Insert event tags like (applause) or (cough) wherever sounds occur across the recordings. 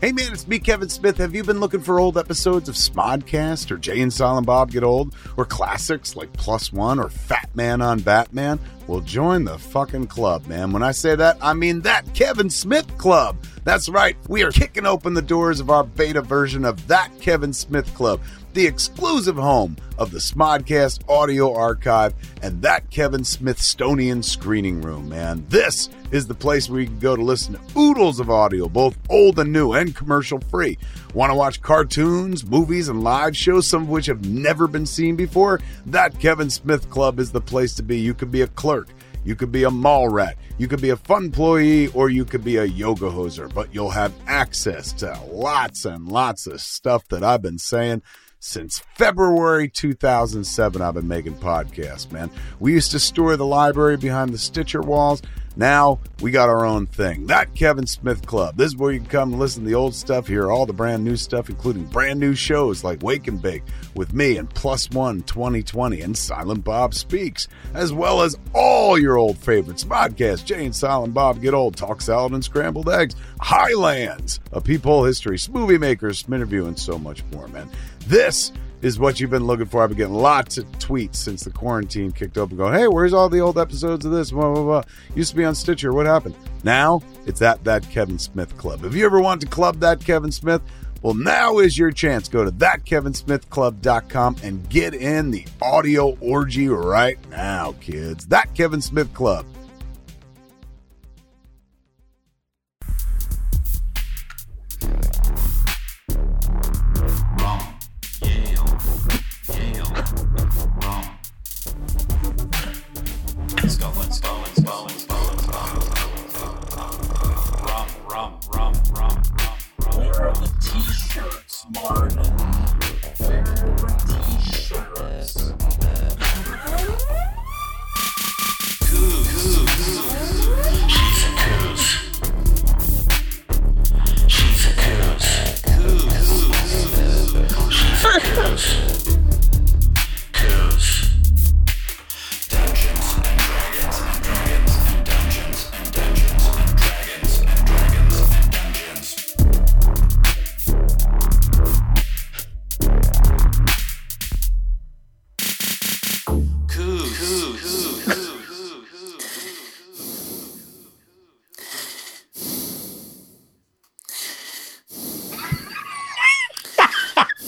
Hey man, it's me, Kevin Smith. Have you been looking for old episodes of Smodcast or Jay and Silent Bob Get Old or classics like Plus One or Fat Man on Batman? Well, join the fucking club, man. When I say that, I mean that Kevin Smith Club. That's right, we are kicking open the doors of our beta version of that Kevin Smith Club, the exclusive home of the Smodcast audio archive and that Kevin Smithstonian screening room, man. This is the place where you can go to listen to oodles of audio, both old and new, and commercial free. Want to watch cartoons, movies, and live shows, some of which have never been seen before? That Kevin Smith Club is the place to be. You could be a clerk. You could be a mall rat, you could be a fun employee, or you could be a yoga hoser, but you'll have access to lots and lots of stuff that I've been saying since February 2007. I've been making podcasts, man. We used to store the library behind the Stitcher walls. Now we got our own thing. That Kevin Smith Club. This is where you can come and listen to the old stuff, hear all the brand new stuff, including brand new shows like Wake and Bake with me and Plus One 2020 and Silent Bob Speaks, as well as all your old favorites podcasts Jay and Silent Bob Get Old, Talk Salad and Scrambled Eggs, Highlands, A Peephole History, Smoothie Makers, some interview, and so much more, man. This is what you've been looking for. I've been getting lots of tweets since the quarantine kicked open going, hey, where's all the old episodes of this? Blah, blah, blah. Used to be on Stitcher. What happened? Now it's at that Kevin Smith Club. If you ever want to club that Kevin Smith, well, now is your chance. Go to thatkevinsmithclub.com and get in the audio orgy right now, kids. That Kevin Smith Club.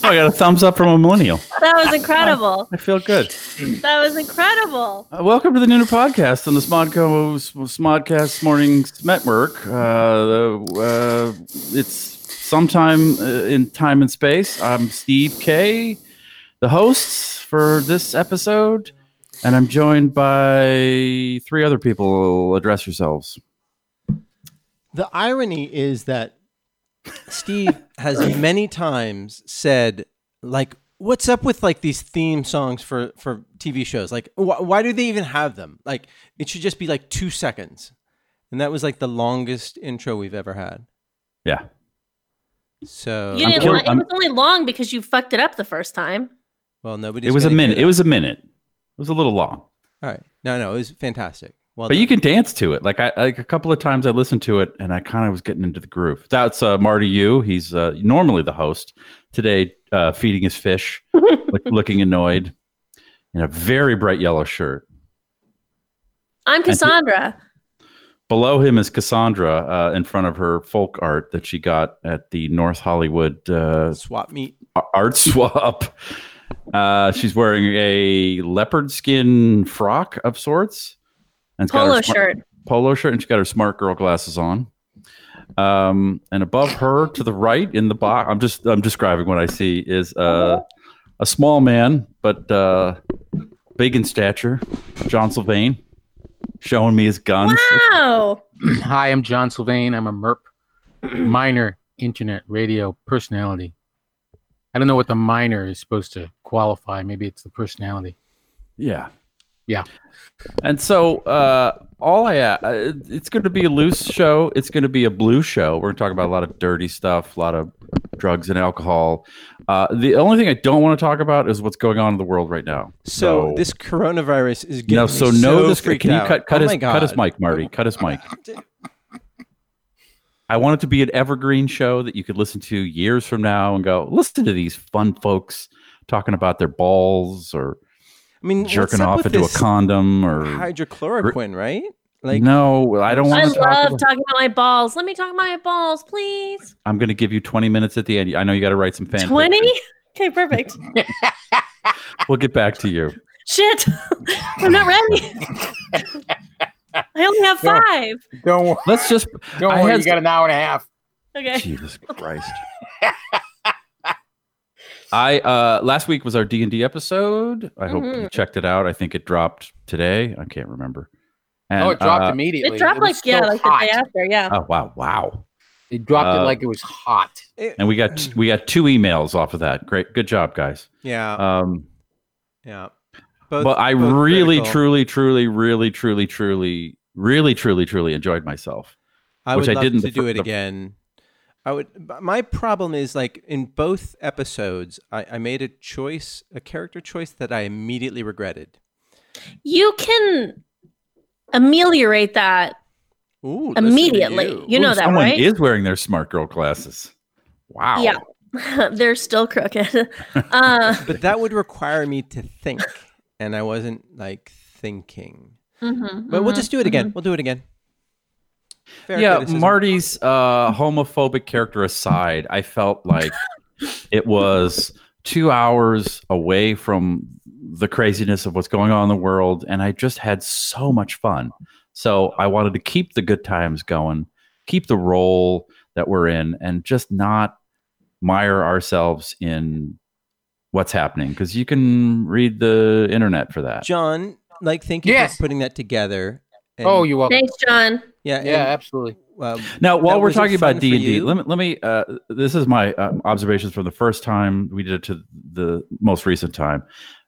Oh, I got a thumbs up from a millennial. That was incredible. I feel good. That was incredible. Uh, welcome to the new podcast on the Smodco Smodcast Morning Network. Uh, the, uh, it's sometime uh, in time and space. I'm Steve K, the host for this episode, and I'm joined by three other people. Address yourselves. The irony is that Steve has many times said, like, what's up with like these theme songs for for TV shows? Like, wh- why do they even have them? Like, it should just be like two seconds. And that was like the longest intro we've ever had. Yeah. So, You I'm didn't. kill- li- it I'm- was only long because you fucked it up the first time. well, nobody. It was a minute. It was a minute. It was a little long. all right. No, no, it was fantastic. Well, But you can dance to it. Like I like a couple of times I listened to it and I kind of was getting into the groove. That's uh, Marty Yu. He's uh, normally the host. Today, uh, feeding his fish, (laughs) look, looking annoyed, in a very bright yellow shirt. I'm Cassandra. Below him is Cassandra uh, in front of her folk art that she got at the North Hollywood uh, done. swap meet. art swap. Uh, she's wearing a leopard skin frock of sorts. And it's got her Polo smart- shirt. polo shirt and she got her smart girl glasses on. Um, and above her to the right in the box, I'm just I'm describing what I see is uh, a small man, but uh, big in stature, John Sylvain, showing me his guns. Wow. Hi, I'm John Sylvain. I'm a (clears throat) MERP, minor internet radio personality. I don't know what the minor is supposed to qualify. Maybe it's the personality. Yeah. Yeah. And so uh all I uh, it's going to be a loose show, it's going to be a blue show. We're going to talk about a lot of dirty stuff, a lot of drugs and alcohol. Uh the only thing I don't want to talk about is what's going on in the world right now. So, this coronavirus is getting No, me so so no this freaked can you out. cut cut oh his (laughs) my God. cut his mic, Marty. Cut his mic. I want it to be an evergreen show that you could listen to years from now and go, listen to these fun folks talking about their balls or I mean, jerking off into a con condom or hydrochloroquine, right? Like, no, I don't I want love to talk. About, talking about my balls. Let me talk about my balls, please. I'm going to give you 20 minutes at the end. I know you got to write some fan. Twenty. fiction. Okay, perfect. We'll get back to you. Shit, (laughs) I'm not ready. I only have Yeah. five. Don't worry. Let's just. Don't I worry. had You got an hour and a half. (laughs) Okay. (laughs) Jesus Christ. I uh last week was our D and D episode. I hope you Mhm. checked it out. I think it dropped today. I can't remember. And, oh, it dropped uh, immediately. It dropped was like yeah, still like the hot. day after. Yeah. Oh wow, wow! It dropped Uh, it like it was hot. it- And we got we got two emails off of that. Great, good job, guys. yeah, Um, yeah. Uh, Both- but I both really, critical. truly, truly, really, truly, truly, really, truly, truly enjoyed myself. I Which would I love didn't to the do fir- it the- again. I would. b- My problem is like in both episodes, I, I made a choice, a character choice that I immediately regretted. You can ameliorate that. Ooh, listen to Immediately. You know Ooh, that, someone right? is wearing their smart girl glasses. Wow. Yeah. (laughs) They're still (laughs) crooked. Uh, But that would require me to think, and I wasn't like thinking. mhm, But we'll Mm-hmm, mhm, just do it again. mhm. We'll do it again. Fair yeah, criticism. Marty's uh, homophobic character aside, I felt like it was two hours away from the craziness of what's going on in the world, and I just had so much fun. So I wanted to keep the good times going, keep the role that we're in, and just not mire ourselves in what's happening because you can read the internet for that. John, like, thank you Yes. for putting that together. And- oh, you're welcome. Thanks, John. yeah, Yeah, yeah. absolutely. Now, while we're That was a talking about fun for D and D, you. let me let me. Uh, this is my um, observations from the first time we did it to the most recent time.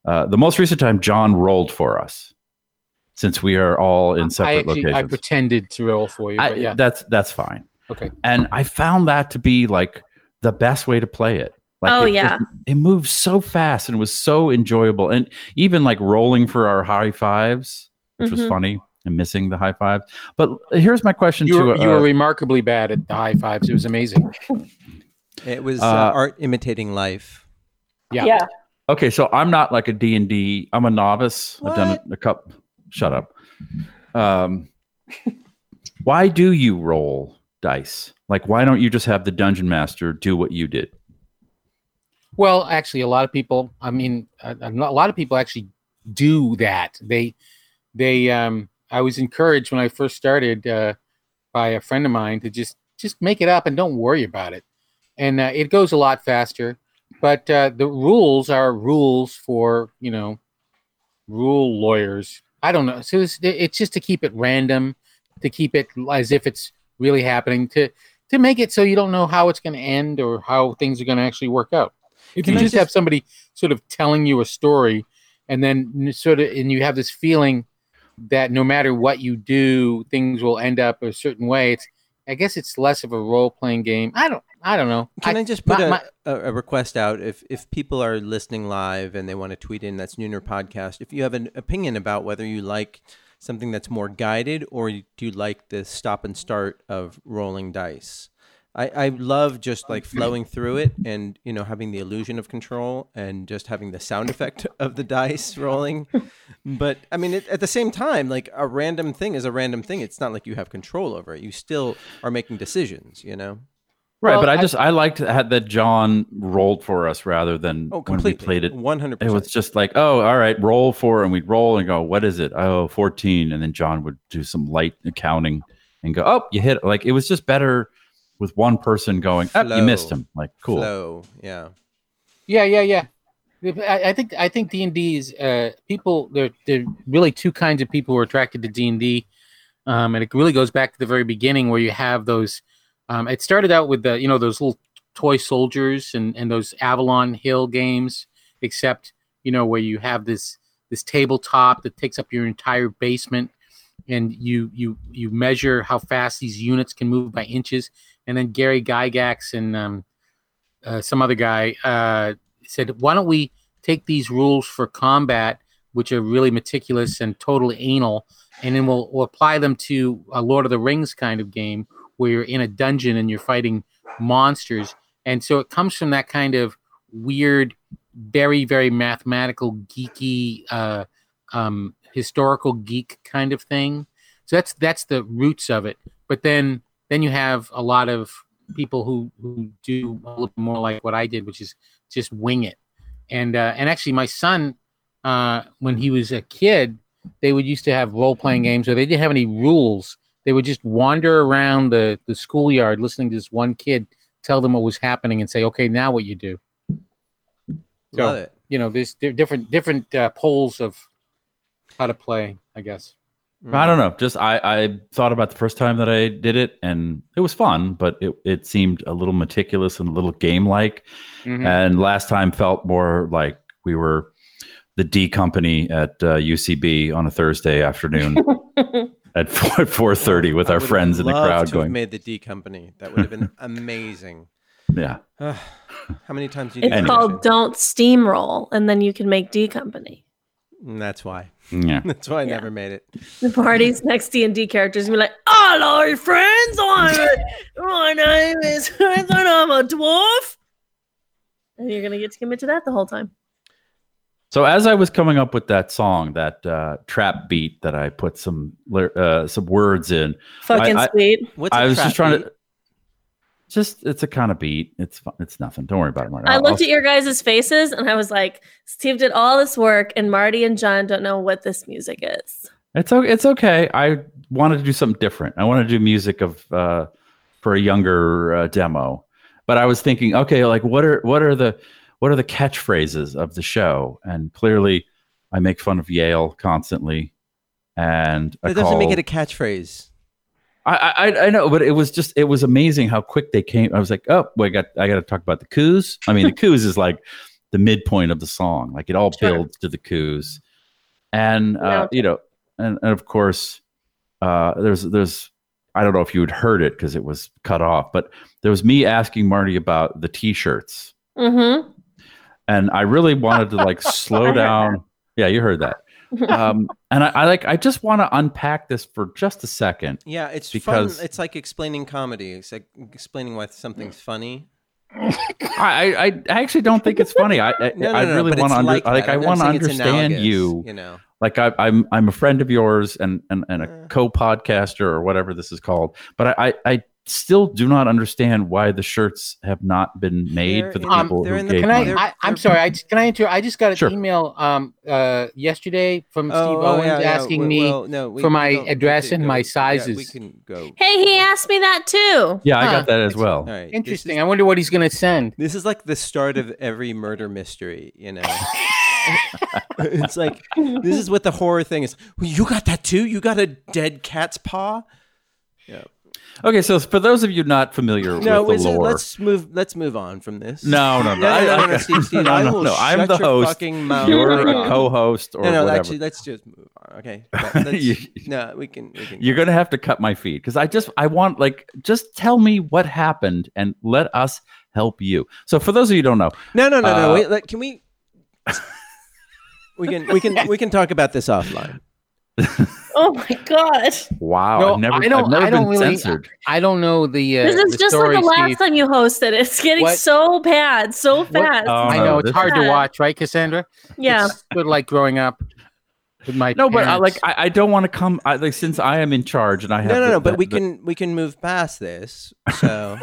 Uh, the most recent time, John rolled for us, since we are all in I separate actually I locations. pretended to roll for you, I- but yeah. That's that's fine. Okay. And I found that to be like the best way to play it. Like Oh, it just- yeah. it moved so fast and was so enjoyable, and even like rolling for our high fives, which was Mhm. funny, and missing the high fives. But here's my question You to were, you uh, were remarkably bad at the high fives. It was amazing. It was uh, Uh, art imitating life. Yeah. Okay, so I'm not like a D&D. I'm a novice. I've done What? a, a cup. Shut up. Um, (laughs) why do you roll dice? Like, why don't you just have the dungeon master do what you did? Well, actually, a lot of people. I mean, uh, a, a lo- a lot of people actually do that. They, they. Um, I was encouraged when I first started uh, by a friend of mine to just just make it up and don't worry about it. And uh, it goes a lot faster. But uh, the rules are rules for you know, rule lawyers. I don't know. So it's, it's just to keep it random, to keep it as if it's really happening, to to make it so you don't know how it's going to end or how things are going to actually work out. If Can you I just, have just- somebody sort of telling you a story, and then n- sort of, and you have this feeling that no matter what you do, things will end up a certain way. It's, I guess, it's less of a role playing game. I don't, I don't know. Can I, just put my- a, my- a, a request out? If if people are listening live and they want to tweet in, that's Nooner Podcast. If you have an opinion about whether you like something that's more guided or you- do you like the stop and start of rolling dice, I, I love just like flowing through it and you know having the illusion of control and just having the sound effect (laughs) of the dice rolling. But I mean, at, at the same time, like a random thing is a random thing. It's not like you have control over it. You still are making decisions. You know. Right, Well, but I, I- just I liked that that John rolled for us rather than Oh, when we completely. played it. One hundred It percent. was just like, oh, all right, roll for, and we'd roll and go, what is it? Oh, 14. And then John would do some light accounting and go, oh, you hit it. Like, it was just better with one person going, oh, you missed Flow. him. Like, cool. Flow, yeah. Yeah, yeah, yeah. I, I think I think D and D is uh, people. There, there are really two kinds of people who are attracted to D and D, um, and it really goes back to the very beginning where you have those. Um, it started out with the you know those little toy soldiers and and those Avalon Hill games, except you know where you have this this tabletop that takes up your entire basement, and you you you measure how fast these units can move by inches, and then Gary Gygax and um, uh, some other guy uh, said, "Why don't we take these rules for combat, which are really meticulous and totally anal, and then we'll, we'll apply them to a Lord of the Rings kind of game where you're in a dungeon and you're fighting monsters. And so it comes from that kind of weird, very, very mathematical, geeky, uh, um, historical geek kind of thing. So that's that's the roots of it. But then then you have a lot of people who who do a little more like what I did, which is just wing it. And uh, and actually, my son, uh, when he was a kid, they would used to have role playing games where they didn't have any rules. They would just wander around the the schoolyard, listening to this one kid tell them what was happening, and say, "Okay, now what you do." So Love it. you know, there's there are different different uh, poles of how to play, I guess. Mm-hmm. I don't know. Just I, I thought about the first time that I did it, and it was fun, but it, it seemed a little meticulous and a little game like. Mm-hmm. Mhm. And last time felt more like we were the D company at uh, UCB on a Thursday (laughs) afternoon at four four thirty with I our would've friends in the loved to crowd have going, made the D company. That would (laughs) have been amazing. yeah, Ugh, how many times do you? It's do that, called Christian? Don't Steamroll, and then you can make D Company. Mm, That's why. (laughs) yeah. That's why I Yeah. never made it. The Mm-hmm. party's next D and D characters and be like, "Hello, friends. I'm my name is (laughs) and I'm a dwarf." And you're gonna get to commit to that the whole time. So as I was coming up with that song, that uh, trap beat that I put some ly- uh, some words in, Fucking I- sweet. What's I a was trap just trying beat? to. Just it's a kind of beat. It's fu- it's nothing. Don't worry about it. uh, Martin. I I'll- looked I'll- at your guys' faces and I was like, Steve did all this work and Marty and John don't know what this music is. It's okay. It's okay. I wanted to do something different. I wanted to do music of uh, for a younger uh, demo, but I was thinking, okay, like what are what are the what are the catchphrases of the show? And clearly, I make fun of Yale constantly, and I That doesn't make call- it a catchphrase. I, I I- I know, but it was just it was amazing how quick they came. I was like, oh, well, I got I got to talk about the coos. I (laughs) mean, the coos is like the midpoint of the song. Like it all Sure. builds to the coos, and uh, Yeah. you know, and, and of course, uh, there's there's I don't know if you had heard it because it was cut off, but there was me asking Marty about the t-shirts Mm-hmm. and I really wanted to (laughs) like slow heard that. down. Yeah, you (laughs) heard that. Um, and I, I like I just want to unpack this for just a second. Yeah, it's Because- fun. It's like explaining comedy. It's like explaining why something's funny. I, I, I actually don't think it's funny. I I, No, no, I no, really but want it's to under, like, like that. I I'm not want to saying it's understand analogous, you. You know, Like I, I'm I'm a friend of yours and and, and a Yeah. co-podcaster or whatever this is called. But I, I I still do not understand why the shirts have not been made They're for the in the- people they're who in the gave Can Come I, on. money. They're- I? I'm they're- sorry. I just can I inter- I just got an Sure. email um uh yesterday from Steve Owens Oh, asking well, me. well, no, we- for we my don't need address to and go- my Yeah, we sizes. can go. Hey, he asked me that too. Yeah, I Huh. got that as well. All right, this Interesting. is- I wonder what he's gonna send. This is like the start of every murder mystery, (laughs) you know. it's like this is what the horror thing is. Well, you got that too? You got a dead cat's paw? Okay, so for those of you not familiar No, with is the it, lore, let's move let's move on from this. No, no, no. No, no, I- no, I- no, Steve, (laughs) Steve, no, I no, will no. I'm shut the your host. fucking mouth. (laughs) You're Hang on. a co-host or No, no, whatever. actually let's just move (laughs) on. Okay. But let's- You- no, we can we can You're gonna have to cut my feed because I just I want like just tell me what happened and let us help you. So for those of you who don't know, No, no, no, no. Uh, Wait, let, can we? we can, we can, we can talk (laughs) about this offline. Oh my god. wow, No, I've never, I I don't- have never I don't been really- censored. I don't know the. Uh, this is the just story, like the last Steve. time you hosted. It's getting What- so bad, so fast. Oh, I no, know it's this hard is- to watch, right, Cassandra? yeah. It's sort of like growing up with my. No, but I, like parents. I, I don't want to come. I, like since I am in charge and I have No, no, the- no. But the- we the- can, we can move past this. (laughs) So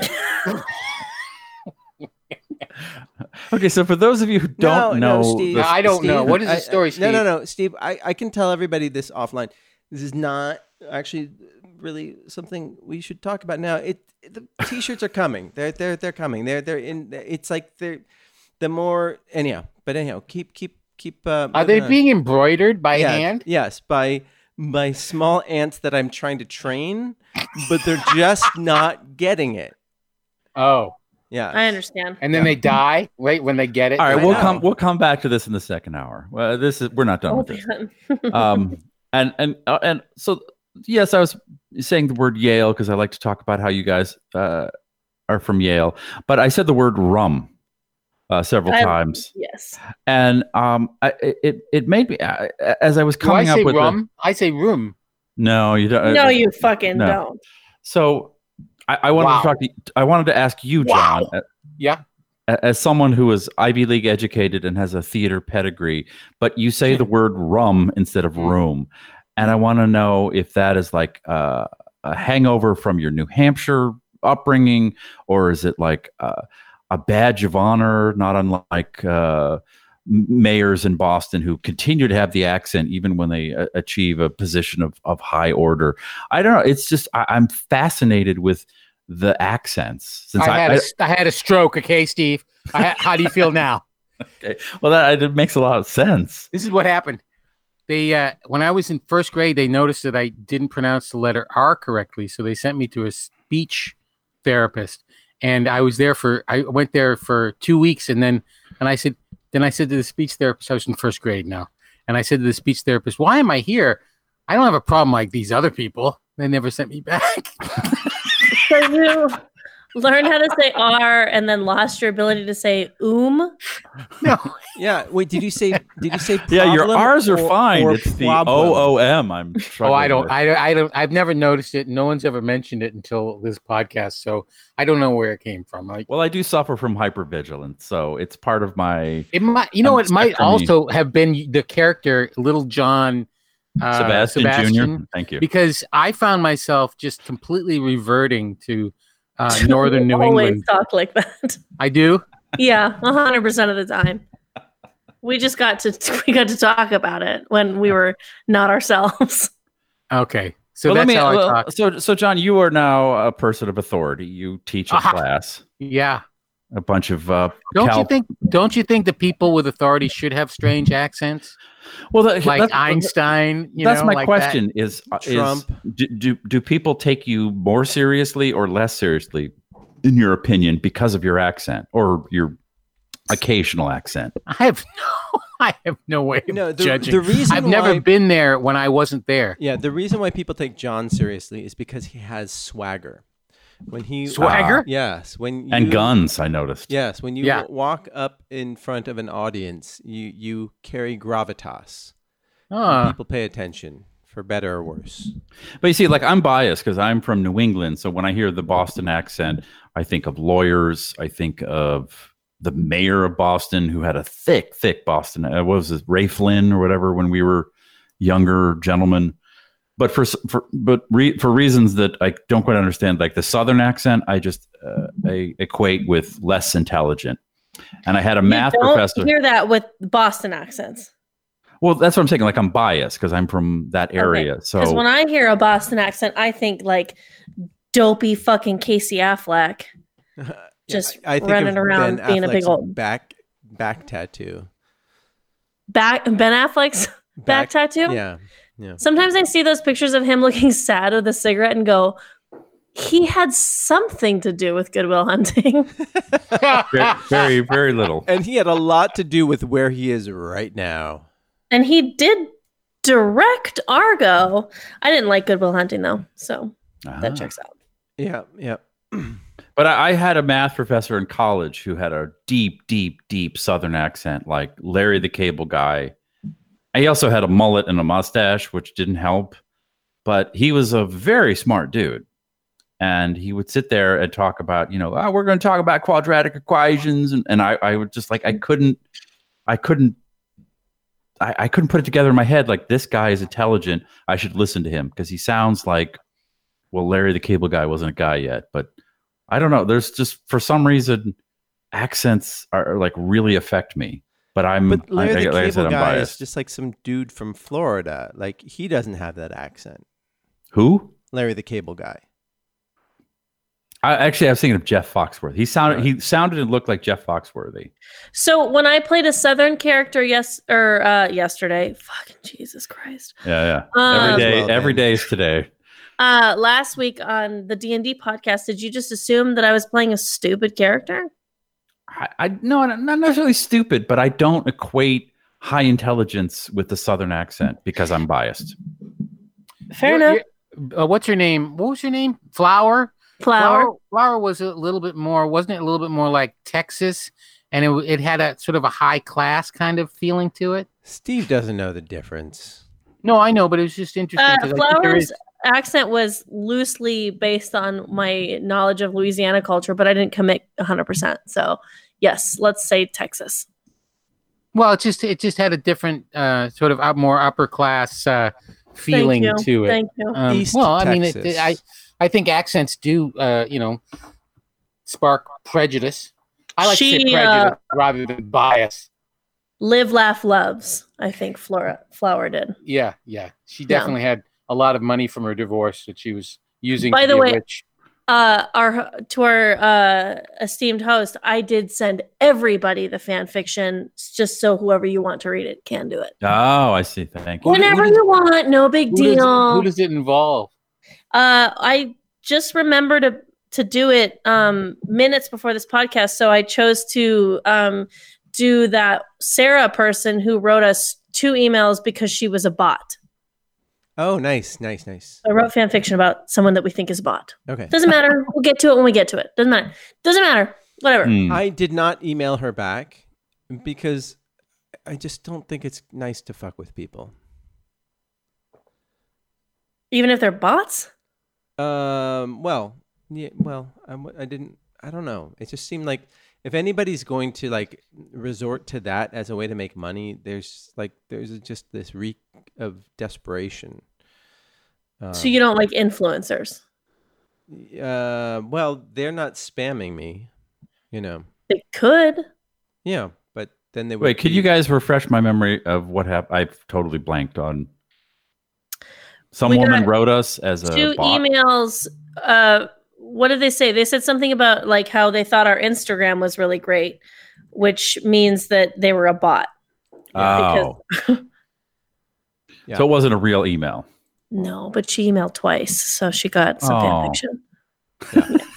Okay, so for those of you who No, don't no, know, Steve. the- No, I don't know. Steve, What is the I- story, I- No, Steve? no, no, Steve. I, I can tell everybody this offline. This is not actually really something we should talk about now. It the t-shirts are coming. They're they're they're coming. They're they're in. It's like they're the more anyhow. But anyhow, keep keep keep. Uh, Are moving they on. being embroidered by yeah, hand? Yes, by by small ants that I'm trying to train, but they're just not getting it. Oh, Yeah. I understand. and then they die right when they get it. all right, Like, we'll know. come. We'll come back to this in the second hour. Well, this is we're not done Oh, with this. man. (laughs) um, and and uh, and so yes, I was saying the word Yale because I like to talk about how you guys uh, are from Yale, but I said the word rum uh, several I- times, (laughs) yes. and um, I, it it made me I, as I was Do I coming say up with the- rum? I say room. uh, no, you don't. no, you fucking no. don't. So I, I wanted Wow. to talk. To, I wanted to ask you, Wow. John, a- Yeah. a- as someone who is Ivy League educated and has a theater pedigree, but you say (laughs) the word rum instead Mm-hmm. of room, and I want to know if that is like uh, a hangover from your New Hampshire upbringing, or is it like uh, a badge of honor, not unlike. Uh, m- mayors in Boston who continue to have the accent even when they uh, achieve a position of, of high order. I don't know. It's just I, I'm fascinated with the accents since I I, had, a I- s I had a stroke. Okay, Steve. I ha- how do you feel now? well that it makes a lot of sense. This is what happened. They uh, when I was in first grade, they noticed that I didn't pronounce the letter R correctly, so they sent me to a speech therapist, and I was there for I went there for two weeks, and then and I said then I said to the speech therapist, I was in first grade now, and I said to the speech therapist, "Why am I here? I don't have a problem like these other people. They never sent me (laughs) back." So you learned how to say R and then lost your ability to say oom. Uh, no, Yeah. Wait. Did you say? Did you say? Yeah, your problem R's are or- fine. or It's the problem? O O M. I'm (laughs) Oh, I don't, with. I, I don't, I've never noticed it. No one's ever mentioned it until this podcast, so I don't know where it came from. Like, well, I do suffer from hypervigilance, so it's part of my it might, you know, Um, it might spectrum-y. also have been the character Little John uh, Sebastian, Sebastian, Jr. Thank you. because I found myself just completely reverting to (laughs) uh, (laughs) northern New Always England. talk like that. (laughs) I do. yeah, hundred percent of the time. We just got to (laughs) we got to talk about it when we were not ourselves. Okay, so Well, that's how I well, talk. So, so John, you are now a person of authority. You teach a Aha. class, Yeah. a bunch of uh, Don't Cal you think? Don't you think the people with authority should have strange accents, Well, that, like that's, Einstein? You that's know, my like that? question: Is uh, Trump. Is, do, do do people take you more seriously or less seriously, in your opinion, because of your accent or your occasional accent? (laughs) I have no, (laughs) I have no way of No. The, judging. the reason I've never why- been there when I wasn't there. Yeah, the reason why people take John seriously is because he has swagger. When he uh, Swagger? yes, when you, And guns, I noticed. yes, when you Yeah. walk up in front of an audience, you you carry gravitas. Huh. People pay attention for better or worse. But you see, like I'm biased because I'm from New England, so when I hear the Boston accent, I think of lawyers. I think of the mayor of Boston who had a thick, thick Boston. Uh, what was this, Ray Flynn or whatever? When we were younger gentlemen. But for s- for but re, for reasons that I don't quite understand, like the Southern accent, I just uh, I equate with less intelligent. And I had a math you don't professor. hear that with Boston accents. well, that's what I'm saying. Like I'm biased because I'm from that area. So Because when I hear a Boston accent, I think like dopey fucking Casey Affleck. Yeah, Just I, I think running of around ben being a big Affleck's old- back back tattoo. Back Ben Affleck's (laughs) back, tattoo. Yeah. Yeah. Sometimes I see those pictures of him looking (laughs) sad with a cigarette and go, he had something to do with Goodwill Hunting. (laughs) very, very very little. And he had a lot to do with where he is right now. and he did direct Argo. I didn't like Goodwill Hunting though, so that Ah. checks out. Yeah, yeah. But I, I had a math professor in college who had a deep, deep, deep Southern accent, like Larry the Cable Guy. He also had a mullet and a mustache, which didn't help. But he was a very smart dude. And he would sit there and talk about, you know, oh, we're going to talk about quadratic equations. And, and I, I would just like, I couldn't, I couldn't, I, I couldn't put it together in my head. Like, this guy is intelligent. I should listen to him because he sounds like, well, Larry the Cable Guy wasn't a guy yet, but I don't know. There's just for some reason accents are like really affect me. But I'm But Mm, Larry I, I- the like I Cable said, I'm Guy biased. is just like some dude from Florida. Like he doesn't have that accent. Who? Larry the Cable Guy. I actually I was thinking of Jeff Foxworthy. He sounded Right. he sounded and looked like Jeff Foxworthy. So when I played a Southern character yes or uh, yesterday, fucking Jesus Christ. Yeah, yeah. Um, every day, Well, then. every day is today. uh, last week on the D and D podcast, did you just assume that I was playing a stupid character? I, I no, I'm not necessarily stupid, but I don't equate high intelligence with the southern accent because I'm biased. Fair You're- enough. you're- uh, what's your name? What was your name? Flower? Flower. Flower was a little bit more, wasn't it a little bit more like Texas? And it, w- it had a sort of a high class kind of feeling to it. Steve doesn't know the difference. No, I know, but it was just interesting. Uh, 'cause I think there flowers is- accent was loosely based on my knowledge of Louisiana culture, but I didn't commit 100%. So, yes, let's say Texas. Well, it just it just had a different uh, sort of up, more upper class uh, Thank feeling you. to it. Thank you. Um, East well, I mean, it, Texas. I I think accents do uh, you know spark prejudice. I like to She, uh, say prejudice rather than bias. Live, laugh, loves. I think Flora Flower did. Yeah, yeah. She Yeah. definitely had a lot of money from her divorce that she was using. By to the be a way- rich. Uh, our to our uh, esteemed host, I did send everybody the fan fiction, just so whoever you want to read it can do it Oh, I see. Thank you. Who- who whenever does- you want. No big who deal. does, who does it involve? Uh, I just remembered to to do it um, minutes before this podcast, so I chose to um, do that Sarah person who wrote us two emails because she was a bot. Oh, nice, nice, nice. I wrote fan fiction about someone that we think is a bot. Okay. Doesn't (laughs) matter. we'll get to it when we get to it. Doesn't matter. Doesn't matter. Whatever. Hmm. I did not email her back because I just don't think it's nice to fuck with people. Even if they're bots. Um. Well. Yeah. Well. I, w- I didn't. I don't know. It just seemed like if anybody's going to like resort to that as a way to make money, there's like there's just this reek of desperation. Um, Uh. so you don't like influencers. Uh. Well, they're not spamming me. You know. They could. Yeah. But then they would Wait, could you be- guys refresh my memory of what happened? I totally blanked on. Some We woman got wrote us as a Two bot. emails. Uh, what did they say? They said something about like how they thought our Instagram was really great, which means that they were a bot. Oh. (laughs) Yeah. So it wasn't a real email. No, but she emailed twice, so she got some Oh. fan fiction.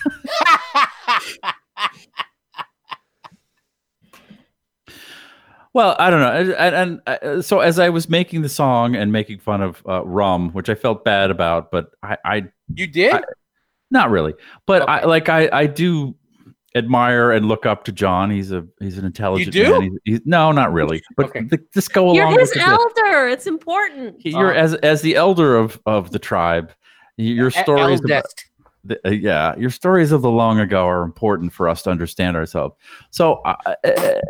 Well, I don't know. And, and, and, uh, so as I was making the song and making fun of uh, rum, which I felt bad about, but I, I you did? I- not really, but I Okay. like I I do admire and look up to John. He's a he's an intelligent do? man. He's, he's, no, not really, but Okay. th- just go along. You're his with the- elder. It's important. He- You're Oh. as as the elder of of the tribe. y- Your A- stories, E, Eldest. about, the, uh, yeah, your stories of the long ago are important for us to understand ourselves. So, uh, uh,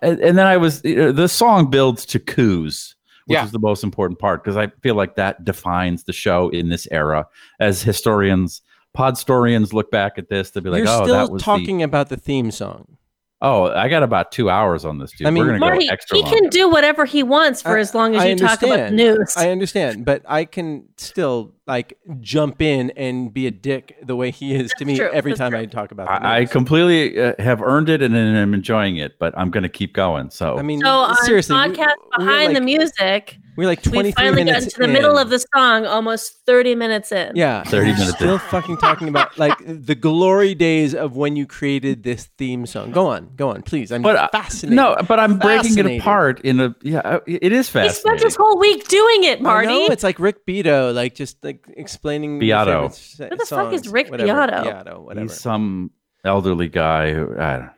and and then I was uh, the song builds to coos, which Yeah. is the most important part because I feel like that defines the show in this era. As historians, podstorians look back at this, they'll be like, You're "Oh, still that was the- talking about the theme song. oh, I got about two hours on this, dude. I mean, We're gonna Marty, go extra he long. can do whatever he wants for I- as long as I you talk about the understand. news. I understand, but I can still like jump in and be a dick the way he is to That's me true, every that's time true. I talk about. the I, I news. completely uh, have earned it and, and I'm enjoying it, but I'm gonna keep going. So I mean, so on seriously, we- podcast we're behind the like- music, We're like we 23 finally got minutes into the middle in. of the song, almost 30 minutes in. Yeah, 30 we're minutes in. Still fucking talking about like the glory days of when you created this theme song. Go on, go on, please. I'm But, uh, fascinated. No, but I'm breaking it Fascinating. apart in a yeah. uh, It is He fascinating. spent his whole week doing it, Marty. No, it's like Rick Beato, like just like explaining. your Beato. favorite s- Who the fuck is songs, Rick whatever, Beato? Beato, whatever. He's some elderly guy. Who, I don't.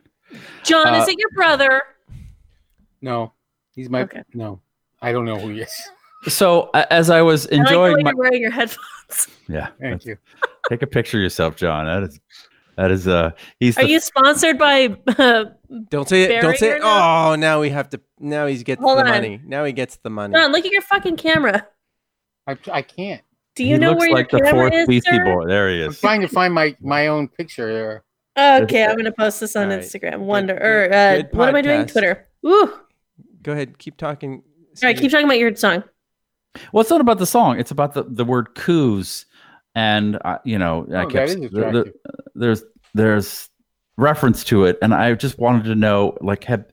John, uh, is it your brother? No, he's my Okay. no. I don't know who he is. (laughs) So a- as I was I like the way enjoying my you're wearing your headphones. yeah, Thank you. take a picture of yourself, John. That is that is uh (laughs) he's Are the, you sponsored by? (laughs) Uh, Don't say it. Barry Don't say or it. not? Oh, now we have to. Now he gets Hold the on. money. Now he gets the money. John, look at your fucking camera. I, I can't. Do you he know looks where like your the camera fourth is? Beastie sir? Boy. There he I'm is. trying to find my my own picture. There. Okay, I'm gonna post this on All right. Instagram. Wonder good- or uh, good what am I doing? podcast. Twitter. Ooh. All Go ahead. Keep talking. right, keep talking about your song. Well, it's not about the song. It's about the the word coos, and uh, you know I Oh, kept that is the- the- attractive. there's there's reference to it and i just wanted to know like have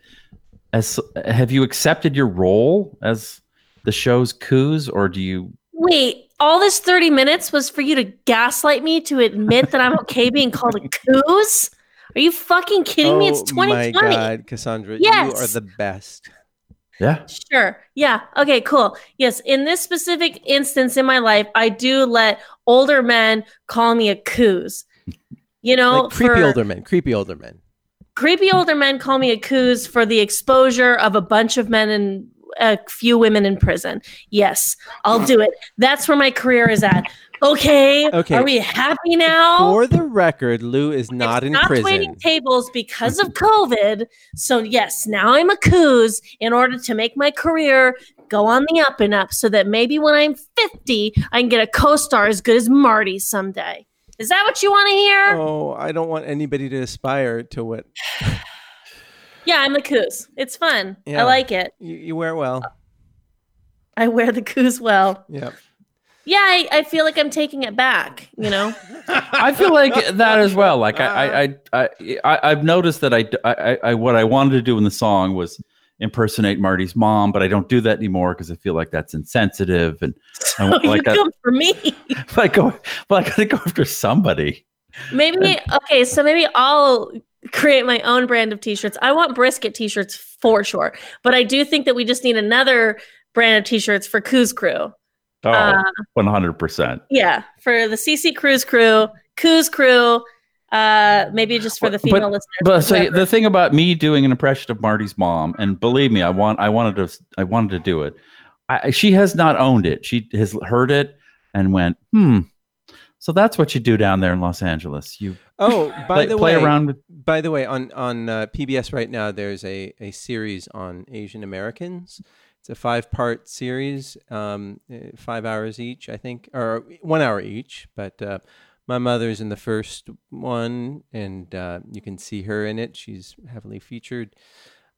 as have you accepted your role as the show's coos or do you Wait, all this 30 minutes was for you to gaslight me to admit that I'm okay being called a coos? Are you fucking kidding me? It's Oh my 2020. God, Cassandra, you are Yes. the best. yeah Sure. Yeah. Okay, cool. Yes. In this specific instance in my life, I do let older men call me a coos. You know, like creepy for- older men. Creepy older men. creepy older men call me a coos for the exposure of a bunch of men in a few women in prison. Yes, I'll do it. That's where my career is at. Okay. Okay. Are we happy now? For the record, Lou is not in Stopped prison. waiting tables because (laughs) of COVID. So yes, now I'm a coos in order to make my career go on the up and up, so that maybe when I'm 50, I can get a co-star as good as Marty someday. Is that what you want to hear? Oh, I don't want anybody to aspire to what Yeah, I'm a coos. It's fun. Yeah. I like it. you, you wear well. I wear the coos well. Yep. Yeah, I, I feel like I'm taking it back. You know. I feel like that as well. Like I, I, I, I, I've noticed that I, I, I, what I wanted to do in the song was impersonate Marty's mom, but I don't do that anymore because I feel like that's insensitive and I (laughs) Oh, want like (laughs) you that, come for me. like go, but I gotta go after somebody. Maybe okay, so maybe I'll create my own brand of t-shirts. I want brisket t-shirts for sure, but I do think that we just need another brand of t-shirts for Coos Crew. Oh, Uh, one hundred percent. Yeah, for the CC Cruise Crew, Coos Crew, uh maybe just for the But- female listeners. But so whoever. the thing about me doing an impression of Marty's mom, and believe me, I want I wanted to I wanted to do it. I, she has not owned it. She has heard it and went, hmm. So that's what you do down there in Los Angeles. You Oh, by play, the play way, around with by the way, on on uh, PBS right now, there's a a series on Asian Americans. It's a five part series, um, eh, five hours each, I think, or one hour each. But uh, my mother's in the first one, and uh, you can see her in it. She's heavily featured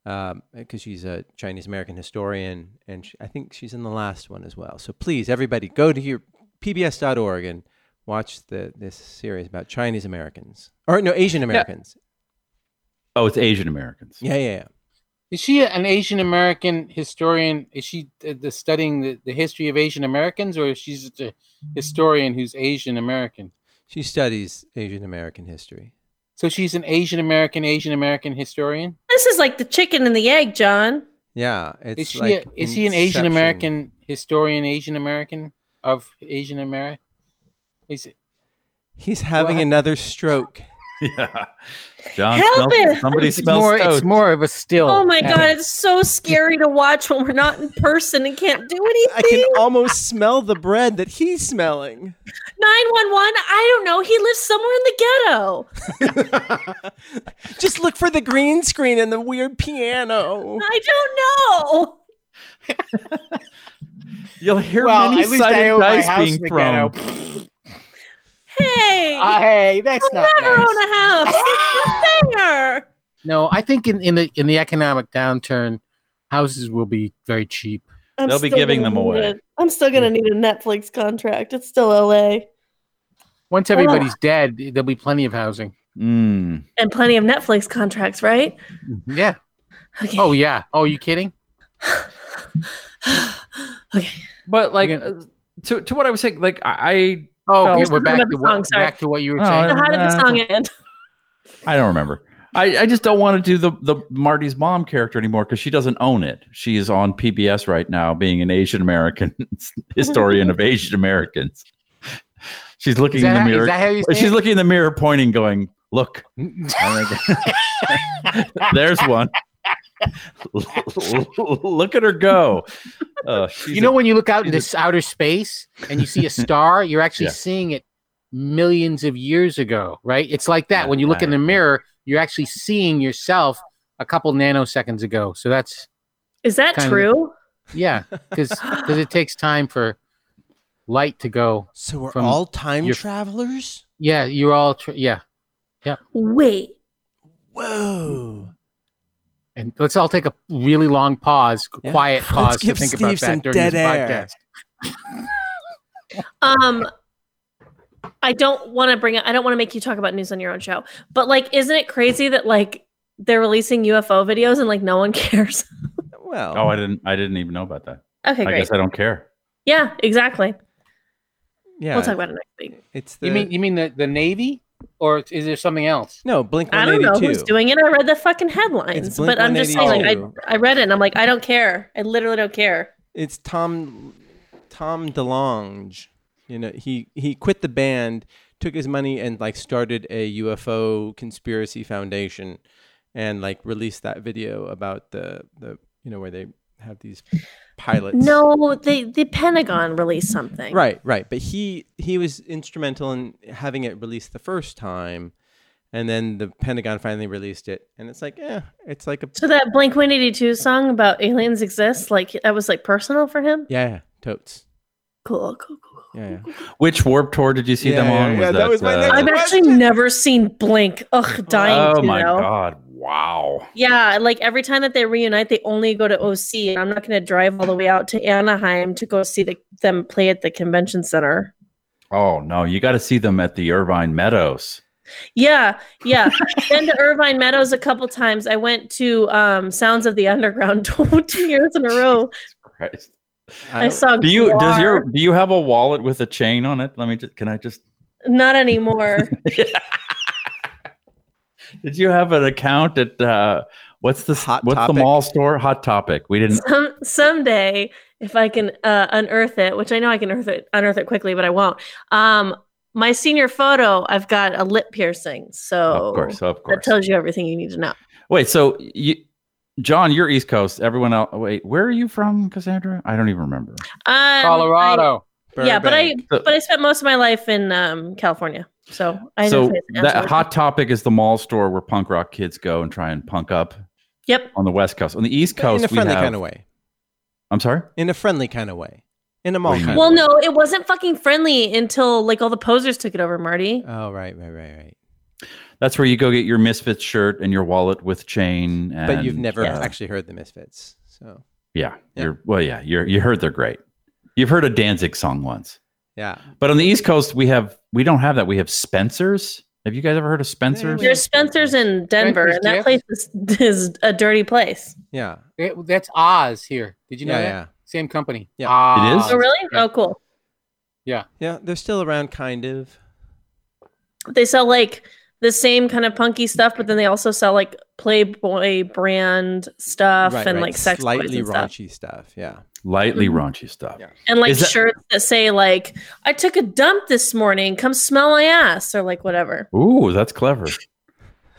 because she's a Chinese American historian, and she, I think she's in the last one as well. So please, everybody, go to your pbs.org and watch the this series about Chinese Americans or no Asian Americans. oh, it's Asian Americans. Yeah, yeah, yeah. Is she an Asian American historian? Is she uh, the studying the, the history of Asian Americans, or is she just a historian who's Asian American? She studies Asian American history. So she's an Asian American, Asian American historian. this is like the chicken and the egg, John. Yeah, it's Is she like a, is she Inception. an Asian American historian? Asian American of Asian America? Is it? He's having What? another stroke. (laughs) Yeah. John Help smells, it! somebody It's smells more. It's toast. more of a still. Oh my god, it's so scary to watch when we're not in person and can't do I can anything. almost smell the bread that he's smelling. 911, I don't know. He lives somewhere in the ghetto. Just look for the green screen and the weird piano. I don't know. You'll hear Well, many at least I sided own my dice house being in the thrown. ghetto. Hey, Ah, hey, that's I'll not never nice. own a (laughs) house. It's not fair. No, I think in, in the in the economic downturn, houses will be very cheap. I'm They'll be still giving gonna them away. need it. I'm still gonna need a Netflix contract. It's still LA Once everybody's dead, there'll be plenty of housing. Mm. and plenty of Netflix contracts, right? Yeah. Okay. Oh yeah. Oh, you kidding? But like Again- uh, to to what I was saying, like I Oh, No. okay, Here's we're the back rhythm of to the what song, sorry. back to what you were No, saying. So how did (sighs) the Uh, song end? I, I don't remember. I, I just don't want to do the, the Marty's mom character anymore because she doesn't own it. She is on PBS right now being an Asian American (laughs) historian of Asian Americans. She's looking Is in the that, how- mirror. is that how you say She's it? looking in the mirror, pointing, going, (laughs) "Look, I think- (laughs) there's one. Look at her go. Uh, she's You know when you look out she's into a- s- outer space and you (laughs) see a star, you're actually Yeah. seeing it millions of years ago, right? It's like that. Yeah, When you look in the I- mirror, you're actually seeing yourself a couple nanoseconds ago. So that's Is that Kinda- true? yeah, because it takes time for light to go. So we're From all time your- travelers? Yeah, you're all tr- yeah. Wait. Whoa. And let's all take a really long pause, Yeah. quiet Let's pause to give think Steve about some that during this dead air. podcast. Um, I don't want to bring it. I don't want to make you talk about news on your own show. But like, isn't it crazy that like they're releasing UFO videos and like no one (laughs) cares? Well, Oh, I didn't. I didn't even know about that. Okay, I great. guess I don't care. Yeah, exactly. yeah. We'll talk about it next week. It's the You mean you mean the, the navy, or is there something else? No, Blink I don't 182. know who's doing it. I read the fucking headlines, Blink but I'm just saying, like, 182. I, I read it and I'm like, I don't care. I literally don't care. it's Tom Tom DeLonge. You know, he he quit the band, took his money and like started a UFO conspiracy foundation and like released that video about the the you know where they have these pilots. No, the the Pentagon released something. Right, right. But he he was instrumental in having it released the first time, and then the Pentagon finally released it, and it's like, yeah, it's like a So that Blink 182 song about aliens exists, like that was like personal for him. yeah, totes. Cool, cool, cool. Yeah, yeah. Which warp tour did you see them Yeah, on? uh, yeah, that was my next I've actually Question. never seen Blink. Ugh, dying Oh to my know. god! Wow. Yeah, like every time that they reunite, they only go to OC, and I'm not going to drive all the way out to Anaheim to go see the, them play at the convention center. Oh no, you got to see them at the Irvine Meadows. Yeah, yeah. Been to Irvine Meadows a couple times. I went to um, Sounds of the Underground (laughs) two years in a row. Christ. I I don't- saw. Do you does your Guar. do you have a wallet with a chain on it? Let me just can I just not (laughs) anymore? Did you have an account at uh what's the Hot what's Topic? the mall store? Hot Topic. We didn't Some someday, if I can uh, unearth it, which I know I can unearth it, unearth it quickly, but I won't. Um, my senior photo, I've got a lip piercing, so Of course, of Oh, that course. tells you everything you need to know. Wait, so you John, you're East Coast. Everyone else wait, where are you from, Cassandra? I don't even remember. Um, I- Colorado. yeah, but I So- but I spent most of my life in um, California, so I know so if it's that answered. hot topic is the mall store where punk rock kids go and try and punk up Yep. on the West Coast. On the East But Coast, in a we friendly have- kind of way, I'm sorry. in a friendly kind of way, in a What mall do you kind. mean? of Well, way. no, it wasn't fucking friendly until like all the posers took it over, Marty. Oh, right, right, right, right. That's where you go get your Misfits shirt and your wallet with chain. And, uh, But you've never Yeah. actually heard the Misfits, so yeah, Yeah. You're, well, yeah. You're, you heard they're great. You've heard a Danzig song once, yeah. but on the East Coast we have we don't have that. We have Spencers. Have you guys ever heard of Spencers? There's Spencer's in Denver, and that place Spencer's is, is a dirty place. Yeah. It- that's Oz here. Did you know yeah, that? yeah. Same company. Ah. Yeah. Oz. It is? Oh, really? Yeah. Oh, cool. Yeah, they're still around kind of. They sell like the same kind of punky stuff, but then they also sell like Playboy brand stuff right, and right. like sex toys slightly and stuff. raunchy stuff. Yeah. Lightly Mhm. raunchy stuff. Yeah. and like Is that- shirts that say like I took a dump this morning, come smell my ass or like whatever. Ooh, that's clever.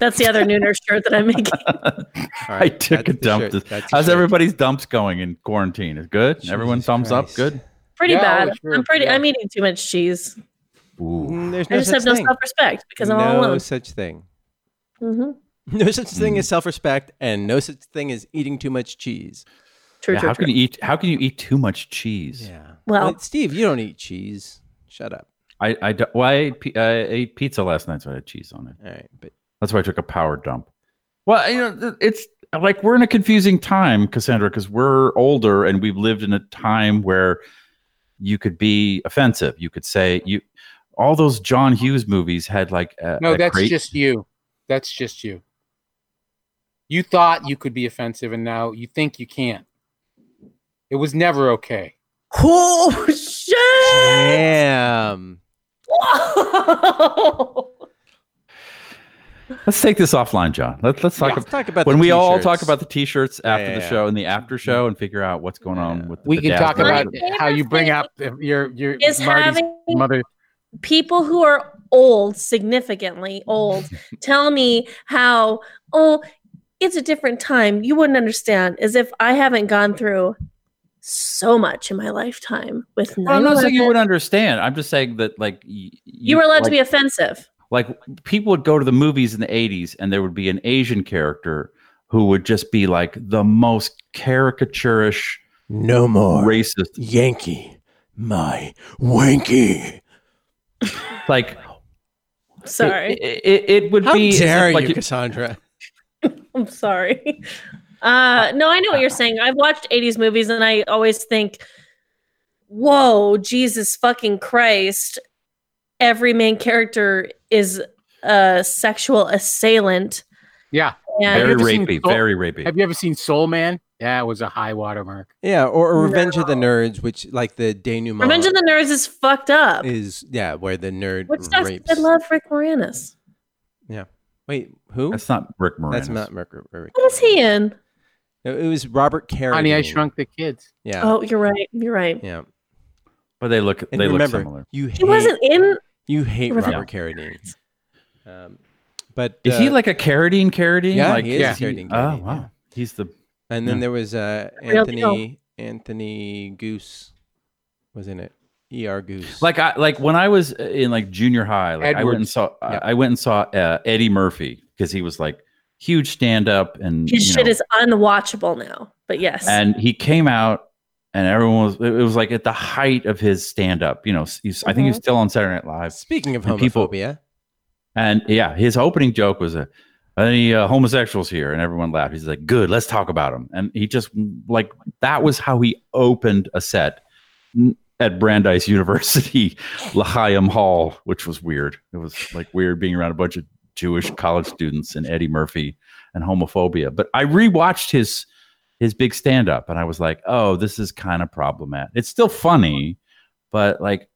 That's the other Nooner shirt that I'm making. All (laughs) I took that's a the dump. shirt, This- that's the How's (laughs) shirt. everybody's dumps going in quarantine? Is good. Everyone Jesus thumbs up. Christ. Good. Pretty Yeah, bad. oh, sure, I'm pretty. yeah. I'm eating too much cheese. Ooh. Mm, There's I no just have such no thing. self respect because I'm all no alone. such thing. (laughs) hmm No such thing Mm. as self-respect, and no such thing as eating too much cheese. True, Yeah, true, how true. can you eat? How can you eat too much cheese? Yeah. Well- Steve, you don't eat cheese. Shut up. I I d- well, I ate, pi- I ate pizza last night, so I had cheese on it. All right, (laughs) but That's why I took a power dump. Well, you know, th- it's like we're in a confusing time, Cassandra, because we're older and we've lived in a time where you could be offensive. You could say you. All those John Hughes movies had like a, No, a that's great- just you. That's just you. You thought you could be offensive, and now you think you can't. It was never okay. Oh shit! damn. Whoa! Let's take this offline, John. Let's let's talk. Yeah. ab- Let's talk about when the we all talk t-shirts. about the t-shirts after yeah, the yeah. show and the after show and figure out what's going Yeah. on with the Mm-hmm. We can talk bedazzler. about Right. how you bring up your your Is Marty's having mother. people who are old, significantly (laughs) old, tell me how, oh, it's a different time. You wouldn't understand, as if I haven't gone through so much in my lifetime with Well, I'm 9/11. not saying you would understand. I'm just saying that like you, You were allowed like, to be offensive. like people would go to the movies in the 80s and there would be an Asian character who would just be like the most caricaturish no more racist. Yankee, my wanky. Like Sorry. it, it, it would How be it's dare just like you, Cassandra? (laughs) I'm sorry. Uh, no, I know what you're saying. I've watched 80s movies and I always think, whoa, Jesus fucking Christ. Every main character is a sexual assailant. Yeah. And very Have you ever rapey, seen Soul- very rapey. Have you ever seen Soul Man? That was a high watermark. Yeah, or, or Revenge of the Nerds, which like the denouement Revenge of the Nerds is fucked up. is yeah, where the nerd Which sucks. rapes. I love Rick Moranis. Wait, who? That's not Rick Moranis. That's not Mercury. What is he in? No, it was Robert Carradine. Honey, I Shrunk the Kids. Yeah, Oh, you're right. You're right. yeah. But they look And they look remember, similar. you hate, He wasn't in. you hate Revenge- Robert Carradine. Um, uh, but Is he uh, like a carotene carotene? Yeah, like, he is Yeah. a carotene Oh carotene, wow, yeah. he's the And then Yeah. there was uh, Real deal. Anthony Anthony Goose was in it. ER Goose. Like I like when I was in like junior high, like I went and Edwards. saw I- Yeah. I went and saw uh, Eddie Murphy because he was like huge stand up and His you shit know, is unwatchable now. But yes. and he came out and everyone was it was like at the height of his stand up, you know, he's, I think he was still on Saturday Night Live. Speaking of and people- homophobia, And yeah, his opening joke was, uh, "Any uh, homosexuals here?" And everyone laughed. He's like, "Good, let's talk about them." And he just like that was how he opened a set n- at Brandeis (laughs) University, L'Chaim Hall, which was weird. It was like weird being around a bunch of Jewish college students and Eddie Murphy and homophobia. But I rewatched his his big stand up, and I was like, "Oh, this is kind of problematic." It's still funny, but like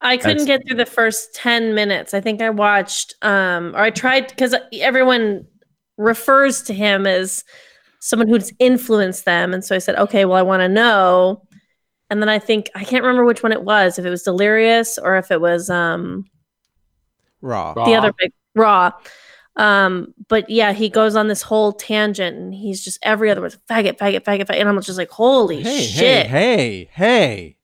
I couldn't That's- get through the first 10 minutes. I think I watched um or I tried cuz everyone refers to him as someone who's influenced them and so I said, "Okay, well I want to know." And then I think I can't remember which one it was, if it was Delirious or if it was um raw. Raw. the other big Raw. Um but yeah, he goes on this whole tangent and he's just every other word, faggot, faggot, faggot, faggot. And I'm just like, "Holy Hey, shit." hey, hey, hey.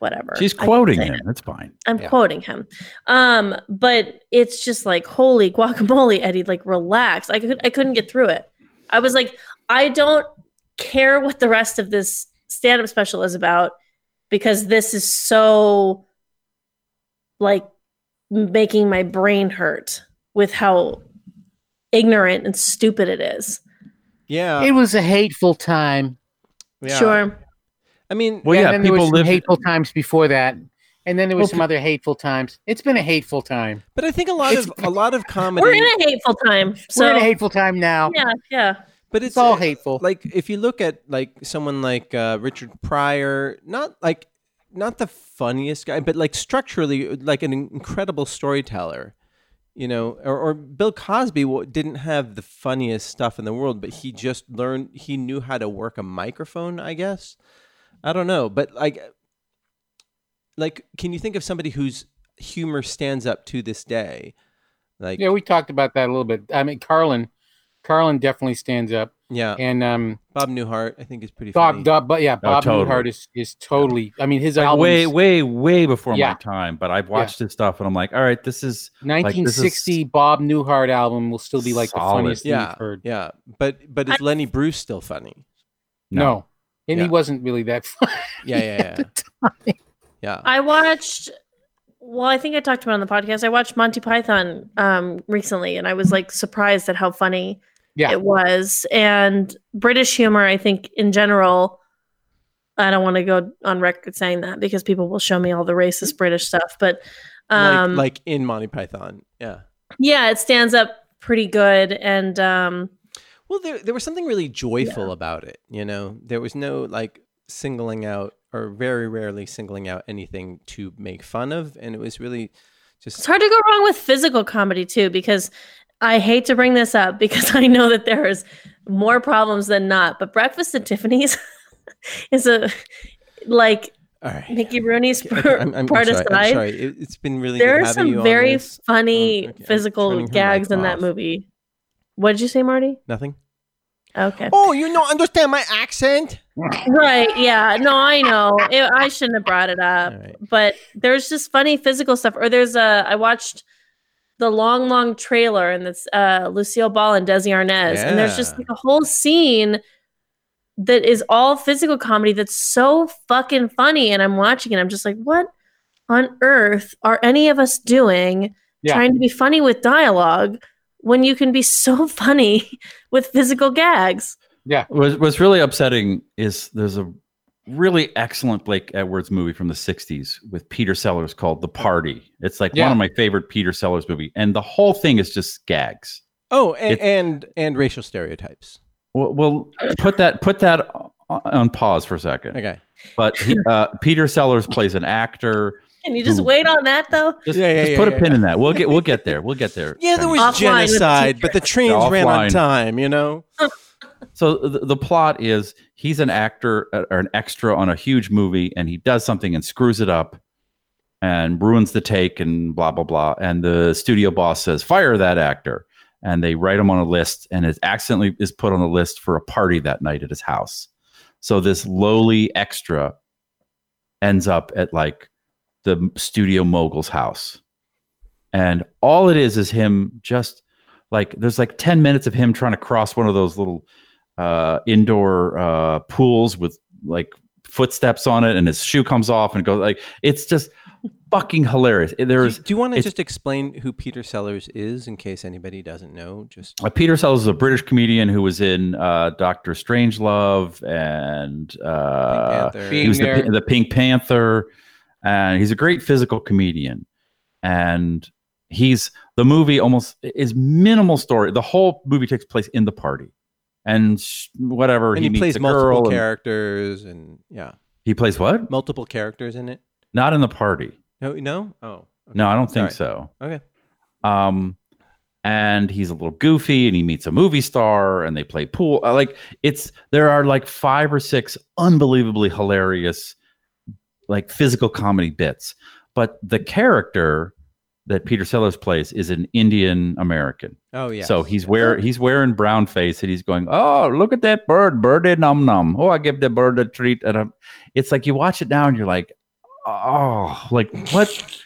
Whatever. she's I can't quoting say him. it. That's fine. I'm Yeah. quoting him. Um, but it's just like, holy guacamole, Eddie, like relax. I could I couldn't get through it. I was like, I don't care what the rest of this stand-up special is about because this is so like making my brain hurt with how ignorant and stupid it is. Yeah. it was a hateful time. yeah. Sure. I mean, Well, and Oh, yeah, then there was people some live. hateful times before that, and then there was Well, some other hateful times. It's been a hateful time. but I think a lot It's- of a lot of comedy. We're in a hateful time. So We're in a hateful time now. yeah, yeah. but It's all hateful. like if you look at like someone like uh, Richard Pryor, not like not the funniest guy, but like structurally like an incredible storyteller. You know, or, or Bill Cosby wa- didn't have the funniest stuff in the world, but he just learned he knew how to work a microphone. I guess I don't know, but like, like, can you think of somebody whose humor stands up to this day? Like, yeah, we talked about that a little bit. I mean, Carlin, Carlin definitely stands up, yeah, and um, Bob Newhart, I think is pretty funny. Bob, Bob, but yeah, Bob totally. Newhart is is totally. I mean, his album, way, way, way before my Yeah. time. But I've watched his stuff, and I'm like, all right, this is 1960 Bob Newhart album will still be like the Solid. funniest thing yeah, you've heard. Yeah, but but is Lenny Bruce still funny? No. no. And Yeah. he wasn't really that (laughs) funny. Yeah, (laughs) yeah, yeah. yeah. I watched. Well, I think I talked about it on the podcast. I watched Monty Python um, recently, and I was like surprised at how funny Yeah. it was. And British humor, I think in general, I don't want to go on record saying that because people will show me all the racist British stuff. But um, like, like in Monty Python. Yeah. yeah, it stands up pretty good. And um, Well, there there was something really joyful about it. You know, there was no like singling out or very rarely singling out anything to make fun of, and it was really It's just hard to go wrong with physical comedy too, because I hate to bring this up because (laughs) I know that there is more problems than not. But Breakfast at Tiffany's (laughs) is a like all (laughs) right. Mickey Rooney's Okay, part I'm, I'm, I'm part sorry. I'm aside. sorry. It, it's been really there good are having some you on very this. Oh, funny okay, I'm turning physical her mic gags in off. that movie. What did you say, Marty? (laughs) Nothing. (laughs) Okay. Oh, you don't understand my accent. Right. Yeah. No, I know. It, I shouldn't have brought it up. All right. but there's just funny physical stuff. Or there's a I watched the long, long trailer, and it's uh, Lucille Ball and Desi Arnaz, and there's just Yeah. like a whole scene that is all physical comedy that's so fucking funny. And I'm watching it, I'm just like, what on earth are any of us doing Yeah. trying to be funny with dialogue? When you can be so (laughs) funny with physical gags, What's, what's really upsetting is there's a really excellent Blake Edwards movie from the 60s with Peter Sellers called The Party. It's like Yeah. one of my favorite Peter Sellers movie, and the whole thing is just gags. Oh, and It's- and, and racial stereotypes. Well, well put that put that o- on pause for a second. Okay. But (laughs) he, uh, Peter Sellers plays an actor. and you just Ooh. wait on that though. Just, Yeah, yeah, just yeah, put yeah, a pin in that. We'll get we'll get there. We'll get there. Yeah, there Penny. was Offline with genocide, but the trains ran on Offline. time, you know? So the, the plot is he's an actor uh, or an extra on a huge movie, and he does something and screws it up, and ruins the take, and blah blah blah. And the studio boss says, "Fire that actor." and they write him on a list, and his accidentally is put on the list for a party that night at his house. So this lowly extra ends up at like the studio mogul's house, and all it is is him just like there's like ten minutes of him trying to cross one of those little uh, indoor uh, pools with like footsteps on it, and his shoe comes off and goes like it's just fucking hilarious. Do, There's do you want to it's- just explain who Peter Sellers is in case anybody doesn't know? Just Uh, Peter Sellers is a British comedian who was in uh, Doctor Strangelove and uh, Panther. Being he was the, there. the Pink Panther, and he's a great physical comedian. And he's the movie almost is minimal story. The whole movie takes place in the party, and sh- whatever and he, meets plays a girl multiple and- characters and yeah, He plays what? multiple characters in it. Not in the party. No, no. Oh, okay. No, I don't think Sorry. so. Okay. Um, and he's a little goofy, and he meets a movie star, and they play pool. Uh, Like it's there are like five or six unbelievably hilarious, like physical comedy bits. But the character that Peter Sellers plays is an Indian American. Oh yeah. So he's wear he's wearing brown face and he's going, oh look at that bird, birdie num num. Oh, I give the bird a treat, and I'm, it's like you watch it now and you're like, oh, like what?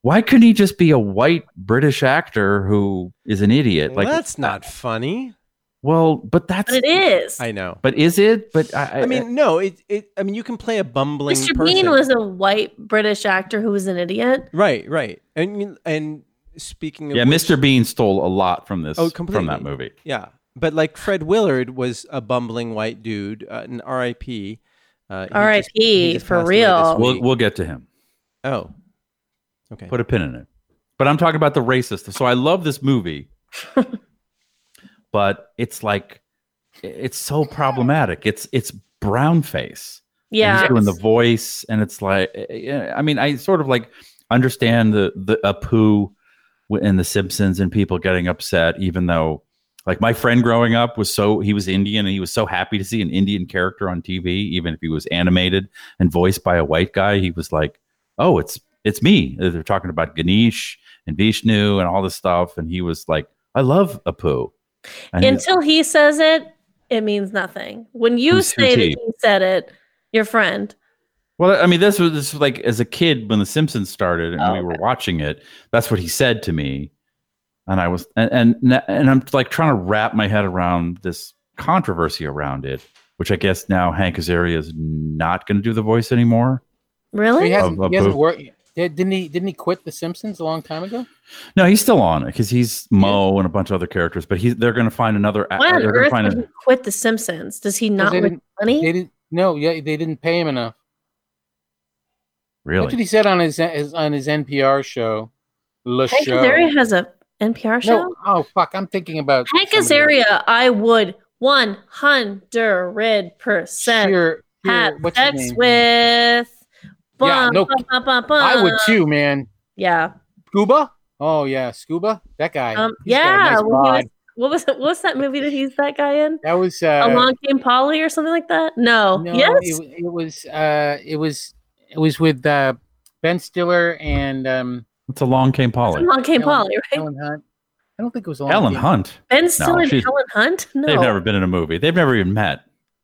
Why couldn't he just be a white British actor who is an idiot? Like well, that's not funny. well, but that's But it is. I know. But is it? But I, I mean, no. It, it. I mean, you can play a bumbling. Mr. Person. Bean was a white British actor who was an idiot. right, right. And and speaking of yeah, which- Mr. Bean stole a lot from this Oh, from that completely. movie. Yeah, but like Fred Willard was a bumbling white dude, uh, an R.I.P. Uh, he just- he R.I.P. just for passed away this real. week. We'll we'll get to him. oh, okay. Put a pin in it. But I'm talking about the racist. So I love this movie, but it's like it's so problematic. It's it's brown face. And Yeah. he's doing the voice, and it's like eh, I mean I sort of like understand the the Apu and the Simpsons and people getting upset, even though like my friend growing up was so he was Indian and he was so happy to see an Indian character on TV, even if he was animated and voiced by a white guy. He was like, "Oh, it's it's me." Uh, They're talking about Ganesh and Vishnu and all this stuff, and he was like, "I love Apu." And he- Until he says it, it means nothing. When you Who's- say who's that he? he said it, your friend. Well, I mean, this was this was like as a kid when The Simpsons started and Oh, we were watching it. That's what he said to me, and I was and and and I'm like trying to wrap my head around this controversy around it, which I guess now Hank Azaria is not going to do the voice anymore. So he Really? hasn't, Of- he hasn't of- worked. Didn't he? Didn't he quit The Simpsons a long time ago? No, he's still on it because he's Mo and a bunch of other characters, but he's they're going to find another. a- Why on they're gonna earth find would a- he quit The Simpsons? Does he not they make didn't- money? They didn't. No, yeah, they didn't pay him enough. That's what really? he said on his, his on his NPR show, Le Hank Show. Azaria has a NPR show. No, oh fuck, I'm thinking about Hank somebody Azaria, I would one hundred else. percent Your- your- have what's her sex name? with. Bum, Yeah, no, bum, bum, bum, bum. I would too, man. Yeah. Scuba. Oh yeah, Scuba. That guy. Um, He's got a yeah. nice when he was- bod. what was what was that movie that he's that guy in? that was. Uh, Along Came Polly or something like that? No. no, yes. It, wa- it was. Uh, it was. It was with uh, Ben Stiller and um, It's a long came Polly. Along Came Ellen- Polly, right? Helen Hunt. I don't think it was Ellen Ellen Hunt. Hunt. Ben Stiller and she's- Helen Hunt? No. They've never been in a movie. They've never even met.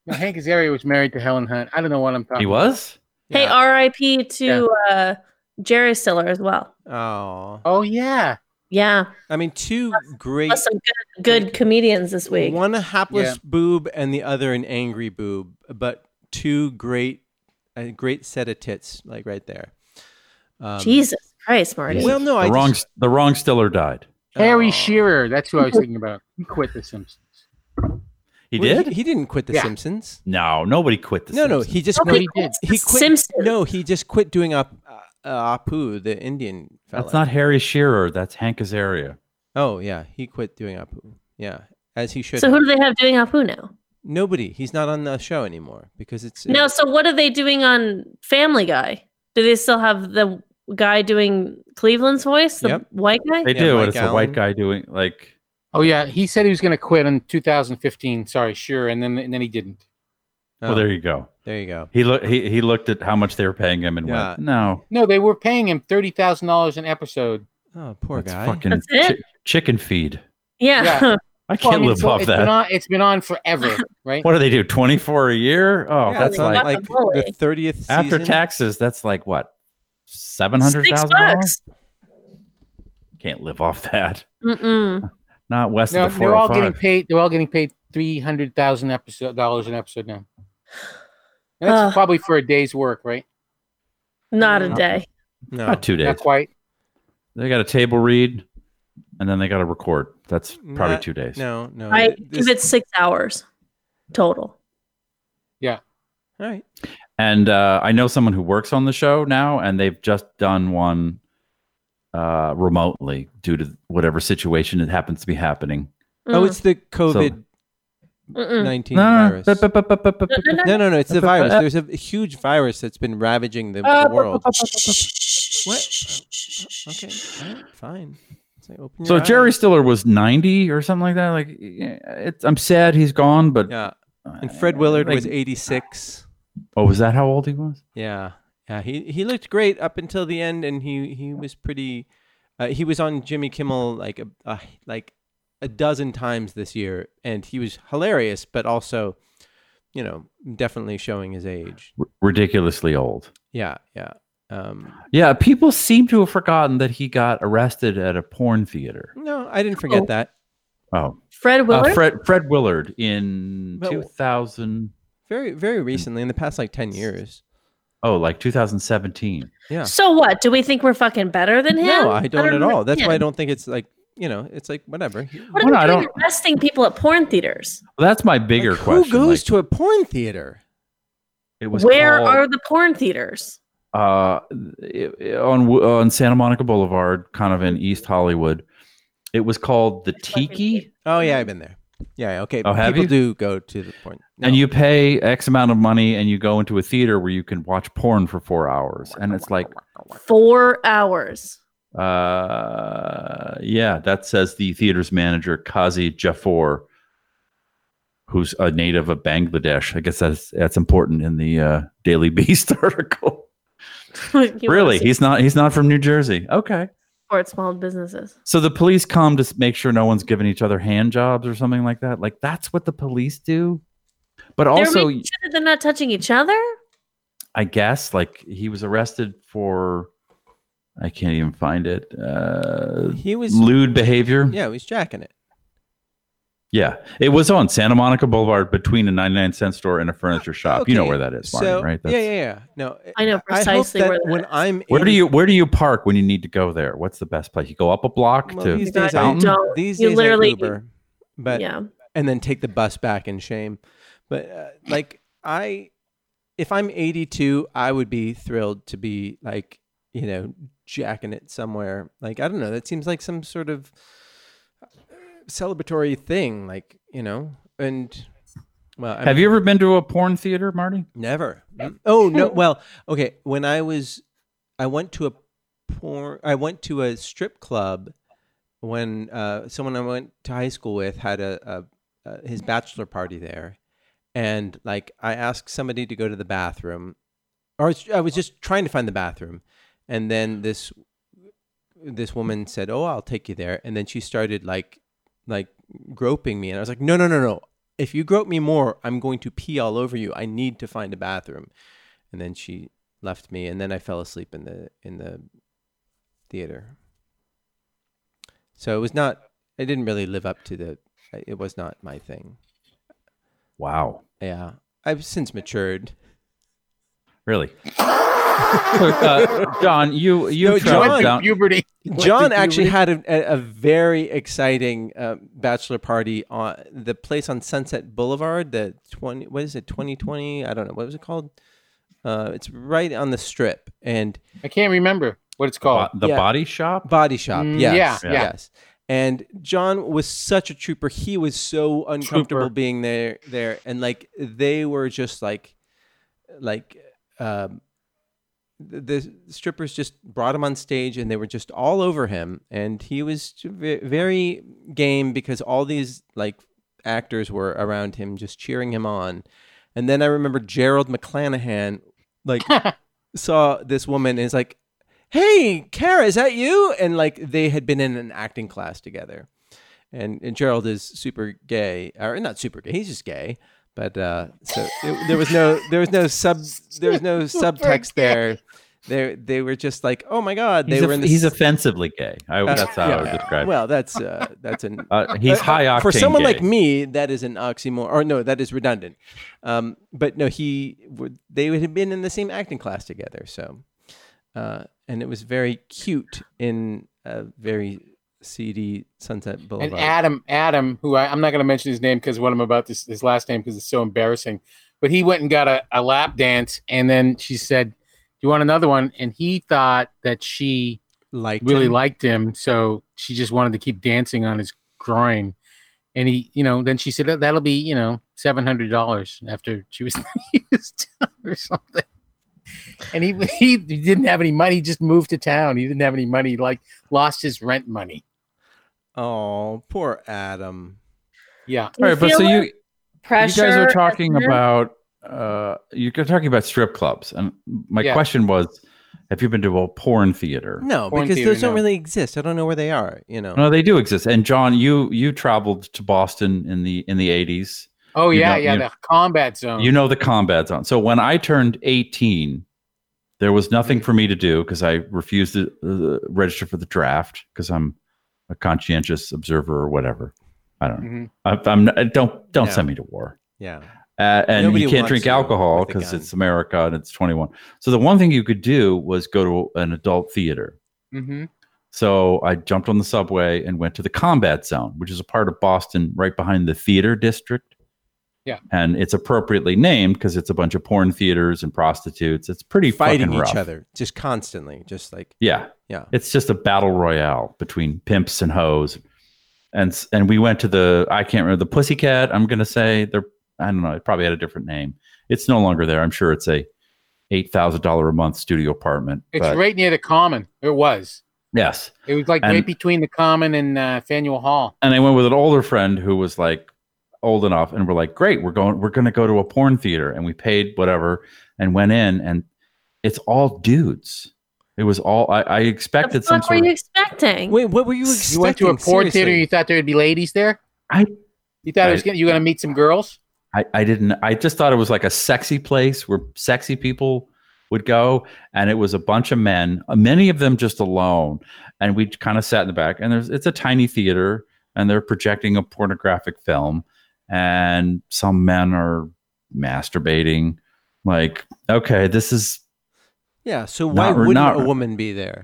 No, Hank Azaria was married to Helen Hunt. I don't know what I'm talking. He was. Hey, Yeah. R.I.P. to uh, Jerry Stiller as well. oh, About. Oh yeah. Yeah, I mean, two great. plus some good, good comedians this week. One a hapless Yeah. boob and the other an angry boob, but two great, a great set of tits, like right there. Um, Jesus Christ, Marty. Well, no, The I wrong. Just, The wrong Stiller died. Harry Aw. Shearer. That's who I was thinking about. He quit The Simpsons. He Well, did. He, didn't quit The Yeah. Simpsons. No, nobody quit the no, no, Simpsons. he just No, quit. he did. He The quit. Simpsons. No, he just quit doing Ap- uh, Apu, the Indian fella. That's not Harry Shearer. That's Hank Azaria. Oh yeah, he quit doing Apu. Yeah, as he should. So have. who do they have doing Apu now? Nobody. He's not on the show anymore because it's No, so what are they doing on Family Guy? Do they still have the guy doing Cleveland's voice, the Yep. white guy? They Yeah, do, Mike and it's a white Allen. guy doing like. Oh yeah, he said he was going to quit in 2015. Sorry, sure, and then and then he didn't. Oh, Well, there you go. there you go. He looked. He, he looked at how much they were paying him and Yeah. went, "No, No, they were paying him thirty thousand dollars an episode. Oh, poor that's guy. fucking That's it? chi- chicken feed." Yeah. Yeah. I can't I mean, live so off it's Been that. on, it's been on forever, right? What do they do? 24 a year? Oh, Yeah, that's it's on, like, like the thirtieth after season. taxes, that's like what? (laughs) Six $700,000? bucks. Can't live off that. Mm-mm. Not west No, of the they're all getting 405. paid. They're all getting paid three hundred thousand episode dollars an episode now. And that's Ugh. probably for a day's work, right? Not a day. No, Not two days. Not quite. They got a table read and then they got to record. That's probably Not- two days. no, no. I Uh, this- give it six hours total. all right. And uh, I know someone who works on the show now, and they've just done one uh, remotely due to whatever situation it happens to be happening. Oh, Mm. it's the COVID Mm-mm. nineteen No, virus. no, no, bu- bu- bu- bu- bu- bu- No, no, no. It's the virus. uh, There's a huge virus that's been ravaging Uh, the, the world. What? Okay. all right, fine. Say, open So your Jerry eyes. Stiller was 90 or something like that. Like, yeah, it's, I'm sad he's gone, but Yeah. And Fred Willard like- was 86. Oh, was that how old he was? Yeah. Yeah. He he looked great up until the end and he he was pretty uh, he was on Jimmy Kimmel like a, a like a dozen times this year and he was hilarious but also you know definitely showing his age. R- ridiculously old. Yeah, yeah. Um Yeah, people seem to have forgotten that he got arrested at a porn theater. no, I didn't forget Oh. that. Oh, Fred uh, Willard. Fred Fred Willard in But- 2000. Very very recently in the past like 10 years. Oh, like 2017. Yeah. So what? Do we think we're fucking better than him? No, I don't at all. That's why I understand. don't think it's like, you know, it's like whatever. What Well, are I we doing don't- arresting people at porn theaters? Well, that's my bigger Like, question. Who goes Like, to a porn theater? it was Where called- are the porn theaters? uh, it- it- on on Santa Monica Boulevard, kind of in East Hollywood. It was called the fucking Tiki, Oh yeah, I've been there. Yeah, okay. Oh, have People you? do go to the porn. and No. you pay X amount of money, and you go into a theater where you can watch porn for four hours, and it's like, Four hours. (laughs) uh, yeah, that says the theater's manager Kazi Jaffor, who's a native of Bangladesh. I guess that's that's important in the uh, Daily Beast (laughs) article. You wanna really, see he's not he's not from New Jersey. Okay. support small businesses. So the police come to s- make sure no one's giving each other hand jobs or something like that. Like that's what the police do. But they're, also, making sure that they're not touching each other. I guess like he was arrested for I can't even find it. Uh, He was lewd behavior. yeah, he was jacking it. Yeah. It was on Santa Monica Boulevard between a 99 cent store and a furniture shop. You know Okay, where that is, Martin, so- right? Yeah, yeah, yeah. No, I know precisely I hope where that that when is. I'm Where do 80 you where do you park when you need to go there? What's the best place? You go up a block well, to these days I fountain? don't. these You days literally- I Uber, but yeah. and then take the bus back in shame. But uh, like I, if I'm 82, I would be thrilled to be like you know jacking it somewhere. Like I don't know. That seems like some sort of uh, celebratory thing. Like you know, and well, I Have you ever been to a porn theater, Marty? Never. Mm. Oh no. Well, okay. When I was, I went to a porn. I went to a strip club when uh, someone I went to high school with had a, a, a his bachelor party there, and like I asked somebody to go to the bathroom, or I was- I was just trying to find the bathroom, and then this this woman said, "Oh, I'll take you there," and then she started like like groping me, and I was like, "No, no, no, no! If you grope me more, I'm going to pee all over you. I need to find a bathroom." And then she left me, and then I fell asleep in the in the theater. So it was not. I didn't really live up to the. It was not my thing. Wow. Yeah, I've since matured. Really? uh, John, you you No, traveled John, down. Puberty. John actually had a, a, a very exciting uh, bachelor party on the place on Sunset Boulevard. The twenty, what is it, twenty twenty? I don't know what was it called. Uh, it's right on the strip and I can't remember what it's called. the yeah. body shop. Body Shop. Mm, Yes, yeah, yeah. yes. And John was such a trooper. He was so uncomfortable Trooper. being there, there, and like they were just like, like, um, the the strippers just brought him on stage and they were just all over him and he was ve- very game because all these like actors were around him just cheering him on and then i remember gerald mcclanahan like saw this woman and is like hey kara is that you and like they had been in an acting class together and and Gerald is super gay, or not super gay. He's just gay. But uh, so it, there was no there was no sub there was no subtext there. They they were just like, oh my god, they He's, were in off- this. he's offensively gay. I, That's- that's how I would yeah. describe Well, that's uh, that's an it. Uh, he's Uh, high octane. for someone gay. like me, that is an oxymoron. Or no, that is redundant. Um, but no, he would. They would have been in the same acting class together. So, uh, and it was very cute in a very seedy Sunset Boulevard. And Adam, Adam, who I, I'm not going to mention his name because what I'm about this his last name because it's so embarrassing. But he went and got a, a lap dance, and then she said, "Do you want another one?" And he thought that she liked really him. liked him, so she just wanted to keep dancing on his groin. And he, you know, then she said that that'll be, you know, seven hundred dollars after she was (laughs) he was done or something. And he (laughs) he didn't have any money. He just moved to town. He didn't have any money. He, Like lost his rent money. Oh, poor Adam. Yeah, you All right, but so feel you it? pressure. You guys are and talking fear? about uh, you're talking about strip clubs, and my Yeah. question was, have you been to a porn theater? No, Porn because theater, those don't no. really exist. I don't know where they are. You know. No, they do exist. And John, you you traveled to Boston in the in the eighties. Oh You yeah, know- yeah, you- the combat zone. You know the combat zone. So when I turned eighteen, there was nothing for me to do because I refused to uh, register for the draft because I'm a conscientious observer or whatever. I don't. know. Mhm. I, I'm not, don't don't No. send me to war. Yeah. Uh, and Nobody you can't wants drink you alcohol with a because gun. it's America and it's 21. So the one thing you could do was go to an adult theater. Mhm. So I jumped on the subway and went to the combat zone, which is a part of Boston right behind the theater district. Yeah. And it's appropriately named because it's a bunch of porn theaters and prostitutes. It's pretty Fighting fucking each rough. other just constantly, just like Yeah. Yeah. It's just a battle royale between pimps and hoes. And s- and we went to the I can't remember the Pussycat, I'm gonna say they're I don't know, it probably had a different name. It's no longer there. I'm sure it's a eight thousand dollar a month studio apartment. It's but- right near the common. It was. Yes. It was like And- right between the common and uh, Faneuil Hall. And I went with an older friend who was like old enough and we're like, Great, we're going we're gonna go to a porn theater and we paid whatever and went in and it's all dudes. It was all I, I What the expected some fuck were sort you of expecting? Wait, what were you expecting? You went to a porn theater. Seriously. You thought there'd be ladies there. I- You thought it was I- gonna, you were gonna meet some girls. I, I didn't I just thought it was like a sexy place where sexy people would go and it was a bunch of men uh, many of them just alone and we kind of sat in the back and there's it's a tiny theater and they're projecting a pornographic film and some men are masturbating like okay this is Yeah. So why Not- wouldn't not- a woman be there?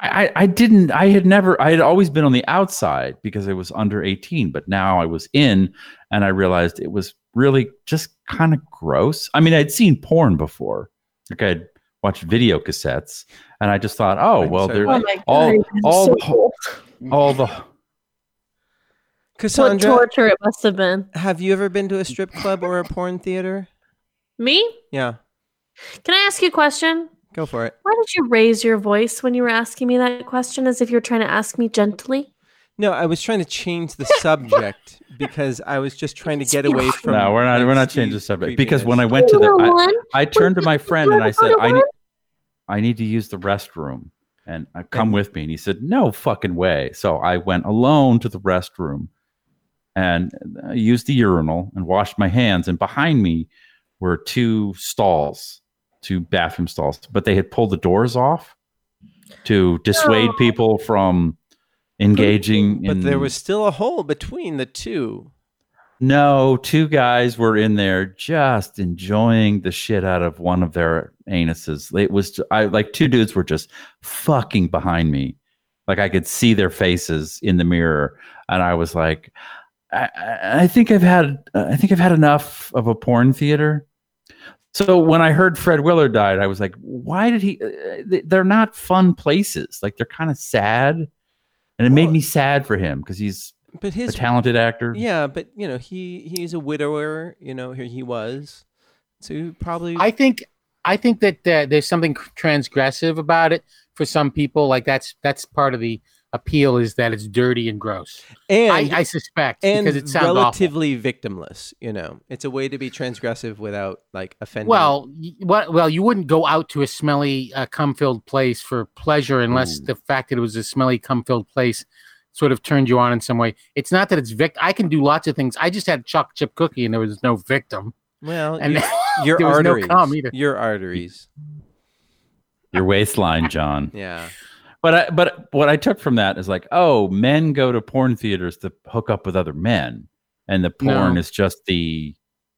I, I I didn't I had never I had always been on the outside because I was under 18 but now I was in and I realized it was really just kind of gross. I mean I'd seen porn before. Like I'd watched video cassettes and I just thought, "Oh, I'm well sorry, they're Oh my god! all- you're all- so (laughs) cool. all the what Cassandra, torture it must have been. have you ever been to a strip club or a porn theater? Me? Yeah, Can I ask you a question? go for it. Why did you raise your voice when you were asking me that question as if you were trying to ask me gently? No, I was trying to change the (laughs) subject because I I was just trying to get away from. No, we're not like, we're not Steve's changing the subject because when I creepiness. went to the Little I, one, I turned to my friend and I said, Little "I one? need I need to use the restroom." And I come with me and he said, "No fucking way." So I went alone to the restroom and uh, used the urinal and washed my hands and behind me were two stalls, two bathroom stalls, but they had pulled the doors off to dissuade No. people from engaging in but there was still a hole between the two. no, two guys were in there just enjoying the shit out of one of their anuses. It was I like two dudes were just fucking behind me. Like I could see their faces in the mirror and I was like I, I- I think I've had I think I've had enough of a porn theater. So when I heard Fred Willard died, I was like, why did he uh, th- they're not fun places. Like they're kind of sad. And it made Well- me sad for him cuz he's But a his, talented actor. yeah, but you know he he's a widower. You know here he was, so he probably I think I think that uh, there's something transgressive about it for some people. Like that's that's part of the appeal is that it's dirty and gross. and I, I suspect and because it sounds awful. relatively victimless. You know, it's a way to be transgressive without like offending. Well, y- what? Well, you wouldn't go out to a Mm. smelly, uh, cum-filled place for pleasure unless the fact that it was a smelly, cum-filled place sort of turned you on in some way. It's not that it's vict. I can do lots of things. I just had chocolate chip cookie and there was no victim. Well, And (laughs) you- your there was no arteries, cum either. your arteries. Your waistline, John. Yeah, But I, but what I took from that is like, oh, men go to porn theaters to hook up with other men, and the porn No. is just the.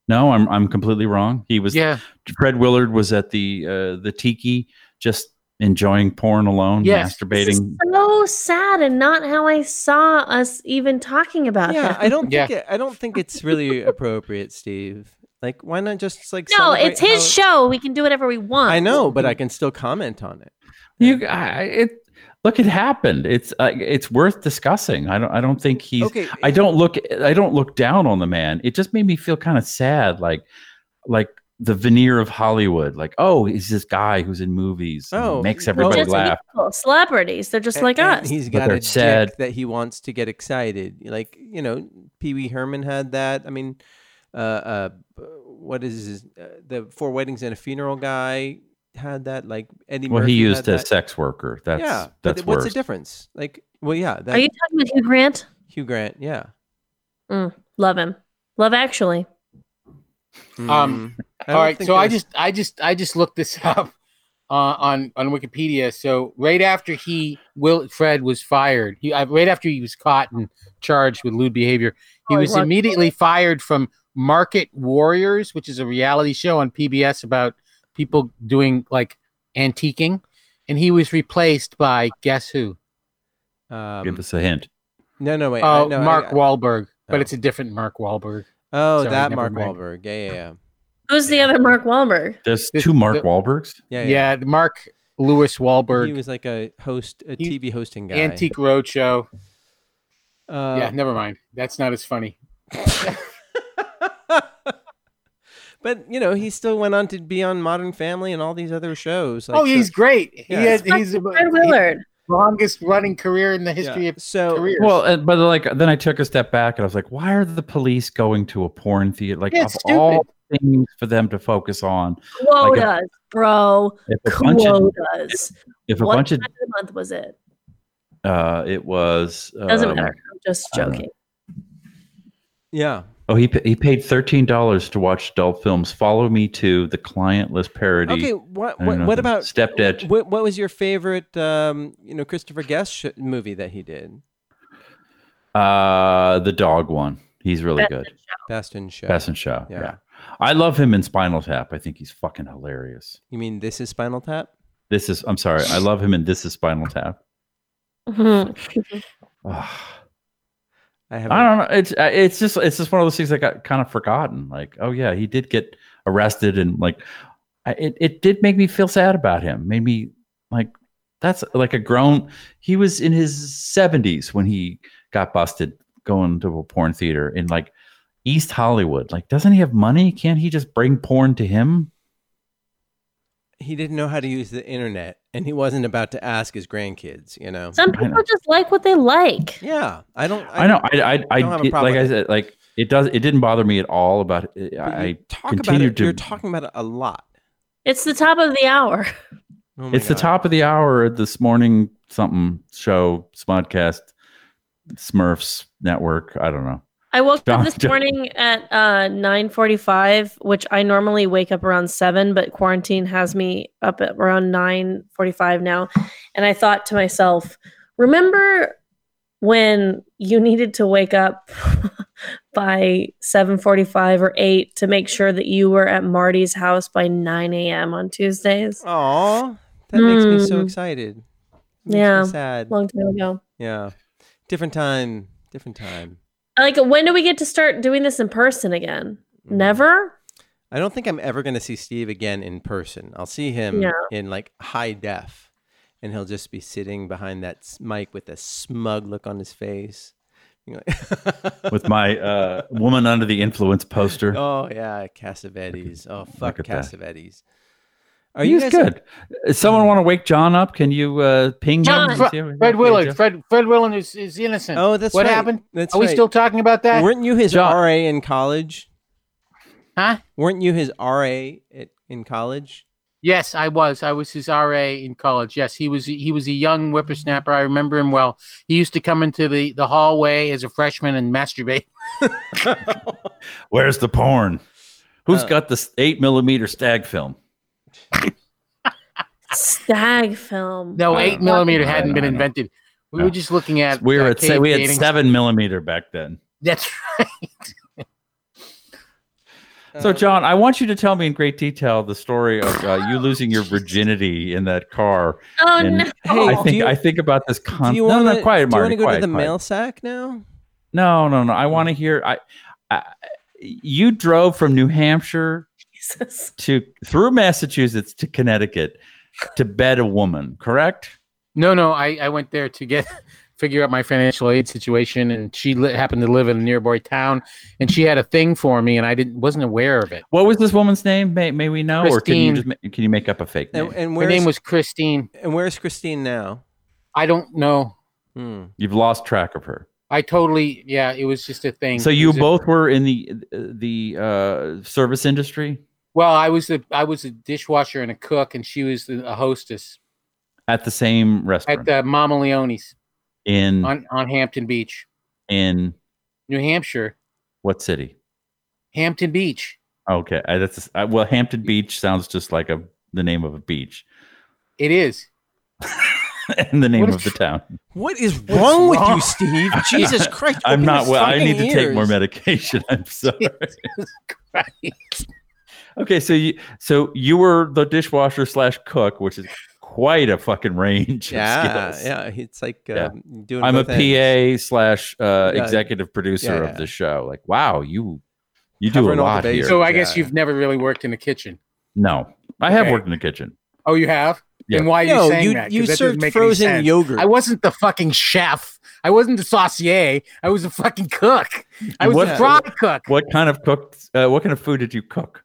No, I'm I'm completely wrong. He was yeah, Fred Willard was at the uh, the tiki just enjoying porn alone, Yes. This is masturbating. so sad and not how I saw us even talking about yeah. that. I don't Yeah. think it, I don't think it's really appropriate, Steve. Like, why not just like? no, celebrate it's his how- show. We can do whatever we want. I know, but I can still comment on it. You, I, it look, it happened. It's uh, it's worth discussing. I don't I don't think he's. okay, I don't look I don't look down on the man. It just made me feel kind of sad, like like the veneer of Hollywood. Like, oh, he's this guy who's in movies. and Oh, makes well, everybody Just laugh. people, celebrities. They're just A- like and us. He's But got they're a sad. dick that he wants to get excited. Like you know, Pee Wee Herman had that. I mean, uh, uh, b- what is his, uh, the Four Weddings and a Funeral guy had that. Like Eddie. Well, he Murphy used had a that. sex worker. That's yeah, that's but worse. what's the difference? Like, well, yeah, that Are you talking about Hugh Grant? Hugh Grant. Yeah. Love him. Love Actually. Um, Mm. I All don't right, think so I there's- just, I just, I just looked this (laughs) up uh, on on Wikipedia. So right after he Will Fred was fired, he, uh, right after he was caught and charged with lewd behavior, he Oh, he was was. immediately fired from Market Warriors, which is a reality show on PBS about people doing like antiquing, and he was replaced by guess who? Give um, us a hint. no, no, wait. I- Oh, no, I- Mark Wahlberg, but Oh. it's a different Mark Wahlberg. Oh, Sorry, that never Mark mind. Wahlberg. Yeah, yeah, yeah. Who's the other Mark Wahlberg? There's this- two Mark the- Wahlbergs. Yeah, Yeah, yeah. the Mark Lewis He Wahlberg was like a host, a He- TV hosting guy. Antique Roadshow. Uh, yeah, never mind. That's not as funny. but you know, he still went on to be on Modern Family and all these other shows. oh, so- he's great. Yeah. He has, he's Fred the Willard. longest running career in the history yeah. of so. careers. Well, and, but like then I took a step back and I was like, why are the police going to a porn theater? Like Yeah, of it's all things for them to focus on, Quotas, bro. if a bunch of Quotas. if a what bunch of time of the month was it? uh, it was Doesn't um, matter. I'm just I don't know. joking. Yeah. Oh, he pa- he paid thirteen dollars to watch adult films. Follow me to the clientless parody. Okay. What? I don't What, know, what the about Stepdad? What, what was your favorite, um, you know, Christopher Guest sh- movie that he did? Uh, the dog one. He's really Best good. Best in Show. Bass and Shaw. Yeah. Yeah. I love him in Spinal Tap. I think he's fucking hilarious. You mean this is Spinal Tap? This is. I'm sorry. I love him in This is Spinal Tap. (laughs) Mhm. Ah. I have. I don't know. It's uh, it's just it's just one of those things that got kind of forgotten. Like, oh yeah, he did get arrested, and like, I, it it did make me feel sad about him. Made me like, that's like a grown. He was in his seventies when he got busted going to a porn theater in like East Hollywood. Like, doesn't he have money? Can't he just bring porn to him? He didn't know how to use the internet, and he wasn't about to ask his grandkids. You (laughs) know. Some I know. people just like what they like. yeah. I don't. I, know. I I, I, don't have a did- problem like I with said like it does. It didn't bother me at all about. I, but you I talk about continue it. You're to- talking about it a lot. It's the top of the hour. (laughs) Oh my it's the God. top of the hour at this morning something show smodcast smurfs network i don't know I woke Don't- up this don't- morning at uh, 9.45, which I normally wake up around 7, but quarantine has me up at around 9.45 now. And I thought to myself, remember when you needed to wake up (laughs) by 7.45 or 8 to make sure that you were at Marty's house by 9 a.m. on Tuesdays? Aw, that makes me so Mm. excited. Makes me Yeah. sad. Long time ago. Yeah. Different time. Different time. Like, when do we get to start doing this in person again? Mm. Never? I don't think I'm ever going to see Steve again in person. I'll see him Yeah. in like high def, and he'll just be sitting behind that s- mic with a smug look on his face. (laughs) You're like- with my uh, woman under the influence poster oh yeah, Cassavetes. Oh look fuck, at that. Cassavetes. are you good Does someone want to wake john up can you uh, ping John, him and see how- Fred Yeah, Willard. Fred Fred Willard is, is innocent. Oh, that's what right. happened. That's Are we right. still talking about that? Weren't you his John- RA in college? huh? Weren't you his RA at, in college? Yes, I was. I was his RA in college. Yes, he was. He was a young whippersnapper. I remember him well. He used to come into the the hallway as a freshman and masturbate. (laughs) Where's the porn? Who's Uh, got this eight millimeter stag film? Stag film. No, I eight don't millimeter know. hadn't been I don't know. invented. We No. were just looking at. we were uh, at cave say we had paintings. seven millimeter back then. That's right. So, Uh, John, I want you to tell me in great detail the story of uh, you losing your virginity in that car. Oh And- no. Hey, I do think you- I think about this. Con- do you no, want no, to quiet, do you Marty. want to go quiet, to the quiet. mail sack now? No, no, no. I want to hear. I, I, you drove from New Hampshire Jesus. to through Massachusetts to Connecticut to bed a woman, correct? No, no, I, I went there to get (laughs) figure out my financial aid situation, and she li- happened to live in a nearby town, and she had a thing for me, and I didn't wasn't aware of it. What was this woman's name? May, may we know, or can you Christine. just ma- can you make up a fake name? And, and Her where's name was Christine. and where's Christine now? I don't know. Hmm. You've lost track of her. I totally yeah. It was just a thing. So It you was a- both were in the the uh, service industry well, I was a I was a dishwasher and a cook, and she was the, a hostess at the same at restaurant the Mama Leone's in on on Hampton Beach, in New Hampshire. what city? Hampton Beach. Okay, I, that's I, well, Hampton Beach sounds just like a the name of a beach (laughs) It is. (laughs) and the name What of the town. (laughs) What is What's wrong with wrong? you, Steve? Jesus Christ! I'm open not your well. I fucking need to take more ears. medication. I'm (laughs) sorry. Christ. Okay, so you so you were the dishwasher slash cook, which is quite a fucking range. Yeah, of skills. yeah. It's like Yeah. um, doing. I'm a both PA ends. slash uh, Yeah. executive producer Yeah, of yeah. the show. Like, wow, you you Covering do a all the lot here. bases. So I guess Yeah. you've never really worked in the kitchen. no, I have Okay. worked in the kitchen. Oh, you have. Yeah. And why are you No, saying you that? 'Cause you that doesn't served make any frozen sense. yogurt. I wasn't the fucking chef. I wasn't the saucier. I was a fucking cook. I was What- the fry cook. What kind of cooked? Uh, what kind of food did you cook?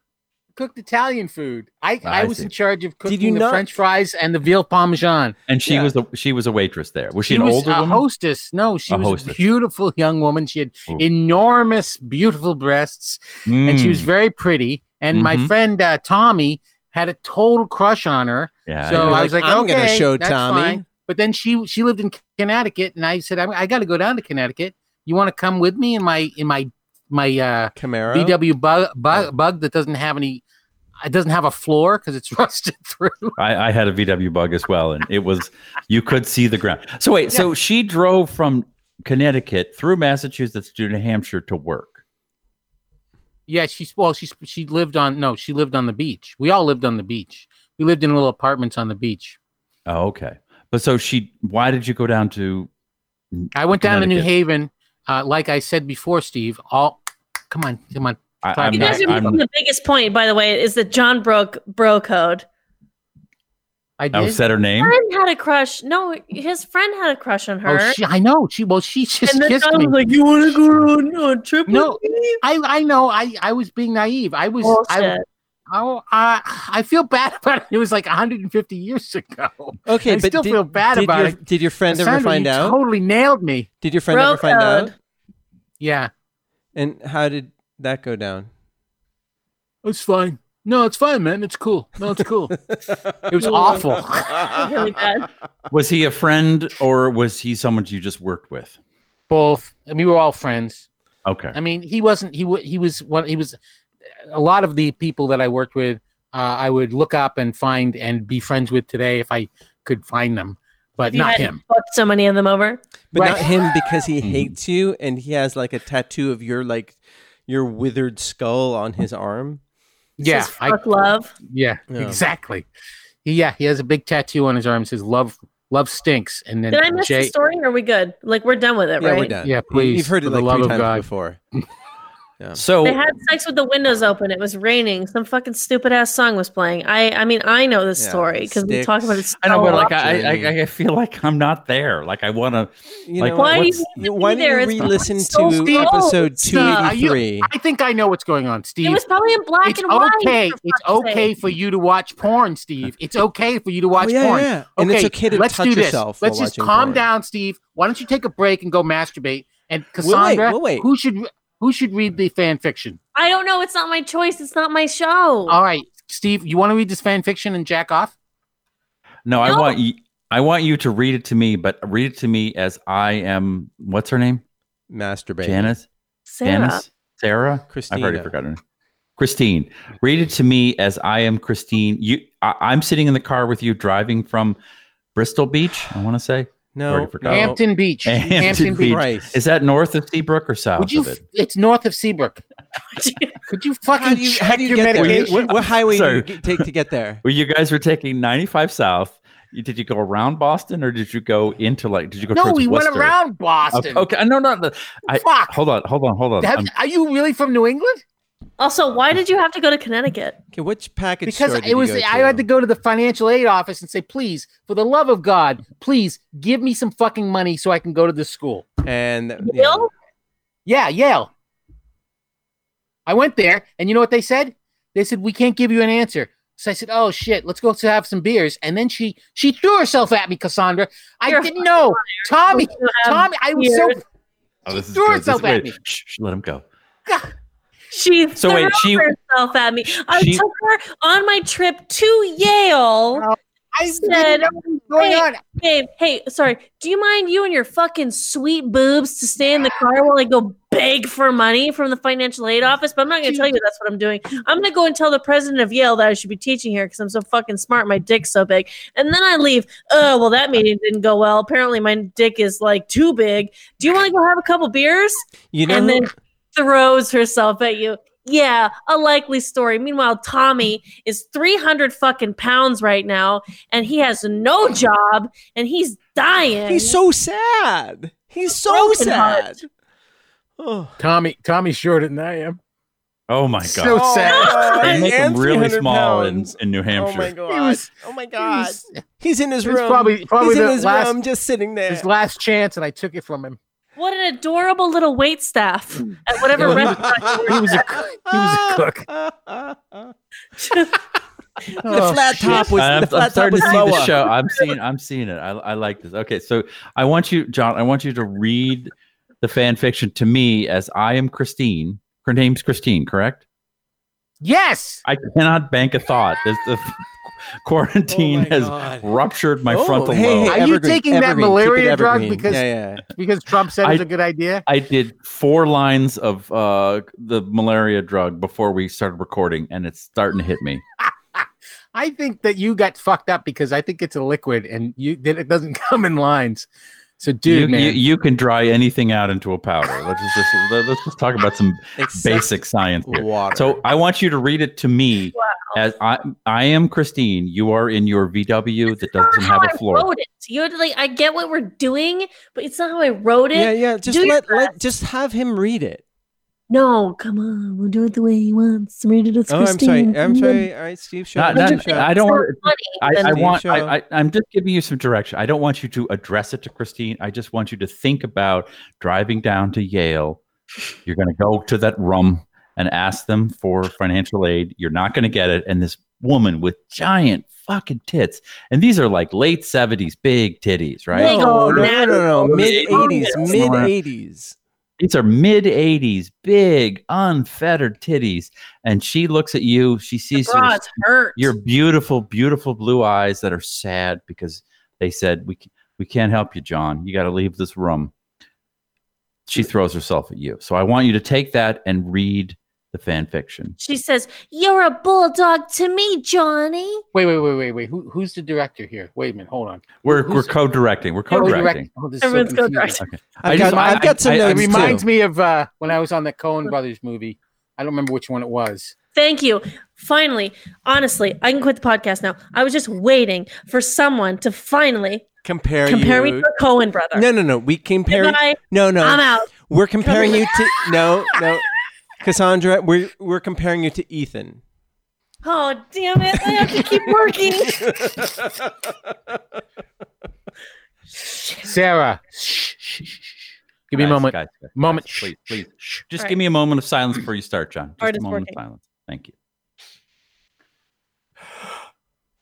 Cooked Italian food. I, Ah, I, I was see. in charge of cooking you the not- French fries and the veal parmesan. And she Yeah. was a, she was a waitress there. Was she, an was older a woman? hostess. No, she A was hostess. a beautiful young woman. She had Ooh. enormous, beautiful breasts, and she was Mm, very pretty. And Mhm. my friend uh, Tommy had a total crush on her. yeah. So yeah. I was like, I'm okay, gonna show that's Tommy. fine. But then she she lived in Connecticut, and I said, I, I got to go down to Connecticut. You want to come with me in my in my my uh, Camaro. VW bug, bug bug that doesn't have any, it doesn't have a floor because it's (laughs) rusted through. I, I had a VW bug as well, and it was you could see the ground. So wait, so she drove from Connecticut through Massachusetts to New Hampshire to work. Yeah, she's well, she's she lived on no, she lived on the beach. We all lived on the beach. We lived in little apartments on the beach. Oh, okay. But so she, why did you go down to? I went down to New Connecticut. Haven, uh, like I said before, Steve. All come on, come on. I, You I'm You not, guys are I'm, missing the biggest point, by the way, is the John Broke bro code. I did. I said her name. Friend had a crush. No, his friend had a crush on her. Oh, she, I know. She well, she just and then kissed John me. was like, "You want to go on, on trip No. with me?" I I know. I I was being naive. I was. I, Bullshit. oh, uh, I feel bad about it. It was like 150 years ago. Okay, I but still did, feel bad did about your, it. Did your friend ever Cassandra, find you out? Totally nailed me. Did your friend Bro ever find code. out? Yeah, And how did that go down? it's fine. No, it's fine, man. It's cool. No, it's cool. (laughs) it was awful. really "Uh, bad. Was he a friend or was he someone you just worked with? Both. I mean, we were all friends. Okay. I mean, he wasn't. He wa he was one. He was a lot of the people that I worked with. Uh, I would look up and find and be friends with today if I could find them, but You not had him. fucked so many of them over. But Right. not him because he (laughs) Hmm. Mhm. hates you and he has like a tattoo of your like your withered skull on his arm. It Yeah, says, I, fuck love. yeah, Yeah. exactly. He, yeah, he has a big tattoo on his arm. that Says "Love, love stinks." And then Did I miss Jay- the story? Or are we good? Like we're done with it, yeah, right? we're done. Yeah, You- please, You've heard for it the like love three of times God. before. Yeah. So They had sex with the windows open. It was raining. Some fucking stupid ass song was playing. I I mean I know this Yeah, story because we talked about it. So sticks. I know, but much. like I, I, I feel like I'm not there. Like I want to. You Like, know, Why do you what's- wanna why be don't there? you It's re-listen so to old episode stuff. Are you- 283? I think I know what's going on, it Steve. was probably in black It's and white. okay. for It's fuck's okay sake. for you to watch porn, Steve. It's okay for you to watch oh, yeah, porn. yeah. And it's okay to let's touch do this. yourself. Let's while just watching calm porn. down, Steve. Why don't you take a break and go masturbate? And Cassandra, we'll wait. who should who should read the fan fiction? I don't know. It's not my choice. It's not my show. Oh, All right, Steve, you want to read this fan fiction and jack off? No, I No. want you. I want you to read it to me, but read it to me as I am. What's her name? Masturbate. Janice. Sarah. (laughs) Janice. Sarah. Christina. I've already forgotten. her. Christine, read it to me as I am Christine. You, I, I'm sitting in the car with you, driving from Bristol Beach. I want to say No. Already forgot. Oh. (laughs) Hampton (laughs) Beach. Hampton Beach. Christ. Is that north of Seabrook or south Would you? of it? It's north of Seabrook. Could you fucking How do you, check how do you your get there? medication? What, what highway do you Sorry. get- take to get there? Well, you guys were taking 95 south. You, did you go around Boston or did you go into like? Did you go? No, towards we went Worcester? around Boston. Okay, okay, no, no, no. I, Fuck. hold on, hold on, hold on. Have- I'm- are you really from New England? (laughs) Also, why did you have to go to Connecticut? Okay, which package Because store did it was you go I had to go to the financial aid office and say, please, for the love of God, please give me some fucking money so I can go to this school. And yeah. Bill? Yeah, Yale. I went there, and you know what they said? They said we can't give you an answer. So I said, "Oh shit, let's go to have some beers." And then she she threw herself at me, Cassandra. I You're a didn't know, Tommy. You have- Tommy, I was so beers. oh, this is threw good. herself This- wait, at me. shh, shh, let him go. She So threw wait, she- herself at me. I she- took her on my trip to Yale. I said, didn't know what was going "Hey, on. Babe, hey, sorry. Do you mind you and your fucking sweet boobs to stay in the car while I go beg for money from the financial aid office? But I'm not going to tell you that's what I'm doing. I'm going to go and tell the president of Yale that I should be teaching here because I'm so fucking smart. My dick's so big. And then I leave. Oh, well, that meeting didn't go well. Apparently, my dick is like too big. Do you want to go have a couple beers? You know, and who- then throws herself at you. Yeah, a likely story. Meanwhile, Tommy is 300 fucking pounds right now and he has no job and he's dying. he's so sad. He's so Broken sad. heart. Oh, Tommy, Tommy's shorter than I am. Oh my god. So sad. they I make am them really 300 small in, pounds. in New Oh my Hampshire. god. was- oh my It god. was- He's in his it was room. probably probably He's in the his last, room just sitting there. his last chance, and I took it from him. what an adorable little wait staff at (laughs) whatever Yeah, (laughs) restaurant. He was a cook. He Ah. was a cook. Oh, the flat top was I'm, the I'm flat top starting was to see the lower. show. (laughs) I'm seeing. I'm seeing it. I, I like this. Okay, so I want you, John. I want you to read the fan fiction to me as I am Christine. Her name's Christine, correct? Yes. I cannot bank a thought. This, the (laughs) quarantine Oh my has God. ruptured my Oh, frontal hey, lobe. hey, Are you evergreen, taking that evergreen, keep it malaria drug evergreen. because- yeah, yeah. Because Trump said I- it's a good idea. I did four lines of uh, the malaria drug before we started recording, and it's starting to hit me. I think that you got fucked up because I think it's a liquid and you that it doesn't (laughs) come in lines. So dude, you, man. you, you can dry anything out into a powder. Let's just, just- let- let's just talk about (laughs) some Except basic science here. water. So I want you to read it to me Wow. as I I am Christine. You are in your VW that doesn't How (laughs) have I a floor. wrote it. You had to, like I get what we're doing, but it's not how I wrote it. yeah, yeah. Just Do your let, let just have him read it. No, come on, we'll do it the way he wants. Read it as Oh, I'm sorry. Christine. I'm sorry. All right, Steve. Show. Not- him, not- Steve, show him. I don't want. It's not funny, I, then. I Steve want. Shaw. I, I, I'm just giving you some direction. I don't want you to address it to Christine. I just want you to think about driving down to Yale. You're going to go to that rum and ask them for financial aid. You're not going to get it. And this woman with giant fucking tits, and these are like late '70s big titties, right? Big No, old no, no, man. no, no. Mid Oh, '80s. yeah. Mid '80s. These are mid 80s, big, unfettered titties. And she looks at you. She sees your, Bras hurt. your beautiful, beautiful blue eyes that are sad because they said, We, c- we can't help you, John. You got to leave this room. She throws herself at you. So I want you to take that and read the fan fiction. She says, You're a bulldog to me, Johnny. wait, wait, wait, wait, wait. Who, who's the director here? Wait a minute. Hold on. We're, Who's- we're co directing. We're Oh, co directing. direct- oh, this is so Everyone's confusing. co-directing. I I've just- got, I- I've got some I- I- notes It reminds too. me of uh, when I was on the Cohen Brothers movie. I don't remember which one it was. Thank you. Finally, honestly, I can quit the podcast now. I was just waiting for someone to finally Compare, compare me you. to a Cohen brother. No, no, no. We compare. Goodbye. No, no. I'm out. We're comparing you to no, (laughs) no. Cassandra, we're we're comparing you to Ethan. Oh, damn it. I have to keep working. (laughs) Sarah. Shh, shh, shh, shh. Give me a Guys, moment. guys, guys, Moment. guys, please, please. Shh. Just All give right. me a moment of silence before you start, John. Just Art a is moment working. of silence. Thank you.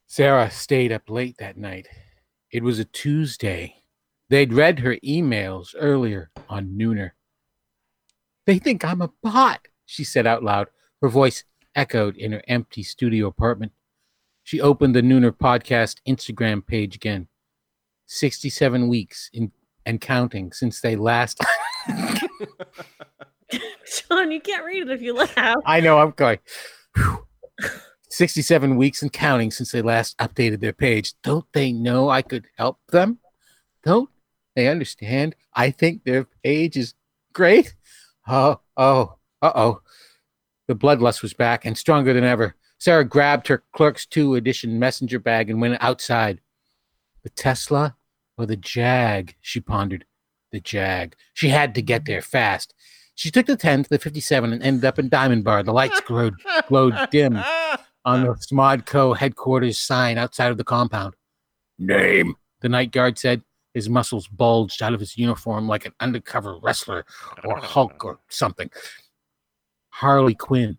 Sarah stayed up late that night. It was a Tuesday. They'd read her emails earlier on Nooner. They think I'm a bot, she said out loud, her voice echoed in her empty studio apartment. She opened the Nooner podcast Instagram page again. 67 weeks in, and counting since they last. John, you can't read it if you laugh. I know, I'm going. Whew. 67 weeks and counting since they last updated their page. Don't they know I could help them? Don't they understand? I think their page is great. Oh, oh, uh oh. The bloodlust was back and stronger than ever. Sarah grabbed her clerk's two edition messenger bag and went outside. The Tesla or the Jag, she pondered. The Jag. She had to get there fast. She took the 10 to the 57 and ended up in Diamond Bar. The lights glowed, glowed dim Ah. on the Smodco headquarters sign outside of the compound. Name, the night guard said. His muscles bulged out of his uniform like an undercover wrestler or Hulk or something. Harley Quinn.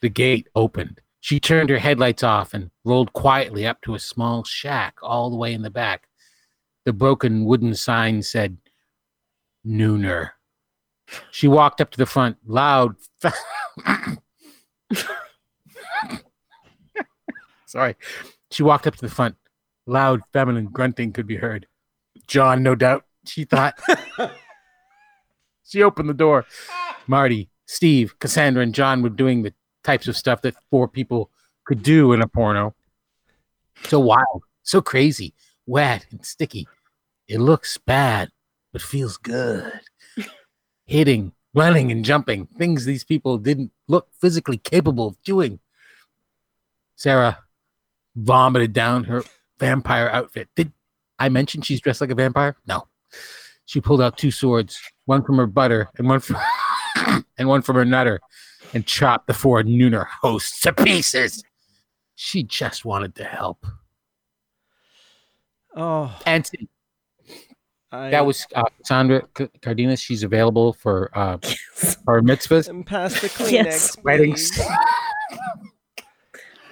The gate opened. She turned her headlights off and rolled quietly up to a small shack all the way in the back. The broken wooden sign said, Nooner. She walked up to the front, loud. Sorry. She walked up to the front. Loud feminine grunting could be heard. John, no doubt, she thought. she opened the door. Marty, Steve, Cassandra, and John were doing the types of stuff that four people could do in a porno. So wild, so crazy, wet and sticky. It looks bad, but feels good. Hitting, running, and jumping things these people didn't look physically capable of doing. Sarah vomited down her vampire outfit. Did I mention she's dressed like a vampire? No. She pulled out two swords, one from her butter and one from (coughs) and one from her nutter, and chopped the four Nooner hosts to pieces. She just wanted to help. Oh, And I that was uh, Cassandra C- Cardenas. She's available for (laughs) uh, our mitzvahs, am past the (laughs) Kleenex. Yes. weddings. please.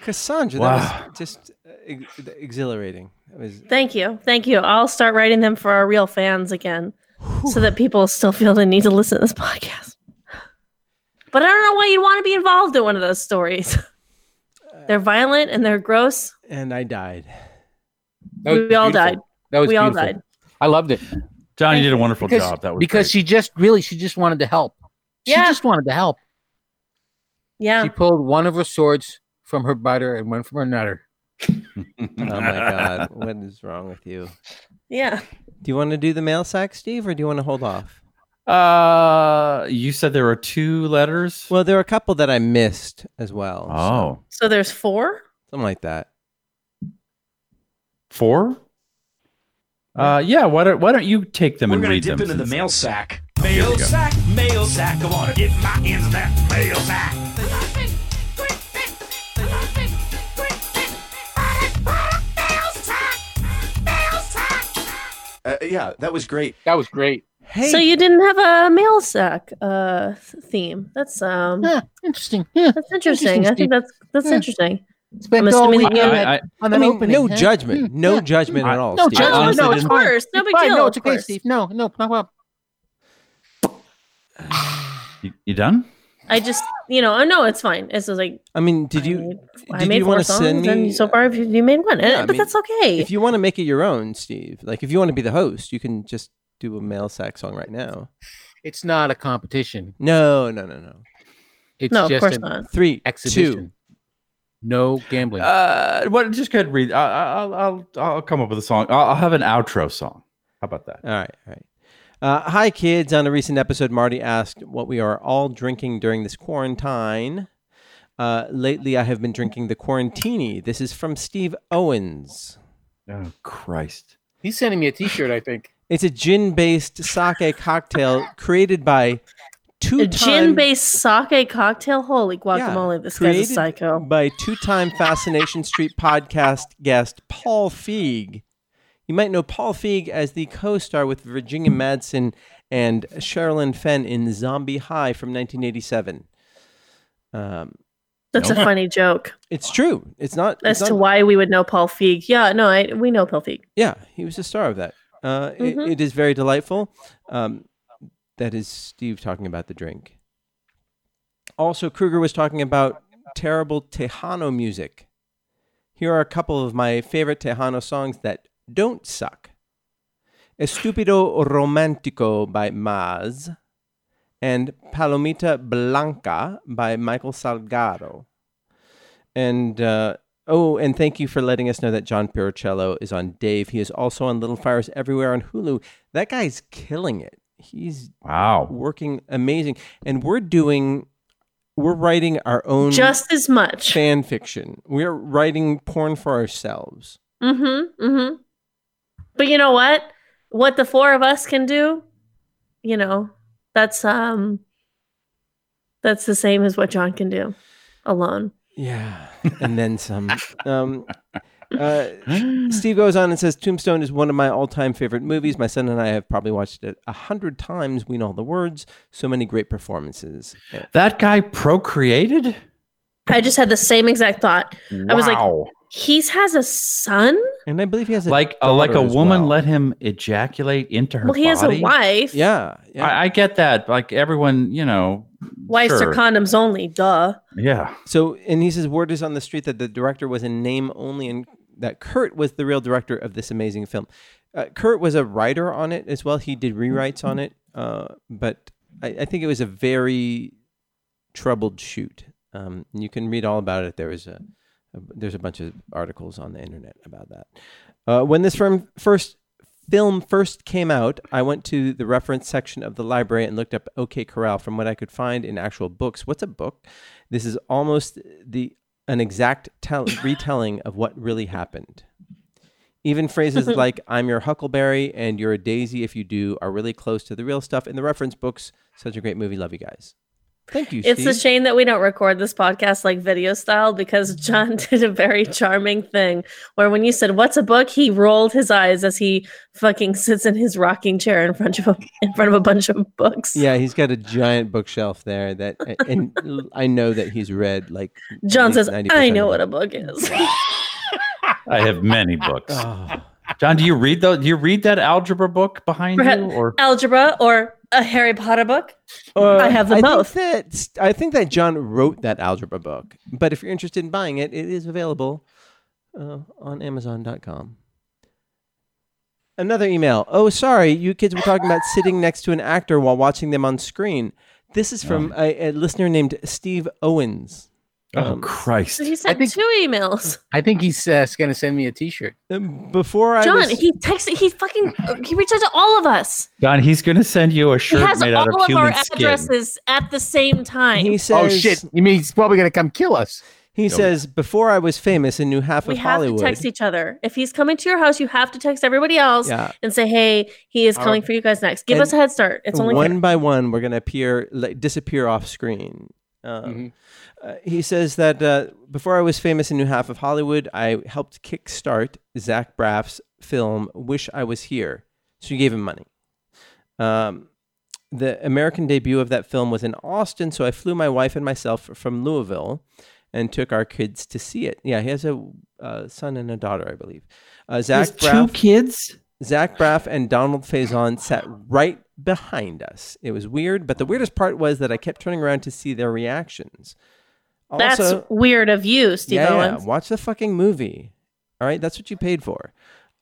Cassandra, that was just uh, ex- exhilarating. That was Thank you. Thank you. I'll start writing them for our real fans again so that people still feel the need to listen to this podcast. But I don't know why you'd want to be involved in one of those (laughs) stories. they're violent and they're gross. and I died. That was we all beautiful. died. That was We all beautiful. died. I loved it John, you did a wonderful Because- job. That was because she just really she just wanted to help. She Yeah. just wanted to help. Yeah. She Oh. pulled one of her swords from her butter and one from her nutter. great. Oh my god, what is wrong with you? Yeah. Do you want to do the mail sack, Steve, or do you want to hold off? (laughs) Uh, you said there were two letters. Well, there are a couple that I missed as well. so oh, So there's four? something like that. four. Uh, yeah. Why don't Why don't you take them We're and gonna read dip them? into the since- mail sack. Here we Mail go. sack, mail sack. Come on, get my hands in that mail sack. Uh, yeah, that was great. That was great. Hey, So you didn't have a mail sack uh theme. That's um Yeah, interesting. Yeah, that's interesting. I think that's that's Yeah. interesting. spent I'm all assuming week that you on had- that, I, I, on I that mean, opening. no huh? judgment, Hmm, no yeah. judgment at I- all. No Steve. judgment. oh honestly no, of didn't- course. No It's big fine. deal. No, of it's okay, course. Steve. No, no, no problem. you, you done? I just you know, oh no, it's fine. It's just like I mean, did I you made, I did made you four want to songs, send me? and so far you, you made one, and- Yeah, I but mean, that's okay. if you want to make it your own, Steve, like if you want to be the host, you can just do a mail sack song right now. It's not a competition. No, no, no, no. It's no, of just course an not. Three, exhibition. two. No gambling. Uh, what? Just go ahead and read. I, I- I'll I'll I'll come up with a song. I'll, I'll have an outro song. How about that? All right, all right. Uh, hi, kids. On a recent episode, Marty asked what we are all drinking during this quarantine. Uh, lately, I have been drinking the Quarantini. This is from Steve Owens. Oh Christ! He's sending me a T-shirt. I think. It's a gin based sake cocktail created by two A gin based sake cocktail? Holy guacamole, this guy's a created psycho. By two time Fascination Street podcast guest Paul Feig. You might know Paul Feig as the co star with Virginia Madsen and Sherilyn Fenn in Zombie High from 1987. Um, That's a funny joke it's true. It's not. as it's to not- why we would know Paul Feig. Yeah, no, I we know Paul Feig. Yeah, he was a star of that. Uh, it- Mhm. it is very delightful. Um, that is Steve talking about the drink. Also, Kruger was talking about terrible Tejano music. Here are a couple of my favorite Tejano songs that don't suck. Estupido Romantico by Maz and Palomita Blanca by Michael Salgado. And uh, oh, and thank you for letting us know that John Piricello is on Dave. He is also on Little Fires Everywhere on Hulu. That guy's killing it. He's Wow. working amazing, and we're doing, we're writing our own just as much. fan fiction. We're writing porn for ourselves. Mm-hmm. Mm-hmm. But you know what? What the four of us can do, you know, that's um that's the same as what John can do alone. Yeah, (laughs) and then some. Um, uh, Steve goes on and says Tombstone is one of my all time favorite movies. My son and I have probably watched it a hundred times. We know all the words. So many great performances. Uh, That guy procreated? I just had the same exact thought. I was like- Wow. He's has a son? And I believe he has a like a, like a daughter as woman well. let him ejaculate into her well, he has a body? wife. Yeah. yeah. I, I get that. Like everyone, you know. Wives sure. are condoms only, duh. Yeah. so, and he says word is on the street that the director was in name only, and that Kurt was the real director of this amazing film. Uh, Kurt was a writer on it as well. He did rewrites on it, uh, but I, I think it was a very troubled shoot. Um, and you can read all about it. There was a, a there's a bunch of articles on the internet about that. Uh, when this firm first film first came out, I went to the reference section of the library and looked up OK Corral from what I could find in actual books. What's a book? This is almost the an exact tell, (coughs) retelling of what really happened. Even phrases like "I'm your huckleberry" and "You're a daisy if you do" are really close to the real stuff in the reference books. Such a great movie, love you guys. Thank you. It's a Steve. shame that we don't record this podcast like video style because John (laughs) did a very charming thing where when you said what's a book, he rolled his eyes as he fucking sits in his rocking chair in front of a, in front of a bunch of books. Yeah, he's got a giant bookshelf there that, and I know that he's read like. at John says, least 90% I of know what a them. book is. (laughs) I have many books. Oh. (sighs) John, do you read the do you read that algebra book behind Perhaps- you? Or Algebra or a Harry Potter book. I have them Uh, I both. Think that, I think that John wrote that algebra book, but if you're interested in buying it, it is available uh, on Amazon.com. Another email. Oh, sorry, you kids were talking about sitting next to an actor while watching them on screen. This is from Oh. a, a listener named Steve Owens. oh Um, Christ. So he sent think- two emails. I think he's uh, going to send me a T-shirt. um, Before I John, was- he texted, he fucking, he reached out to all of us. John, he's gonna send you a he shirt has made all out of of our human skin. addresses at the same time. he Oh says, shit! You mean he's probably going to come kill us? He says, before I was famous and knew half we of have Hollywood. to text each other. If he's coming to your house, you have to text everybody else Yeah. and say, "Hey, he is All coming right. for you guys next. Give And us a head start." It's only one fair. by one, we're going to appear, like, disappear off screen. Um, Mhm. uh, he says that uh, before I was famous and knew half of Hollywood, I helped kickstart Zach Braff's film "Wish I Was Here." So you gave him money. Um, the American debut of that film was in Austin, so I flew my wife and myself from Louisville and took our kids to see it. Yeah, he has a uh, son and a daughter, I believe. Uh, Zach His two Braff. kids? Zach Braff and Donald Faison sat right behind us. It was weird, but the weirdest part was that I kept turning around to see their reactions. That's weird of you, Steve yeah, yeah, Owens. watch the fucking movie. All right, that's what you paid for.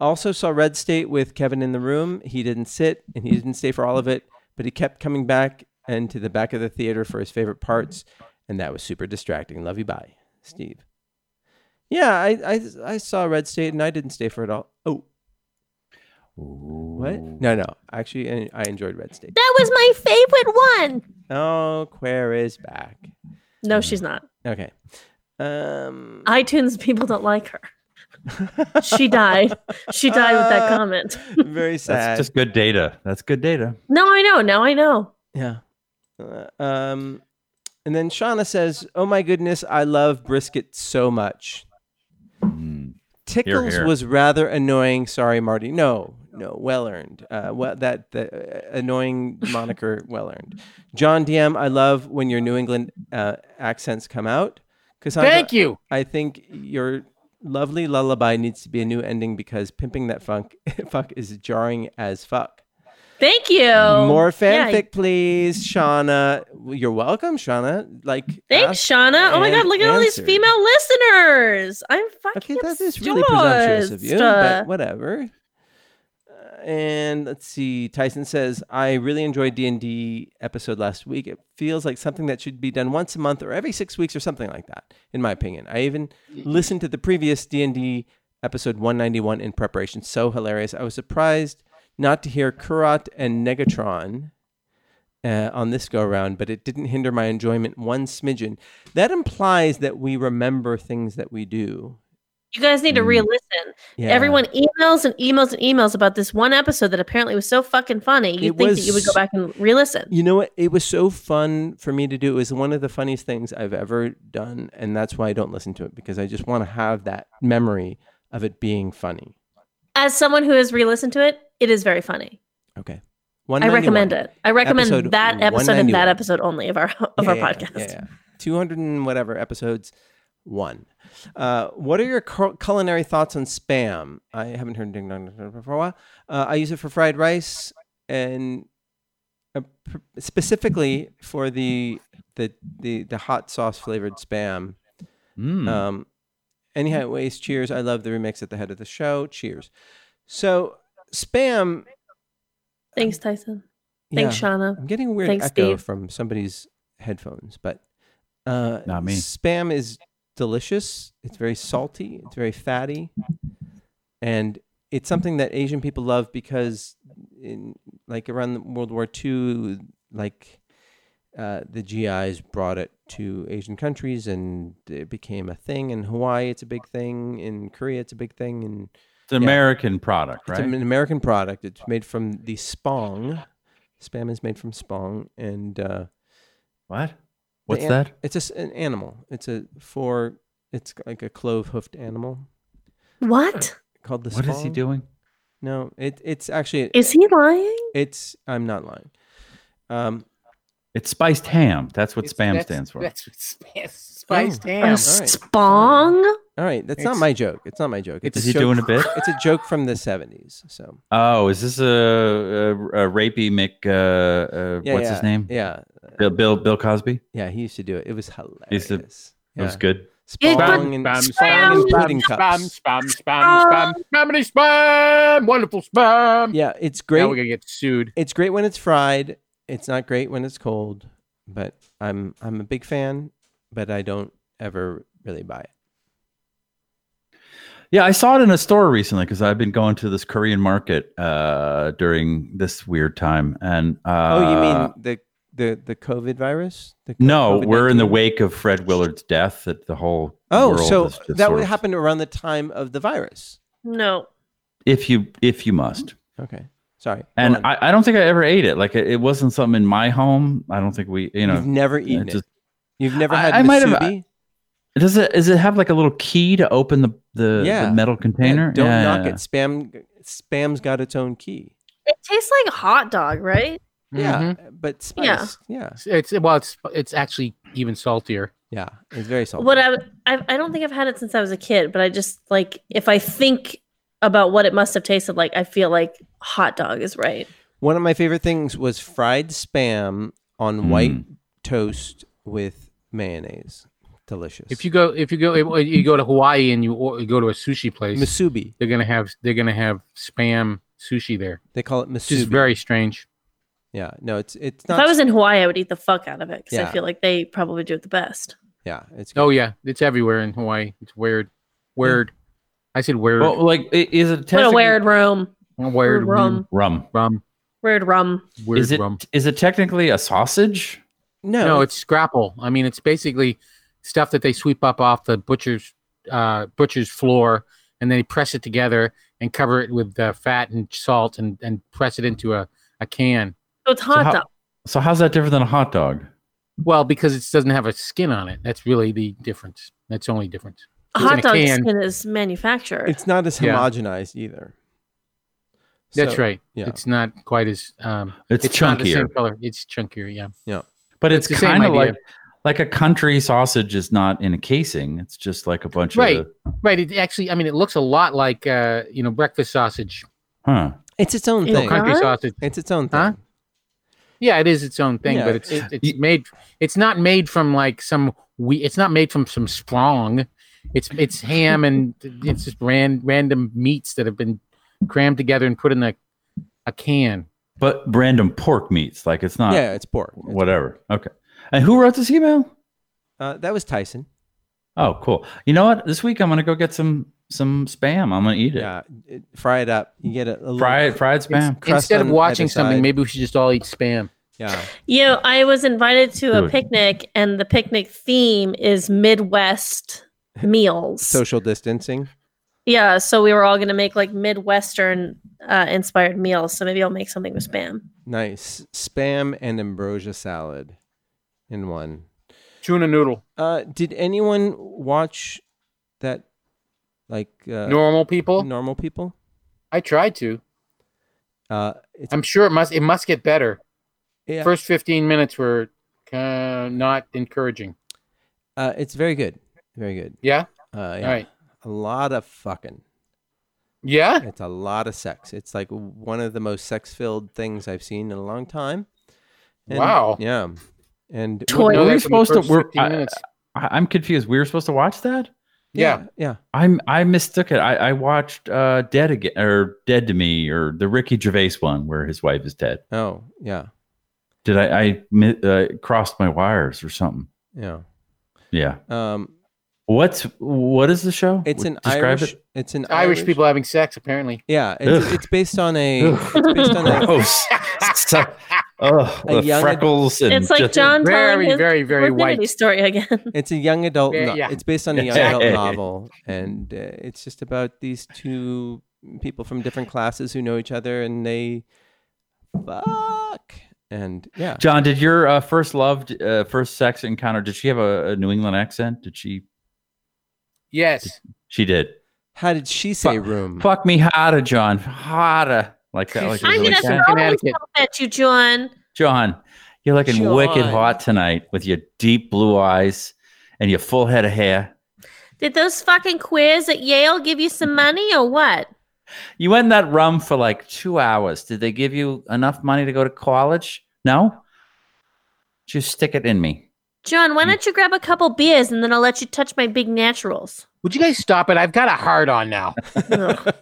Also saw Red State with Kevin in the room. He didn't sit and he didn't stay for all of it, but he kept coming back and to the back of the theater for his favorite parts, and that was super distracting. Love you, bye, Steve. Yeah, I I, I saw Red State and I didn't stay for it all. Oh, what? No, no. Actually, I- I enjoyed Red State. That was my favorite one. Oh, Queer is back. Mm. No, she's not. Okay. (laughs) Um, iTunes people don't like her. She died. She died with (laughs) Uh, that comment. very sad. That's just good data. That's good data. No, I know. Now I know. Yeah. Uh, um, and then Shauna says, "Oh my goodness, I love brisket so much." Hmm. Tickles hear. was rather annoying. Sorry, Marty. No, no, well earned. Uh, well, that the (laughs) uh, annoying moniker, well earned. John DM, I love when your New England uh, accents come out. Cassandra, Thank you. I think your lovely (laughs) lullaby needs to be a new ending because pimping that funk fuck is jarring as fuck. Thank you. More Oh, Yeah, fanfic, please, Shauna. You're welcome, Shauna. Like, Thanks, ask- Shauna. Oh my God, and look at all these answered. female listeners. I'm fucking Okay, that is really presumptuous of you, obsessed. but whatever. Uh, And let's see. Tyson says, "I really enjoyed D and D episode last week. It feels like something that should be done once a month or every six weeks or something like that. In my opinion, I even listened to the previous D and D episode 191 in preparation. So hilarious! I was surprised not to hear Kurat and Negatron uh, on this go around, but it didn't hinder my enjoyment one smidgen. That implies that we remember things that we do." You guys need to Hmm. Mm. re-listen. Yeah. Everyone emails and emails and emails about this one episode that apparently was so fucking funny. You It think that you would go was- back and re-listen? You know what? It was so fun for me to do. It was one of the funniest things I've ever done. And that's why I don't listen to it because I just want to have that memory of it being funny. As someone who has re-listened to it, it is very funny. Okay. I recommend it. I recommend Episode that episode and that 191. episode only of our of our podcast. Yeah, 200 and whatever episodes. One. Uh, what are your cul- culinary thoughts on spam? I haven't heard ding dong dong dong for a while. Uh, I use it for fried rice and uh, pr- specifically for the the the, the hot sauce flavored spam. Mm. Um, anyhow, ways. Cheers. I love the remix at the head of the show. Cheers. So spam. Thanks, Tyson. yeah, Thanks, Shauna. I'm getting a weird Thanks, echo Steve. from somebody's headphones, but uh, Not me. Spam is delicious. It's very salty. It's very fatty, and it's something that Asian people love because, in like around the World War II, like uh, the GIs brought it to Asian countries, and it became a thing. In Hawaii, it's a big thing. In Korea, it's a big thing. In It's an yeah. American product, right? it's an American product. It's made from the spong. Spam is made from spong, and uh, what? What's an- that? it's just an animal. It's a four. It's like a clove-hoofed animal What called the. What is he spong. doing? No, it it's actually is he lying? it's. I'm not lying. Um, It's spiced ham. That's what It's- spam that's- stands for. That's what spam, spiced Oh. A ham. all right. spong? all right, that's not It's- my joke. It's not my joke. It's Is a he joke, doing a bit? It's a joke from the '70s. So Oh, is this a, a, a rapey Mick? Uh, uh, yeah, what's yeah, his name? Yeah, Bill, Bill Bill Cosby. yeah. He used to do it. It was hilarious. used to- That yeah. was good. Yeah, but- Spong and Spam, spong spam, and spam, pudding cups. spam, spam, spam, spam, spam, spam, wonderful spam. Yeah, it's Now great. we're gonna get sued. it's great when it's fried. It's not great when it's cold, but I'm I'm a big fan, but I don't ever really buy it. Yeah, I saw it in a store recently because I've been going to this Korean market uh, during this weird time. And uh, oh, you mean the the the COVID virus? The co- no? We're in the COVID-19? wake of Fred Willard's death. That the whole Oh, world so is just that sort would of- happen around the time of the virus. No. if you if you must. Okay, sorry. go And on. I, I don't think I ever ate it. Like it, it wasn't something in my home. I don't think we you know you've never I eaten just- it. You've never I- had. I might have- uh, masubi? Does it does it have like a little key to open the the, the Yeah. metal Yeah, container? don't Yeah, knock yeah, it. Spam spam's got its own key. It tastes like hot dog, right? Yeah, Mhm. but Mm-hmm. Yeah. spiced. Yeah, It's- It's well, it's it's actually even saltier. yeah, It's very salty. What I, I I don't think I've had it since I was a kid, but I just like if I think about what it must have tasted like, I feel like hot dog is right. One of my favorite things was fried spam on Mm. white toast with mayonnaise. Delicious. If you go, if you go, if you go to Hawaii and you, or, you go to a sushi place, masubi, they're gonna have they're gonna have spam sushi there. they call it It's just masubi. very strange. yeah, no, it's it's If not. I was in Hawaii, I would eat the fuck out of it because Yeah. I feel like they probably do it the best. yeah, it's good. Oh yeah, it's everywhere in Hawaii. It's weird, weird. I said weird, Well, like i- is it What a technically- weird room, weird weird rum, rum, rum? rum, weird rum. weird is it rum. is it technically a sausage? no, No, it's scrapple. I mean, it's basically stuff that they sweep up off the butcher's uh, butcher's floor, and they press it together and cover it with uh, fat and salt, and, and press it into a, a can. So it's hot how- dog. So how's that different than a hot dog? Well, because it doesn't have a skin on it. That's really the difference. That's the only difference. A it's in hot a dog can. skin is manufactured. it's not as Yeah. homogenized either. That's So, right. yeah. It's not quite as um, It's, not the chunkier, same color. It's chunkier. Yeah. but it's, it's the same kind of idea. like like a country sausage is not in a casing. It's just like a bunch Right. of Right. It actually, I mean, it looks a lot like uh, you know breakfast sausage. huh. It's its own Ew, thing. con- Country Huh? sausage. It's its own thing. Huh? Yeah, it is its own thing, Yeah. but it's it, it's made. It's not made from like some we. It's not made from some strong. It's it's ham and it's just ran, random meats that have been crammed together and put in a a can. But random pork meats, like it's not Yeah, it's pork. It's- whatever. Okay. And who wrote this email? Uh, that was Tyson. Oh, cool. You know what? This week I'm gonna go get some some spam. I'm gonna eat it. Yeah, it- fry it up. You get a, a little Fried fried spam. Crust Instead of on either watching something, side. maybe we should just all eat spam. Yeah, You know, I was invited to Ooh. a picnic, and the picnic theme is (laughs) Midwest meals. social distancing. yeah, so we were all going to make like Midwestern uh, inspired meals. So maybe I'll make something with spam. Nice spam and ambrosia salad in one. Tuna noodle. Uh, did anyone watch that? Like uh, Normal people. normal people. I tried to. Uh, it's I'm sure it must it must get better. yeah, First 15 minutes were uh, not encouraging. uh, it's very good, very good. Yeah. Uh, All yeah. right. A lot of fucking. Yeah. It's a lot of sex. It's like one of the most sex-filled things I've seen in a long time. And- Oh. Wow. Yeah. And Toy. No, Were we that's in the supposed to- first we're- 15 I- minutes. I, I'm confused. We were supposed to watch that? yeah. Yeah. I'm I mistook it. I, I watched uh Dead again or Dead to Me or the Ricky Gervais one where his wife is dead. Oh, yeah. Did I I mi- uh, crossed my wires or something? Yeah. Yeah. Um, What's what is the show? it's an Describe Irish. It. It's an Irish people having sex apparently. Yeah. It's, Ugh. it's based on a. Ugh. It's based (laughs) on a. Gross. (laughs) so, ugh, A the young- freckles and it's like just- John Very, telling his very, very virginity white. story again. It's a young adult. Yeah, no- yeah. It's based on a young Yeah. adult novel, and uh, it's just about these two people from different classes who know each other, and they fuck. And yeah, John, did your uh, first love, uh, first sex encounter? Did she have a, a New England accent? Did she? Yes. She did. how did she say room? Fuck me harder, John, harder like that. Like, it was I'm like going to gonna that. fuck- throw Connecticut. myself at you, John. John, you're looking wicked John. hot tonight with your deep blue eyes and your full head of hair. Did those fucking queers at Yale give you some money or what? You went in that room for like two hours. Did they give you enough money to go to college? No. Just stick it in me. John, why don't you grab a couple beers and then I'll let you touch my big naturals? Would you guys stop it? I've got a hard on now. Ugh.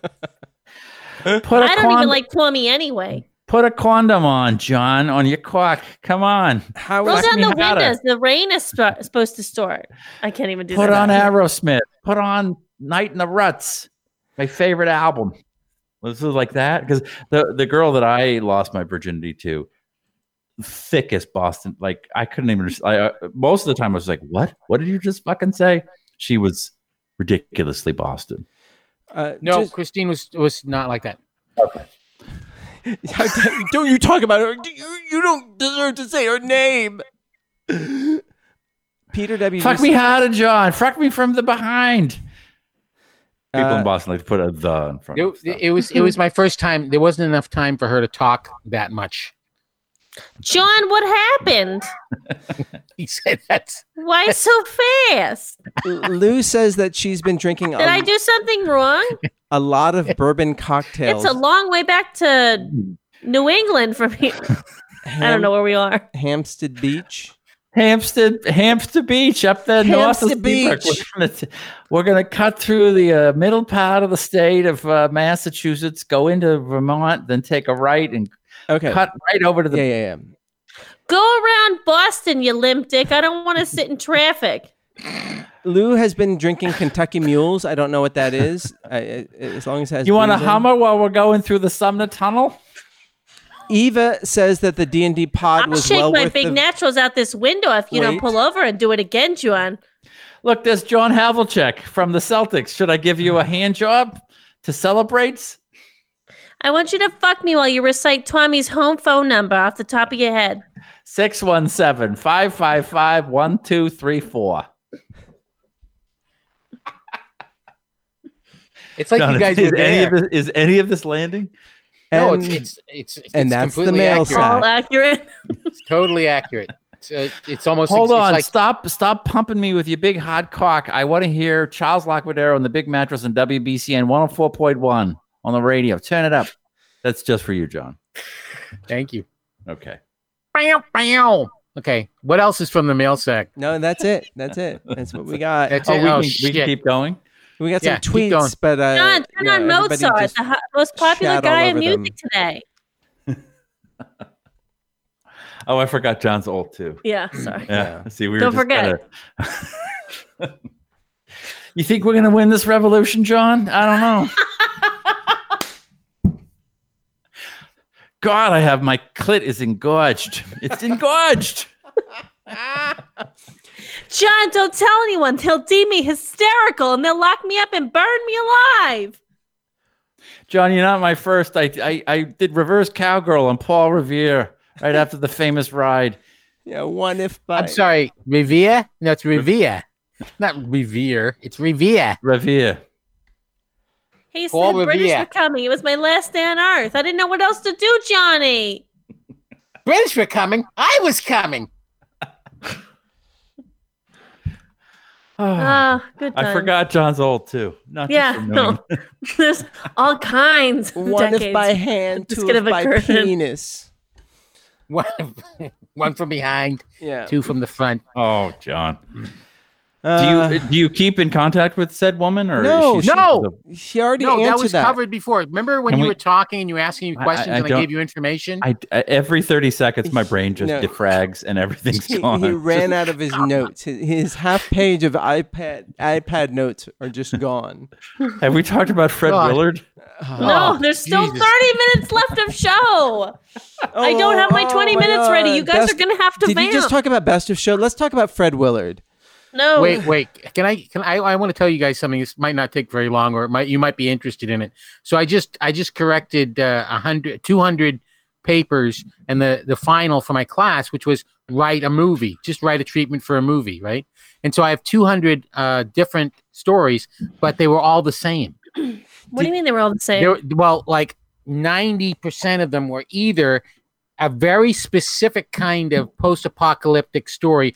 Put a I don't condom. even like Plummy anyway. Put a condom on, John, on your cock. Come on. How Roll was Fuck down me the harder. windows. The rain is sp- supposed to start. I can't even do Put that. on Aerosmith. Put on Night in the Ruts, my favorite album. This is like that because the the girl that I lost my virginity to, thickest Boston. Like I couldn't even. I, uh, most of the time I was like, "What? What did you just fucking say?" She was ridiculously Boston. uh, No, just- Christine was was not like that. How dare- (laughs) don't you talk about her? Do You, you don't deserve to say her name. Peter W. Fuck me harder, John. Fuck me from the behind. People Uh, in Boston like to put a the in front. It, of stuff. it was it was my first time. There wasn't enough time for her to talk that much. (laughs) John, what happened? He said that. (laughs) Why so fast? Lou says that she's been drinking Did I a, do something (laughs) wrong? a lot of bourbon cocktails. It's a long way back to Hmm. New England from (laughs) here. I don't know where we are. Hampstead Beach. Hampstead, Hampstead Beach, up there north of Seabrook. Hampstead Beach. We're gonna, we're gonna cut through the uh, middle part of the state of uh, Massachusetts, go into Vermont, then take a right and Okay. cut right over to the. Yeah, yeah, yeah. Go around Boston, you limp dick. I don't want to sit in traffic. Lou has been drinking Kentucky Mules. I don't know what that is. I, I- as long as it has You want a booze in it. Hummer while we're going through the Sumner Tunnel? Eva says that the D and D pod I'll was shake well my worth big the- naturals out this window if you Wait. don't pull over and do it again, John. Look, there's John Havlicek from the Celtics. Should I give you a hand job to celebrate? I want you to fuck me while you recite Tommy's home phone number off the top of your head. 617 555 1234. It's like you guys is, were any there. of this, is any of this landing? no, and it's it's it's, it's and that's the completely mail accurate. sack. All accurate. It's totally accurate. It's, uh, it's almost Hold it's, on, It's like, stop, stop pumping me with your big hot cock. I want to hear oh Charles Lockwoodero and the Big Mattress and WBCN 104.1 on the radio. Turn it up. That's just for you, John. Thank you. Okay. Bow, bow. Okay. What else is from the mail sack? No, that's it. That's it. That's what we got. That's Oh, it. we, oh, can, we can shit. keep going. we got Yeah, some keep going. tweets, but uh, John, turn (laughs) yeah, on everybody Mozart, just- the ho- most popular shat all guy in over them. music today. Oh, I forgot John's old too. Yeah, sorry. Yeah. Yeah. (laughs) See, we were Don't just forget. kinda- (laughs) you think we're gonna win this revolution, John? I don't know. (laughs) God, I have my clit is engorged. It's engorged. (clears throat) John, don't tell anyone. They'll deem me hysterical and they'll lock me up and burn me alive. John, you're not my first. I, I I did reverse cowgirl on Paul Revere right (laughs) after the famous ride. yeah, one if by. I'm sorry. Revere? No, it's Revere. Not Revere. It's Revere. (sighs) Revere. He said Paul British Revere. were coming. It was my last day on earth. I didn't know what else to do, Johnny. British were coming. I was coming. (laughs) Ah, good time. I forgot John's old too. Not (laughs) just Yeah, for no. knowing. There's all kinds of One if decades. by hand, Just two gonna if by occur. (laughs) penis. One, one from behind, Yeah. two from the front. Oh, John. Do you Uh, do you keep in contact with said woman or is No, she- no. she already No, answered that was that. covered before. Remember when Can you we- were talking and you were asking me I- I- questions I and I don't- gave you information? I, I- every 30 seconds my brain just No. defrags and (laughs) everything's (laughs) He, gone. he ran out of his notes. His, his half page of iPad iPad notes are just gone. Have we talked about Fred God. Willard? No, Oh, there's still Jesus. 30 minutes left of show. I Oh, don't have my oh 20 minutes ready. You God. guys are Best- going to have to Did vamp. you just talk about best of show? Let's talk about Fred Willard. no. wait, wait. Can I? Can I? I want to tell you guys something. This might not take very long, or it might you might be interested in it. So I just I just corrected uh, 100, 200 papers, and the the final for my class, which was write a movie, just write a treatment for a movie, right? And so I have two hundred uh, different stories, but they were all the same. what do you mean they were all the same? There, well, like ninety percent of them were either a very specific kind of post-apocalyptic story,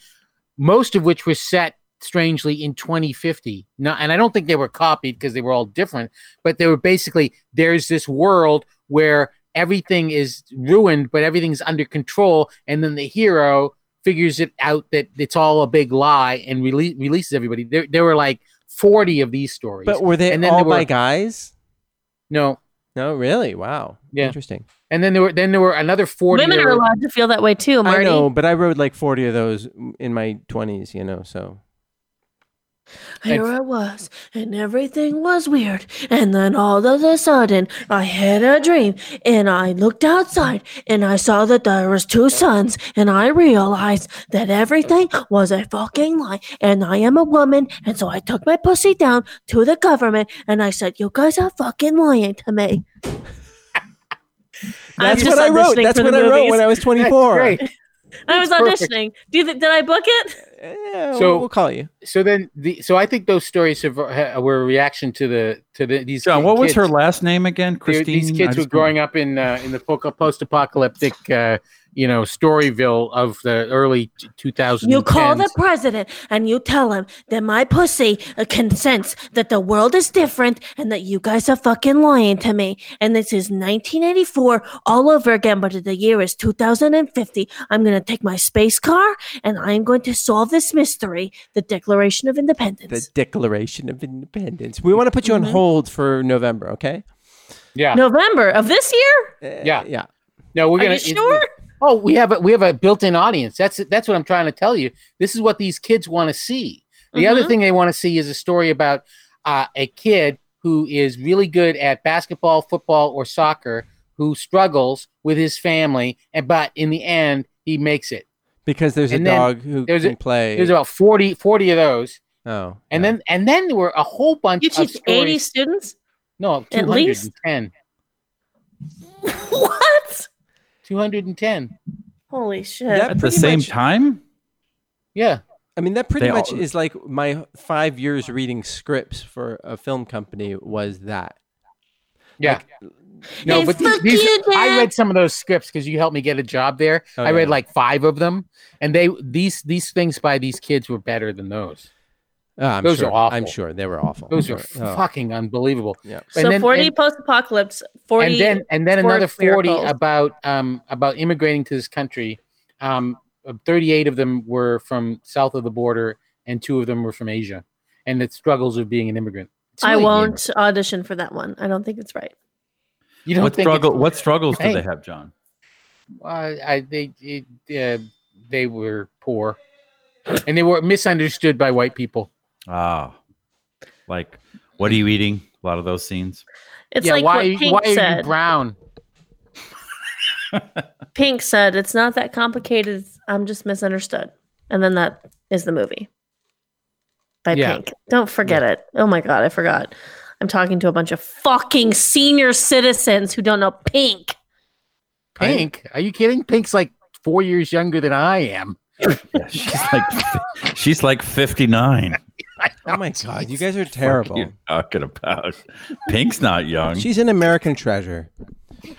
most of which were set strangely in 2050. No, and I don't think they were copied because they were all different, but they were basically there's this world where everything is ruined, but everything's under control, and then the hero figures it out that it's all a big lie and rele- releases everybody. There, there were like 40 of these stories. But were they And then all there were- by guys? no, No, really? Wow. Yeah. Interesting. And then there were then there were another forty. Women that are were- allowed to feel that way too, Oh, Marty. I know, but I wrote like 40 of those in my 20s, you know, so. Here I was, and everything was weird. And then all of a sudden, I had a dream, and I looked outside, and I saw that there was two suns, and I realized that everything was a fucking lie. And I am a woman, and so I took my pussy down to the government, and I said, "You guys are fucking lying to me." I'm That's just what I wrote. auditioning That's for what the I wrote movies. (laughs) when I was That's 24. great. I was Perfect. auditioning. Do you think did I book it? Yeah, So- we'll, we'll call you. So then the so I think those stories have, uh, ha- were a reaction to the to the these. John, what was kids. her last name again? They- Christine. These kids were growing up in uh, in the post apocalyptic uh, you know storyville of the early two thousand. You call the president and you tell him that my pussy uh, consents that the world is different and that you guys are fucking lying to me. And this is 1984 all over again, but the year is 2050. I'm going to take my space car and I'm going to solve this mystery, the Declaration of The Independence. Declaration of Independence. We want to put you on Mm-hmm. Mhm. hold for November, okay? Yeah. No, November of this year? Uh, Yeah. Yeah. we're Are gonna. you sure? Oh, we have a we have a built-in audience. That's that's what I'm trying to tell you. This is what these kids want to see. The other Mhm. thing they want to see is a story about uh, a kid who is really good at basketball, football, or soccer, who struggles with his family, and but in the end he makes it. Because there's And a then dog who there's a- can play. There's about 40, 40 of those, oh. and yeah. then and then there were a whole bunch. You of teach 80 stories- students? (laughs) No, at least? 210. what? 210. Holy shit. That at the pretty same much- time. Yeah. I mean, that pretty They much all- is like my five years reading scripts for a film company was that. Yeah. no, Hey, but these, fuck these- you, I Dad. read some of those scripts because you helped me get a job there. Oh, I read yeah. like five of them, and they these these things by these kids were better than those. Uh, I'm Those are sure. I'm awful. sure they were awful. Those They are were- oh, fucking unbelievable. Yeah. And So then- 40 and- post-apocalypse, 40 and then and then fourth another 40 miracles. about um about immigrating to this country um 38 of them were from south of the border and two of them were from asia and the struggles of being an immigrant it's I really won't audition for that one. I don't think it's right. you don't What think struggle? What struggles Hey. do they have, John? uh, I, they it, uh, they were poor and they were misunderstood by white people Ah, like what are you eating? A lot of those scenes. It's yeah like why what Pink why are you said. brown Pink said, "It's not that complicated. I'm just misunderstood." And then that is the movie by Yeah. Pink. Don't forget it. Oh my god, I forgot. I'm talking to a bunch of fucking senior citizens who don't know Pink. pink are you kidding pink's like four years younger than i am (laughs) Yeah, she's like she's like fifty nine. Oh my god, you guys are terrible. you talking about? Pink's not young. She's an American treasure.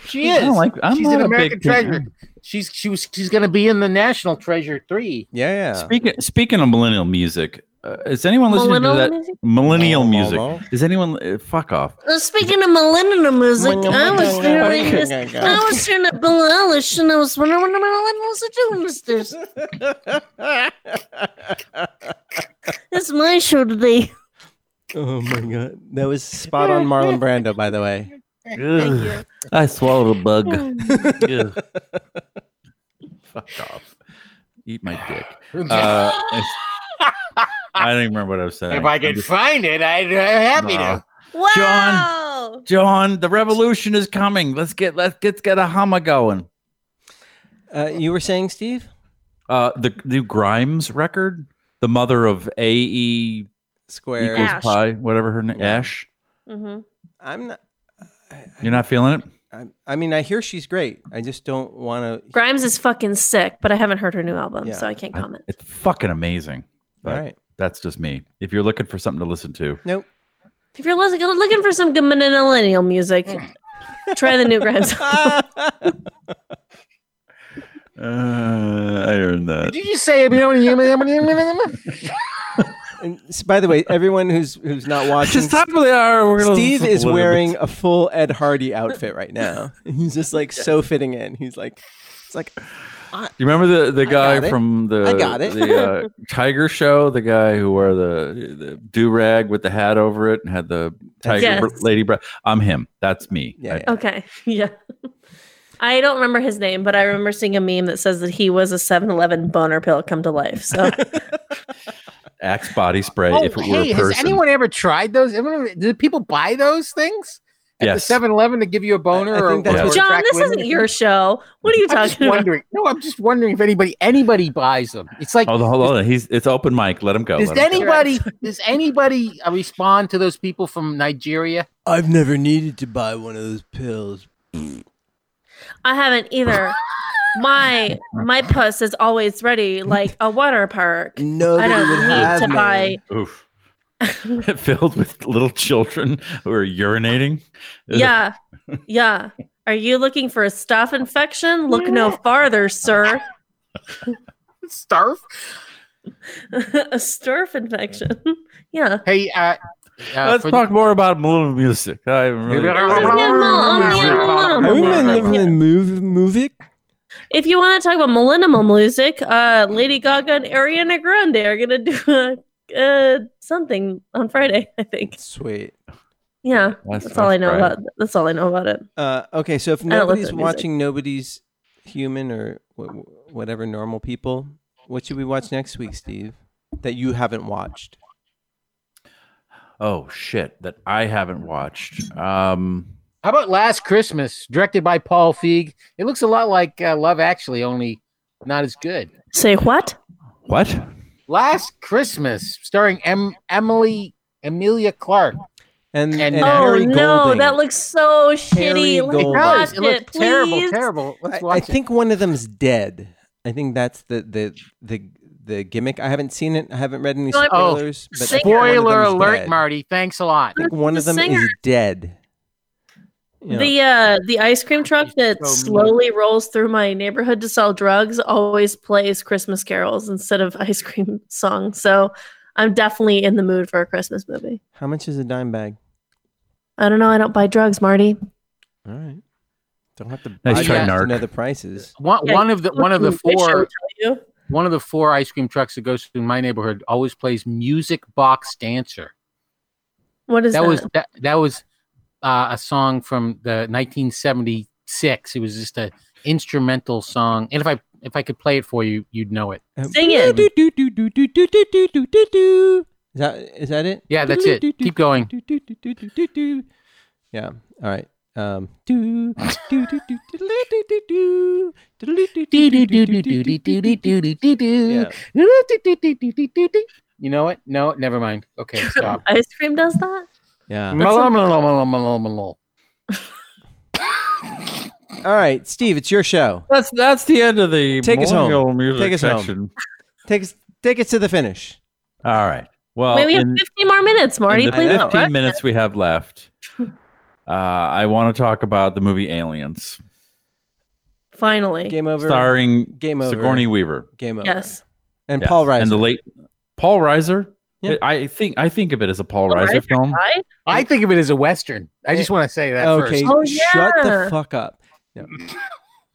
she I is don't like- I'm she's not an a big american Pink treasure fan. she's she was she's gonna be in the national treasure three Yeah, yeah. Speaking speaking of millennial music, uh, is anyone listening Millennial to that music? millennial music? Millennial? Is anyone uh, fuck off? Uh, Speaking of millennial music, I was hearing this. I was hearing that Bill Eilish, and I was wondering what the millennials are doing (laughs) this. This It's my show today. oh my god, that was spot on Marlon Brando, by the way. Thank you. I swallowed a (laughs) bug. Ugh. Fuck off. Eat my dick. (laughs) Uh, it's- I don't even remember what I was saying. If I I'm could just- find it, I'd be happy Nah. to. Wow. John, the revolution is coming. Let's get let's get, get a hummer going. Uh, you were saying, Steve? Uh, the new Grimes record, the mother of A E Square. equals Ash. pi, whatever her name, Ash. Mm-hmm. I'm not. I, You're not feeling it? I, I mean, I hear she's great. I just don't want to. Grimes is fucking sick, but I haven't heard her new album, Yeah. so I can't I- comment. It's fucking amazing. All But right. That's just me. If you're looking for something to listen to, Nope. if you're looking, looking for some good millennial music, try the new Grimes. (laughs) uh, I earned that. Did you just say? And s- by the way, everyone who's who's not watching, for the hour. We're gonna Steve listen is to a little wearing bit. a full Ed Hardy outfit right now. He's just like so fitting in. He's like, it's like You remember the the got guy it. from the I got it. the (laughs) uh, Tiger Show, the guy who wore the, the do rag with the hat over it and had the tiger Yes. br- lady breath. I'm him. That's me. Yeah, I- yeah. okay, yeah. I don't remember his name, but I remember seeing a meme that says that he was a 7-Eleven boner pill come to life. So Axe body spray. Oh, if it were hey, a has person, anyone ever tried those? Anyone- Did people buy those things at Yes. the 7-Eleven to give you a boner? I- I or think that's or what- John, attract this women? isn't your show. What are (laughs) you I'm just talking about? wondering. No, I'm just wondering if anybody anybody buys them. It's like, Hold on, hold on. He's it's open mic. Let him go. does let him go. anybody (laughs) does anybody uh, respond to those people from Nigeria? (laughs) I've never needed to buy one of those pills. I haven't either. My my puss is always ready, like a water park. No, I don't need to buy. Oof. (laughs) Filled with little children who are urinating. Ugh. Yeah, yeah. Are you looking for a staph infection? Look no farther, sir. Starve? (laughs) a staph infection. (laughs) yeah. Hey, uh, uh, Let's for talk more about millennial music. I really. Yeah. move movie? If you want to talk about millennial music, uh, Lady Gaga and Ariana Grande are gonna do a, uh, something on Friday, I think. Sweet. Yeah, That's- that's, all I that's know right. about. That's all I know about it. Uh, okay, so if don't listen nobody's to music. watching, nobody's human or wh- whatever normal people. What should we watch next week, Steve? That you haven't watched? Oh shit! That I haven't watched. Um, How about Last Christmas, directed by Paul Feig? It looks a lot like uh, Love Actually, only not as good. Say what? what? Last Christmas, starring em- Emily Amelia Clark. And, And- and Oh, oh Harry no, Golding. that looks so Harry shitty. Let's Golding. watch Guys, it, it looks terrible, please. terrible. I, Let's I watch it. think one of them's dead. I think that's the the the the gimmick. I haven't seen it. I haven't read any No, I- Oh, spoilers. but I singer. think one of Spoiler them's alert, dead. Marty. Thanks a lot. I think one of The them is singer. dead. You know, The uh the ice cream truck that so mean. slowly rolls through my neighborhood to sell drugs always plays Christmas carols instead of ice cream (laughs) songs. So I'm definitely in the mood for a Christmas movie. How much is a dime bag? I don't know. I don't buy drugs, Marty. All right. Don't have to Nice buy try, that to Narc. know the prices. One, Yeah, one of the one of the They should four tell you. one of the four ice cream trucks that goes through my neighborhood always plays music box dancer. What is That that? was that that was uh, a song from the 1976. It was just a instrumental song, and if I if I could play it for you, you'd know it. Sing it. Do, do, do, do, do, do, do, do, do, do, do. Is that is that it? Yeah, that's it. Keep going. Do, do, do, do, do, do, do. Yeah. All right. Um. Do do do do do do do do do do do do do do do do do do do. You Yeah. know it? No, never mind. (laughs) Okay, stop. Ice cream does that? Yeah. Mlolololololol. All right, Steve. It's your show. That's that's the end of the Take us home. millennial music Take us home. section. Take us take us to the finish. All right. Well, Wait, we have in- 15 more minutes, Marty. in the Please don't 15 rush. minutes we have left, (laughs) uh, I want to talk about the movie Aliens, Finally. Game over. starring Game over. Sigourney Weaver Game over. yes. And Paul Yes, Reiser. and the late Paul Reiser. Yeah. I think I think of it as a Paul, Paul Reiser, Reiser film. Right? (laughs) I think of it as a western. I just want to say that okay, first. Oh, shut the yeah. fuck up. No.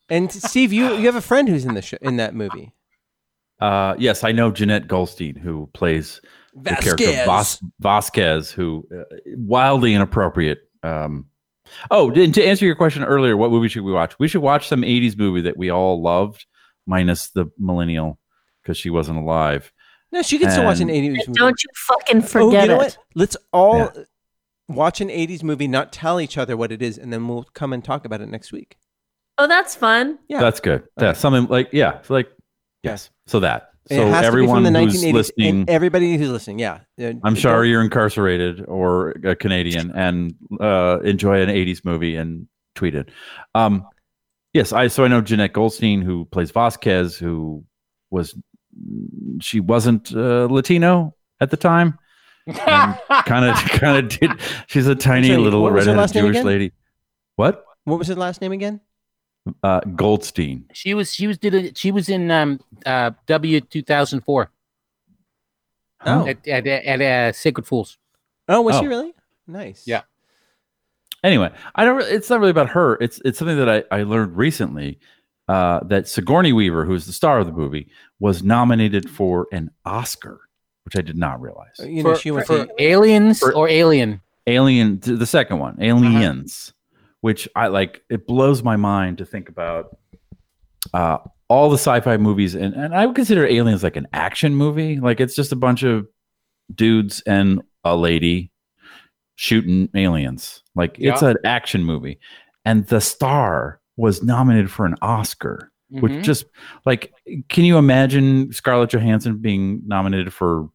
And Steve, you you have a friend who's in the show, in that movie. Uh, yes, I know Jeanette Goldstein who plays the character Vas- Vasquez, who uh, wildly inappropriate. Um, oh, and to answer your question earlier, what movie should we watch? We should watch some '80s movie that we all loved, minus the millennial because she wasn't alive. No, she can still watch an And- 80s movie. And Don't you fucking oh, forget you know it. what? Let's all watch an 80s movie, not tell each other what it is, and then we'll come and talk about it next week. Oh, that's fun. Yeah. That's good. Yeah, something like yeah, so like yes. So that. And so it has everyone to be from the who's 1980s. listening, And everybody who's listening, yeah. Uh, I'm don't- sorry you're incarcerated or a Canadian and uh, enjoy an 80s movie and tweet it. Um, yes, I so I know Jeanette Goldstein who plays Vasquez, who was she wasn't uh, Latino at the time. Kind (laughs) of, kind of did. She's a tiny sorry, little what was her redheaded last name Jewish again? lady. What? What was his last name again? Uh, Goldstein. (laughs) she was she was did it she was in um uh W two thousand four Oh, at at, at uh, Sacred Fools. oh, was Oh. she really? Nice. Yeah. anyway i don't really, it's not really about her it's it's something that i, I learned recently uh, that sigourney weaver who's the star of the movie was nominated for an oscar which i did not realize Uh, You know, for, she went for to aliens for- or alien. alien th- the second one aliens which i like it blows my mind to think about uh, all the sci-fi movies and, and i would consider aliens like an action movie like it's just a bunch of dudes and a lady shooting aliens like it's an action movie and the star was nominated for an oscar Mhm. which just like can you imagine scarlett johansson being nominated for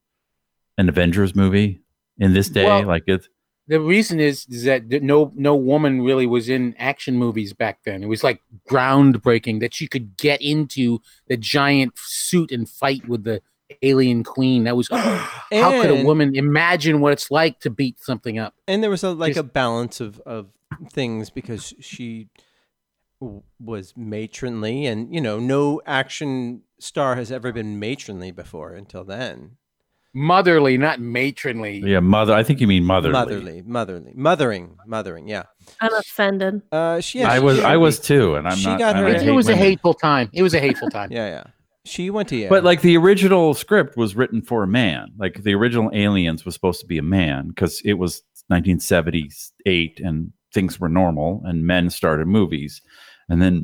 an avengers movie in this day Well, like it's the reason is, is that th- no no woman really was in action movies back then. It was like groundbreaking that she could get into the giant suit and fight with the alien queen. (gasps) That was how could a And- woman imagine what it's like to beat something up? and there was a like Just- a balance of of things because she w- was matronly and you know no action star has ever been matronly before until then Motherly, not matronly. Yeah, mother. I think you mean motherly. motherly motherly mothering mothering yeah I'm offended. uh she yeah, I she- was. she- I was too, and I'm She not. got and her- I It, it hate was a women. hateful time. It was a hateful (laughs) time. yeah yeah she went to Yale. But like the original script was written for a man. Like the original Aliens was supposed to be a man because it was 1978 and things were normal and men started movies, and then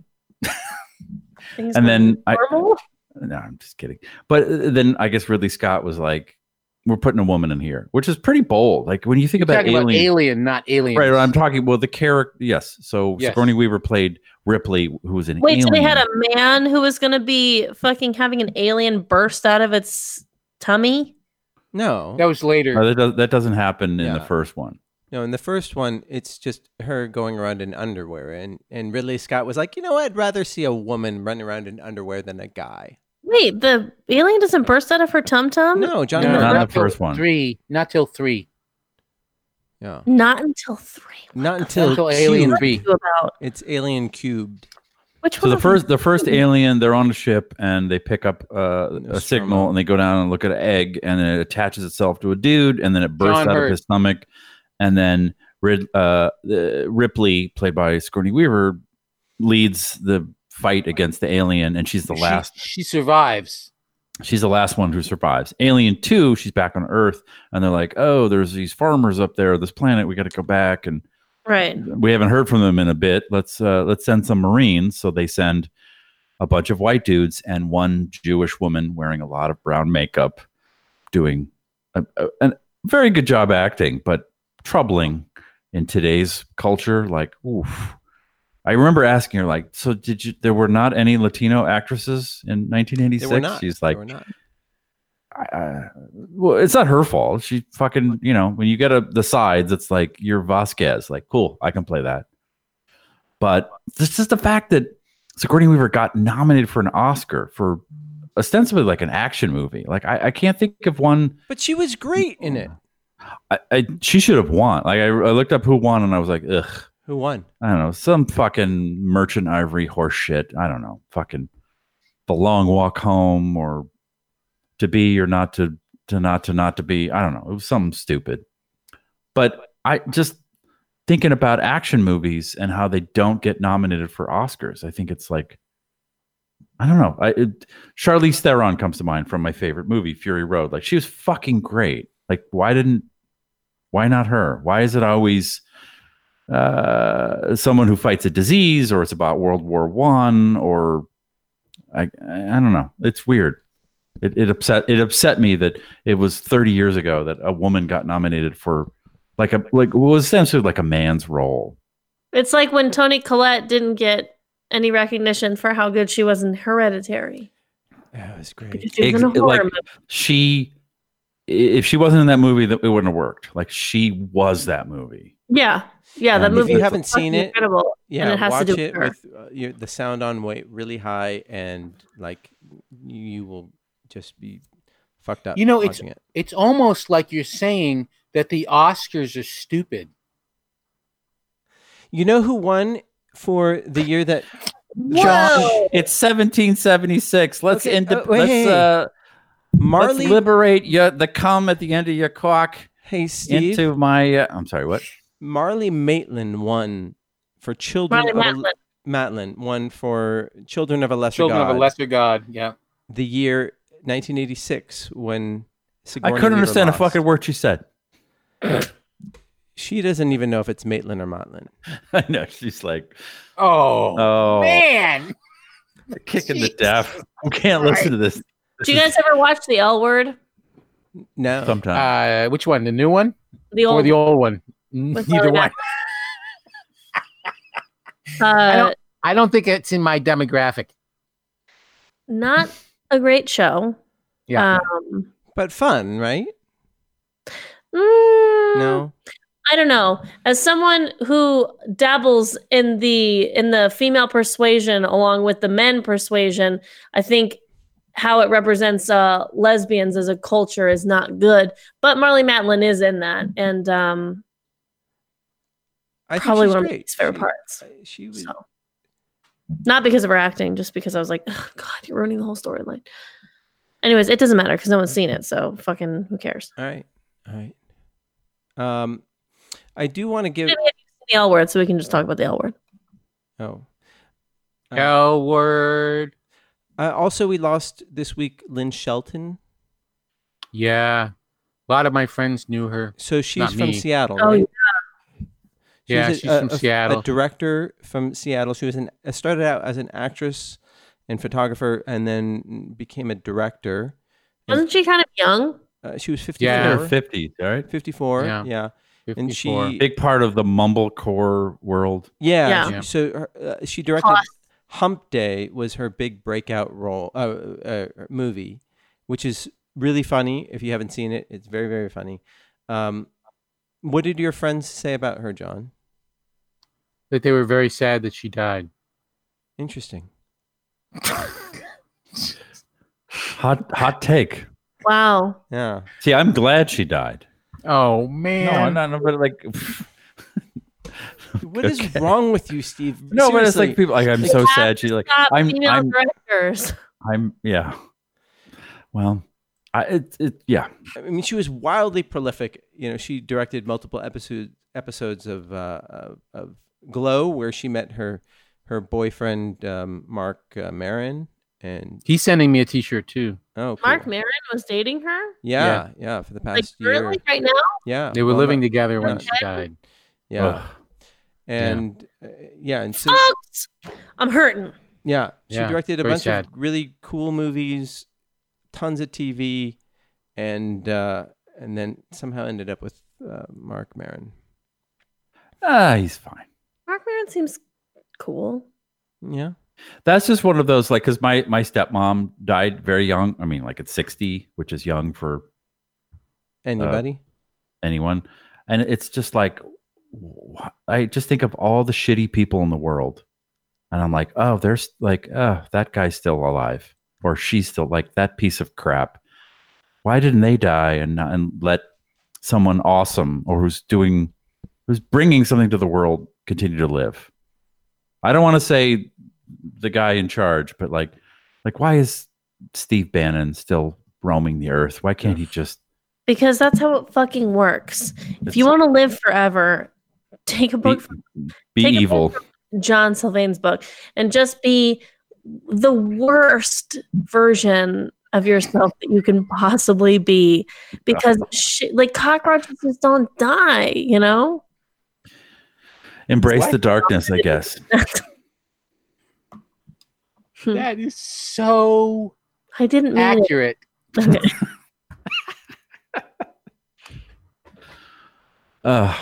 Things and were then I, normal? no, I'm just kidding. But uh, then I guess Ridley Scott was like, "We're putting a woman in here," which is pretty bold. Like when you think You're about talking aliens, about alien, not alien. right? I'm talking. Well, the character, yes. So Yes. Sigourney Weaver played Ripley, who was an Wait, alien. so they had a man who was going to be fucking having an alien burst out of its tummy? no that was later. No, that, does, that doesn't happen in the Yeah. first one. no in the first one it's just her going around in underwear and and ridley scott was like you know i'd rather see a woman running around in underwear than a guy Wait, the alien doesn't burst out of her tum tum? no john No, Hurt- not till the first one. Three, not till three. yeah Not until three. not Not until till Alien Cube. Three. You about It's Alien Cubed. Which So one? the of first them? the first alien, they're on a ship and they pick up uh, a signal and they go down and look at an egg and it attaches itself to a dude and then it bursts John out Hurt. of his stomach and then Rid, uh, the- Ripley, played by Sigourney Weaver, leads the fight against the alien and she's the She- last She, survives. she's the last one who survives. Alien 2, she's back on Earth, and they're like, oh, there's these farmers up there, this planet, we got to go back. And right. we haven't heard from them in a bit. Let's uh, let's send some Marines. So they send a bunch of white dudes and one Jewish woman wearing a lot of brown makeup, doing a, a, a very good job acting, but troubling in today's culture. Like, oof. I remember asking her, like, so did you? There were not any Latino actresses in 1986. They were not. She's They like, were not. I, I, well, it's not her fault. She fucking, you know, when you get a, the sides, it's like you're Vasquez. Like, cool, I can play that. But this is the fact that Sigourney Weaver got nominated for an Oscar for ostensibly like an action movie. Like, I, I can't think of one. But she was great in it. I, I she should have won. Like, I, I looked up who won, and I was like, ugh, Who won? I don't know, some fucking merchant ivory horse shit. I don't know, fucking the long walk home or to be or not to to not to not to be. I don't know. It was something stupid. But I just thinking about action movies and how they don't get nominated for Oscars. I think it's like I don't know. I it, Charlize Theron comes to mind from my favorite movie, Fury Road. Like she was fucking great. Like why didn't why not her? Why is it always uh, someone who fights a disease or it's about World War One or I I don't know. It's weird. It, it upset it upset me that it was 30 years ago that a woman got nominated for like a like what was essentially like a man's role. It's like when Tony Collette didn't get any recognition for how good she was in Hereditary. Yeah, it was great. Because she was in a Ex- horror like- movie. She i- if she wasn't in that movie, that it wouldn't have worked. Like she was that movie. Yeah, yeah, that Um, If movie. you was haven't seen it, incredible. yeah, it has to watch do with it her. with uh, you, the sound on way really high, and like you, you will just be fucked up. You know, it's- watching it. It's almost like you're saying that the Oscars are stupid. You know who won for the year that Whoa! It's 1776. Let's Okay, indep- uh, wait. let's uh Marley? Let's liberate your, the cum at the end of your cock hey, Steve. into my. Uh, I'm sorry, what? Marley Maitland won for children. Marley of a- Matlin. Matlin won for Children of a Lesser Children God of a lesser god. Yeah. the year 1986 when I Sigourney couldn't Weaver understand a lost. fucking word she said. (laughs) She doesn't even know if it's Maitland or Matlin. I know she's like, Oh, oh, man. kicking the deaf. We can't listen to this. Do you guys ever watch the L Word? No, Sometimes Uh, which one? The new one The or old. the old one? With Marley Neither one. uh, don't- I don't think it's in my demographic. not a great show. Yeah. Um, but fun, right? mm, No, I don't know. As someone who dabbles in the in the female persuasion along with the men persuasion, I think how it represents uh, lesbians as a culture is not good. But Marley Matlin is in that, and um, I probably think she's one of my great. least favorite She- parts. She was. So, not because of her acting, just because I was like, "Ugh, God, you're ruining the whole storyline. Anyways, it doesn't matter because no one's seen it, so fucking who cares? All right, all right. Um, I do want to give. The L word, so we can just talk about the L word. Oh, L word. uh, also we lost this week Lynn Shelton. Yeah. A lot of my friends knew her. So she's Not from me. Seattle. Oh, right? She Yeah, was she's from Seattle. A director from Seattle. She was an uh, started out as an actress and photographer, and then became a director. wasn't she kind of young? Uh, she was fifty-four. Yeah. they're 50s, all right? 54 yeah, Yeah. and 54. she Big part of the mumblecore world. yeah, Yeah. Yeah. so her, uh, she directed Plus. hump day was her big breakout role uh, uh, movie which is really funny if you haven't seen it it's very very funny um, what did your friends say about her john that they were very sad that she died. interesting Hot, hot take. Wow. (laughs) yeah See, I'm glad she died. No, Oh I'm (laughs) man. not. But like, What is wrong with you, Steve? (laughs) No, but it's like Seriously. people like I'm so sad. She's like Stop I'm female (laughs) I'm directors. I'm yeah. Well, I it, it yeah. I mean, she was wildly prolific. You know, she directed multiple episodes episodes of uh, of, of Glow, where she met her her boyfriend um, Mark uh, Marin, and He's sending me a T-shirt too. oh, cool. Mark Maron was dating her? yeah, yeah, for the Like past year, currently right now? yeah, They were well, living not- together when Okay. she died. yeah, Ugh. and uh, yeah, and so Fucked. I'm hurting. yeah, she Yeah, directed a very bunch sad. of really cool movies, tons of TV, and uh, and then somehow ended up with uh, Mark Marin. Ah, he's fine. Mark Maron seems cool. Yeah, That's just one of those like because my my stepmom died very young. I mean, like at sixty, which is young for anybody? anyone. And it's just like wh- I just think of all the shitty people in the world, and I'm like, oh, there's like, oh, that guy's still alive, or she's still like that piece of crap. Why didn't they die and not, and let someone awesome or who's doing who's bringing something to the world continue to live? I don't want to say the guy in charge, but like, like why is Steve Bannon still roaming the earth? Why can't he just Because that's how it fucking works. If It's- you want to live forever, take a be, book from be take a book evil? John Sylvain's book and just be the worst version of yourself that you can possibly be because shit, like cockroaches just don't die, you know? Embrace the (laughs) darkness, I guess. Hmm. That is so (laughs) I didn't mean it. accurate. Okay. Uh,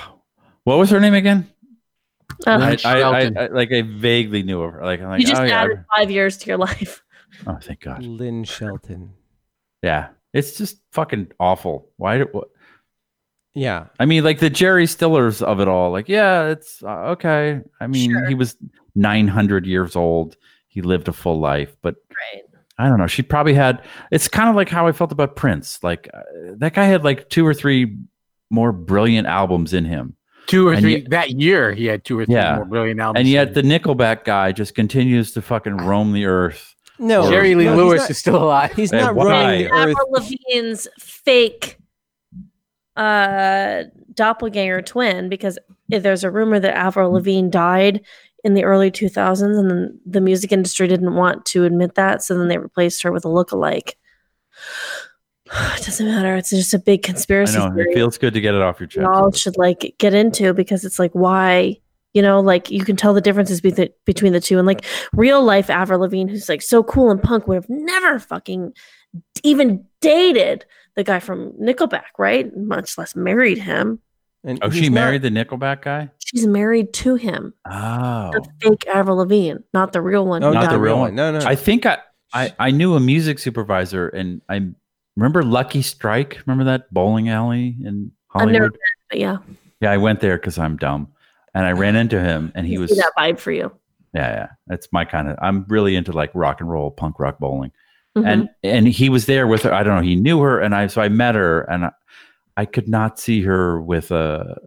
what was her (laughs) name again? Uh, Lynn I, I, I, Shelton. I- like I vaguely knew of her. Like I'm like, you just oh yeah, added five years to your life. I- oh thank God. Lynn Shelton. Yeah, it's just fucking awful. Why? Do, what, Yeah. I mean, like the Jerry Stillers of it all. Like, yeah, it's uh, okay. I mean, Sure. he was 900 years old. He lived a full life, but Right. I don't know. She probably had. It's kind of like how I felt about Prince. Like uh, that guy had like two or three more brilliant albums in him. Two or And three yet- that year, he had two or three Yeah. more brilliant albums. And yet the Nickelback guy just continues to fucking roam the earth. No. Jerry Lee no, he's Lewis not- is (laughs) still alive. He's Hey, not why? roaming the Avril earth. Levine's fake uh, doppelganger twin, because if there's a rumor that Avril Lavigne died in the early 2000s, and then the music industry didn't want to admit that, so then they replaced her with a lookalike. (sighs) it doesn't matter. It's just a big I conspiracy know theory it feels good to get it off your we chest. all should like get into because it's like why you know like you can tell the differences be- between the two and like real life Avril Lavigne who's like so cool and punk would have never fucking even dated the guy from Nickelback right much less married him And Oh, he's she not- married the Nickelback guy. she's married to him Oh, the fake Avril Lavigne not the real one No, who not died. the real one. No, no. I think I, I I knew a music supervisor, and I remember Lucky Strike. Remember that bowling alley in I've never Hollywood? but yeah Yeah, I went there because I'm dumb, and I ran into him, and he I was see yeah, that vibe for you yeah. That's my kind of. I'm really into like rock and roll, punk rock bowling. Mhm. and Mm-hmm. and he was there with her. I don't know. He knew her, and I so I met her, and I, I could not see her with a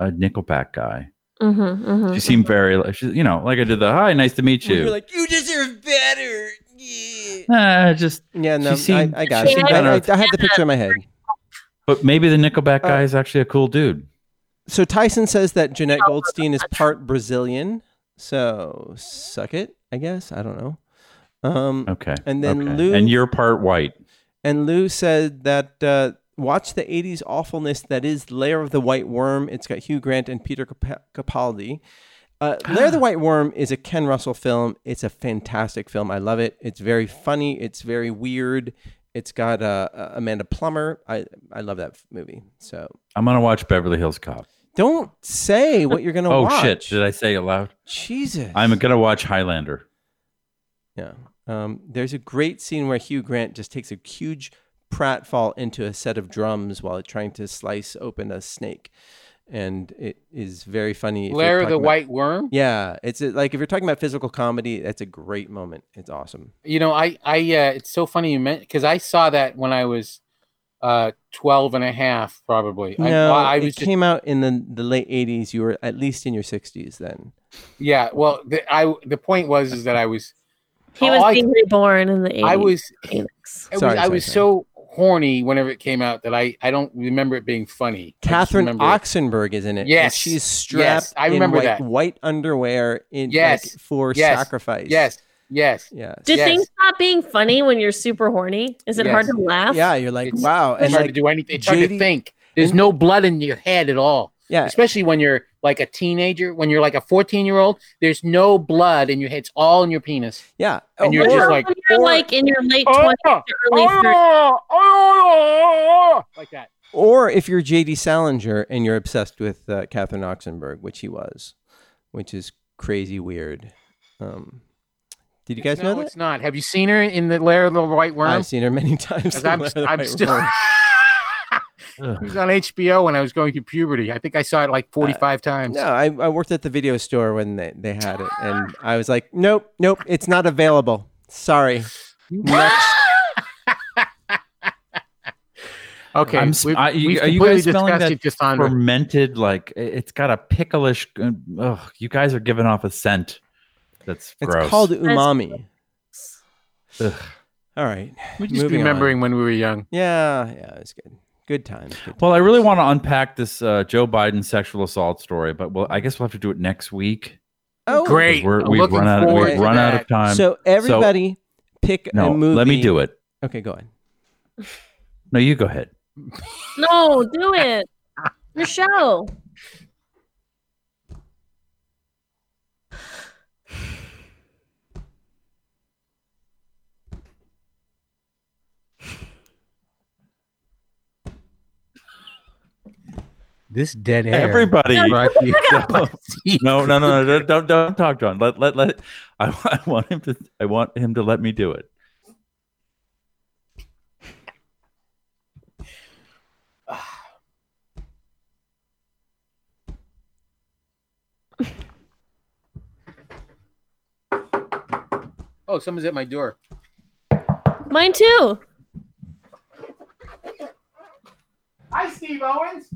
a Nickelback guy. Mhm, mhm. She seemed very, like- she, you know, like I did the hi, nice to meet You're you. like Mm-hmm. you deserve better. Yeah. Nah, Eh, just Yeah. No. She seemed- I, I got she it. seemed I, I, better. I had the picture in my head. but maybe the Nickelback Uh, guy is actually a cool dude. So Tyson says that Jeanette Goldstein is part Brazilian. So suck it. I guess. I don't know. Um. Okay, and then okay. Lou- and you're part white. And Lou said that uh, watch the 80s awfulness that is Lair of the White Worm. It's got Hugh Grant and Peter Cap- Capaldi. Uh, Lair of the White Worm is a Ken Russell film. It's a fantastic film. I love it. It's very funny. It's very weird. It's got uh, uh, Amanda Plummer. I, I love that f- movie. So I'm gonna watch Beverly Hills Cop. don't say what you're going to (laughs) Oh watch. shit! Did I say it loud? Jesus. I'm gonna watch Highlander. Yeah. Um, there's a great scene where Hugh Grant just takes a huge pratfall into a set of drums while trying to slice open a snake. And it is very funny. if you're Lair of talking the about- White Worm. Yeah. It's a, like if you're talking about physical comedy, that's a great moment. It's awesome. You know, I I uh, it's so funny you meant because I saw that when I was uh, 12 and a half, probably. I- no, I, I it was just- came out in the, the late '80s. You were at least in your 60s then. yeah. Well, the, I the point was is that I (laughs) was He Oh, was I- being reborn in the 80s. I was Felix. I was, Sorry, I sorry, was sorry. so horny whenever it came out that I I don't remember it being funny. I just Catherine remember- Oxenberg is in it. and Yes, she's strapped. yes, I remember in white, that. white underwear in like, Yes, for yes, sacrifice. Yes. Yes. yes. Do Yes. things stop being funny when you're super horny? Is it Yes. hard to laugh? yeah, you're like It's- wow, It's and hard like to do anything. It's hard JD to think. There's no blood in your head at all, yeah, Uh, especially when you're like a teenager. When you're like a 14 year old, there's no blood in your head. It's all in your penis. yeah. And you're Or just when like, you're or- Oh, like in your late 20s, to early 30s. like that. Or if you're J.D. Salinger and you're obsessed with uh, Catherine Oxenberg, which he was, which is crazy weird. Um, did you guys no, know that? it's not. Have you seen her in the Lair of the White Worm? I've seen her many (laughs) times. 'Cause in I'm, Where the I'm White still. (laughs) Worm. it was on HBO when I was going through puberty. I think I saw it like 45 times. Uh, (laughs) No, I, I worked at the video store when they, they had it, and I was like, nope, nope, it's not available. Sorry. Next. Okay. I'm s- we've- I- you- we've are you completely guys spelling discussed that it just on fermented like it- it's got a picklish oh you guys are giving off a scent that's It's gross called umami. Ugh. All right. We're just moving on. remembering when we were young. Yeah, yeah, it's good. Good times. Good well i really want to unpack this uh, joe biden sexual assault story but well i guess we'll have to do it next week Oh, 'cause Great. we're, I'm we've looking run out forward we've to run that. out of time so everybody pick no a movie. let me do it Okay, go on. no you go ahead No, do it. Your show. This dead (laughs) everybody Brought to you by Steve. (laughs) no no no no don't don't talk john let let let I, I want him to i want him to let me do it Oh, someone's at my door. Mine too. Hi, Steve Owens.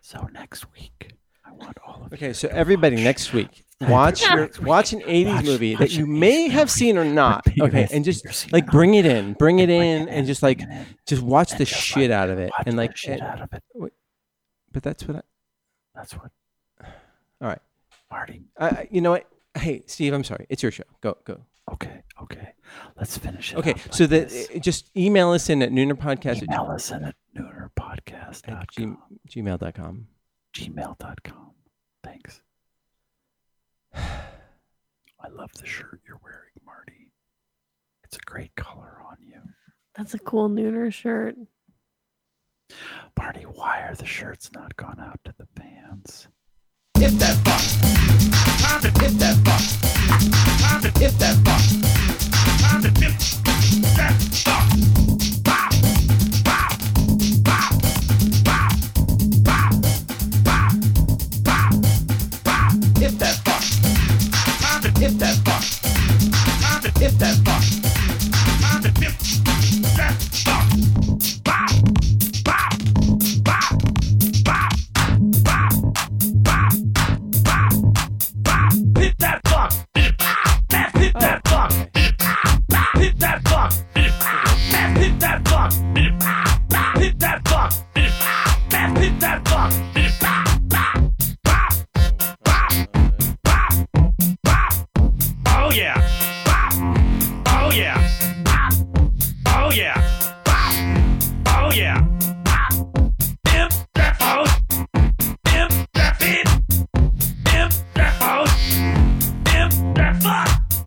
so next week i want all of Okay, so everybody (laughs) next week, watch Yeah. your watch an '80s Watch- movie watch that you an 80s may have seen or not. Maybe Okay, it's- and just you're seeing like it. bring it in, (laughs) bring it Bring it in, and in, just like bring it in, just watch the and just, shit out of it, watch and the like. shit and- out of it But that's what I. that's what All right. marty I- I, you know what? Hey, Steve, I'm sorry. It's your show. Go, go. Okay, okay. Let's finish it. Okay, up so like that this. just email us in at noonerpodcast at, email us in at noonerpodcast at g- gmail.com. gmail.com. Thanks. (sighs) I love the shirt you're wearing, Marty. It's a great color on you. That's a cool nooner shirt. Marty, why are the shirts not gone out to the fans? Oh yeah. Oh yeah. Oh yeah. Oh yeah. Imp that phone. Imp that fit. Imp that phone. Imp that fuck.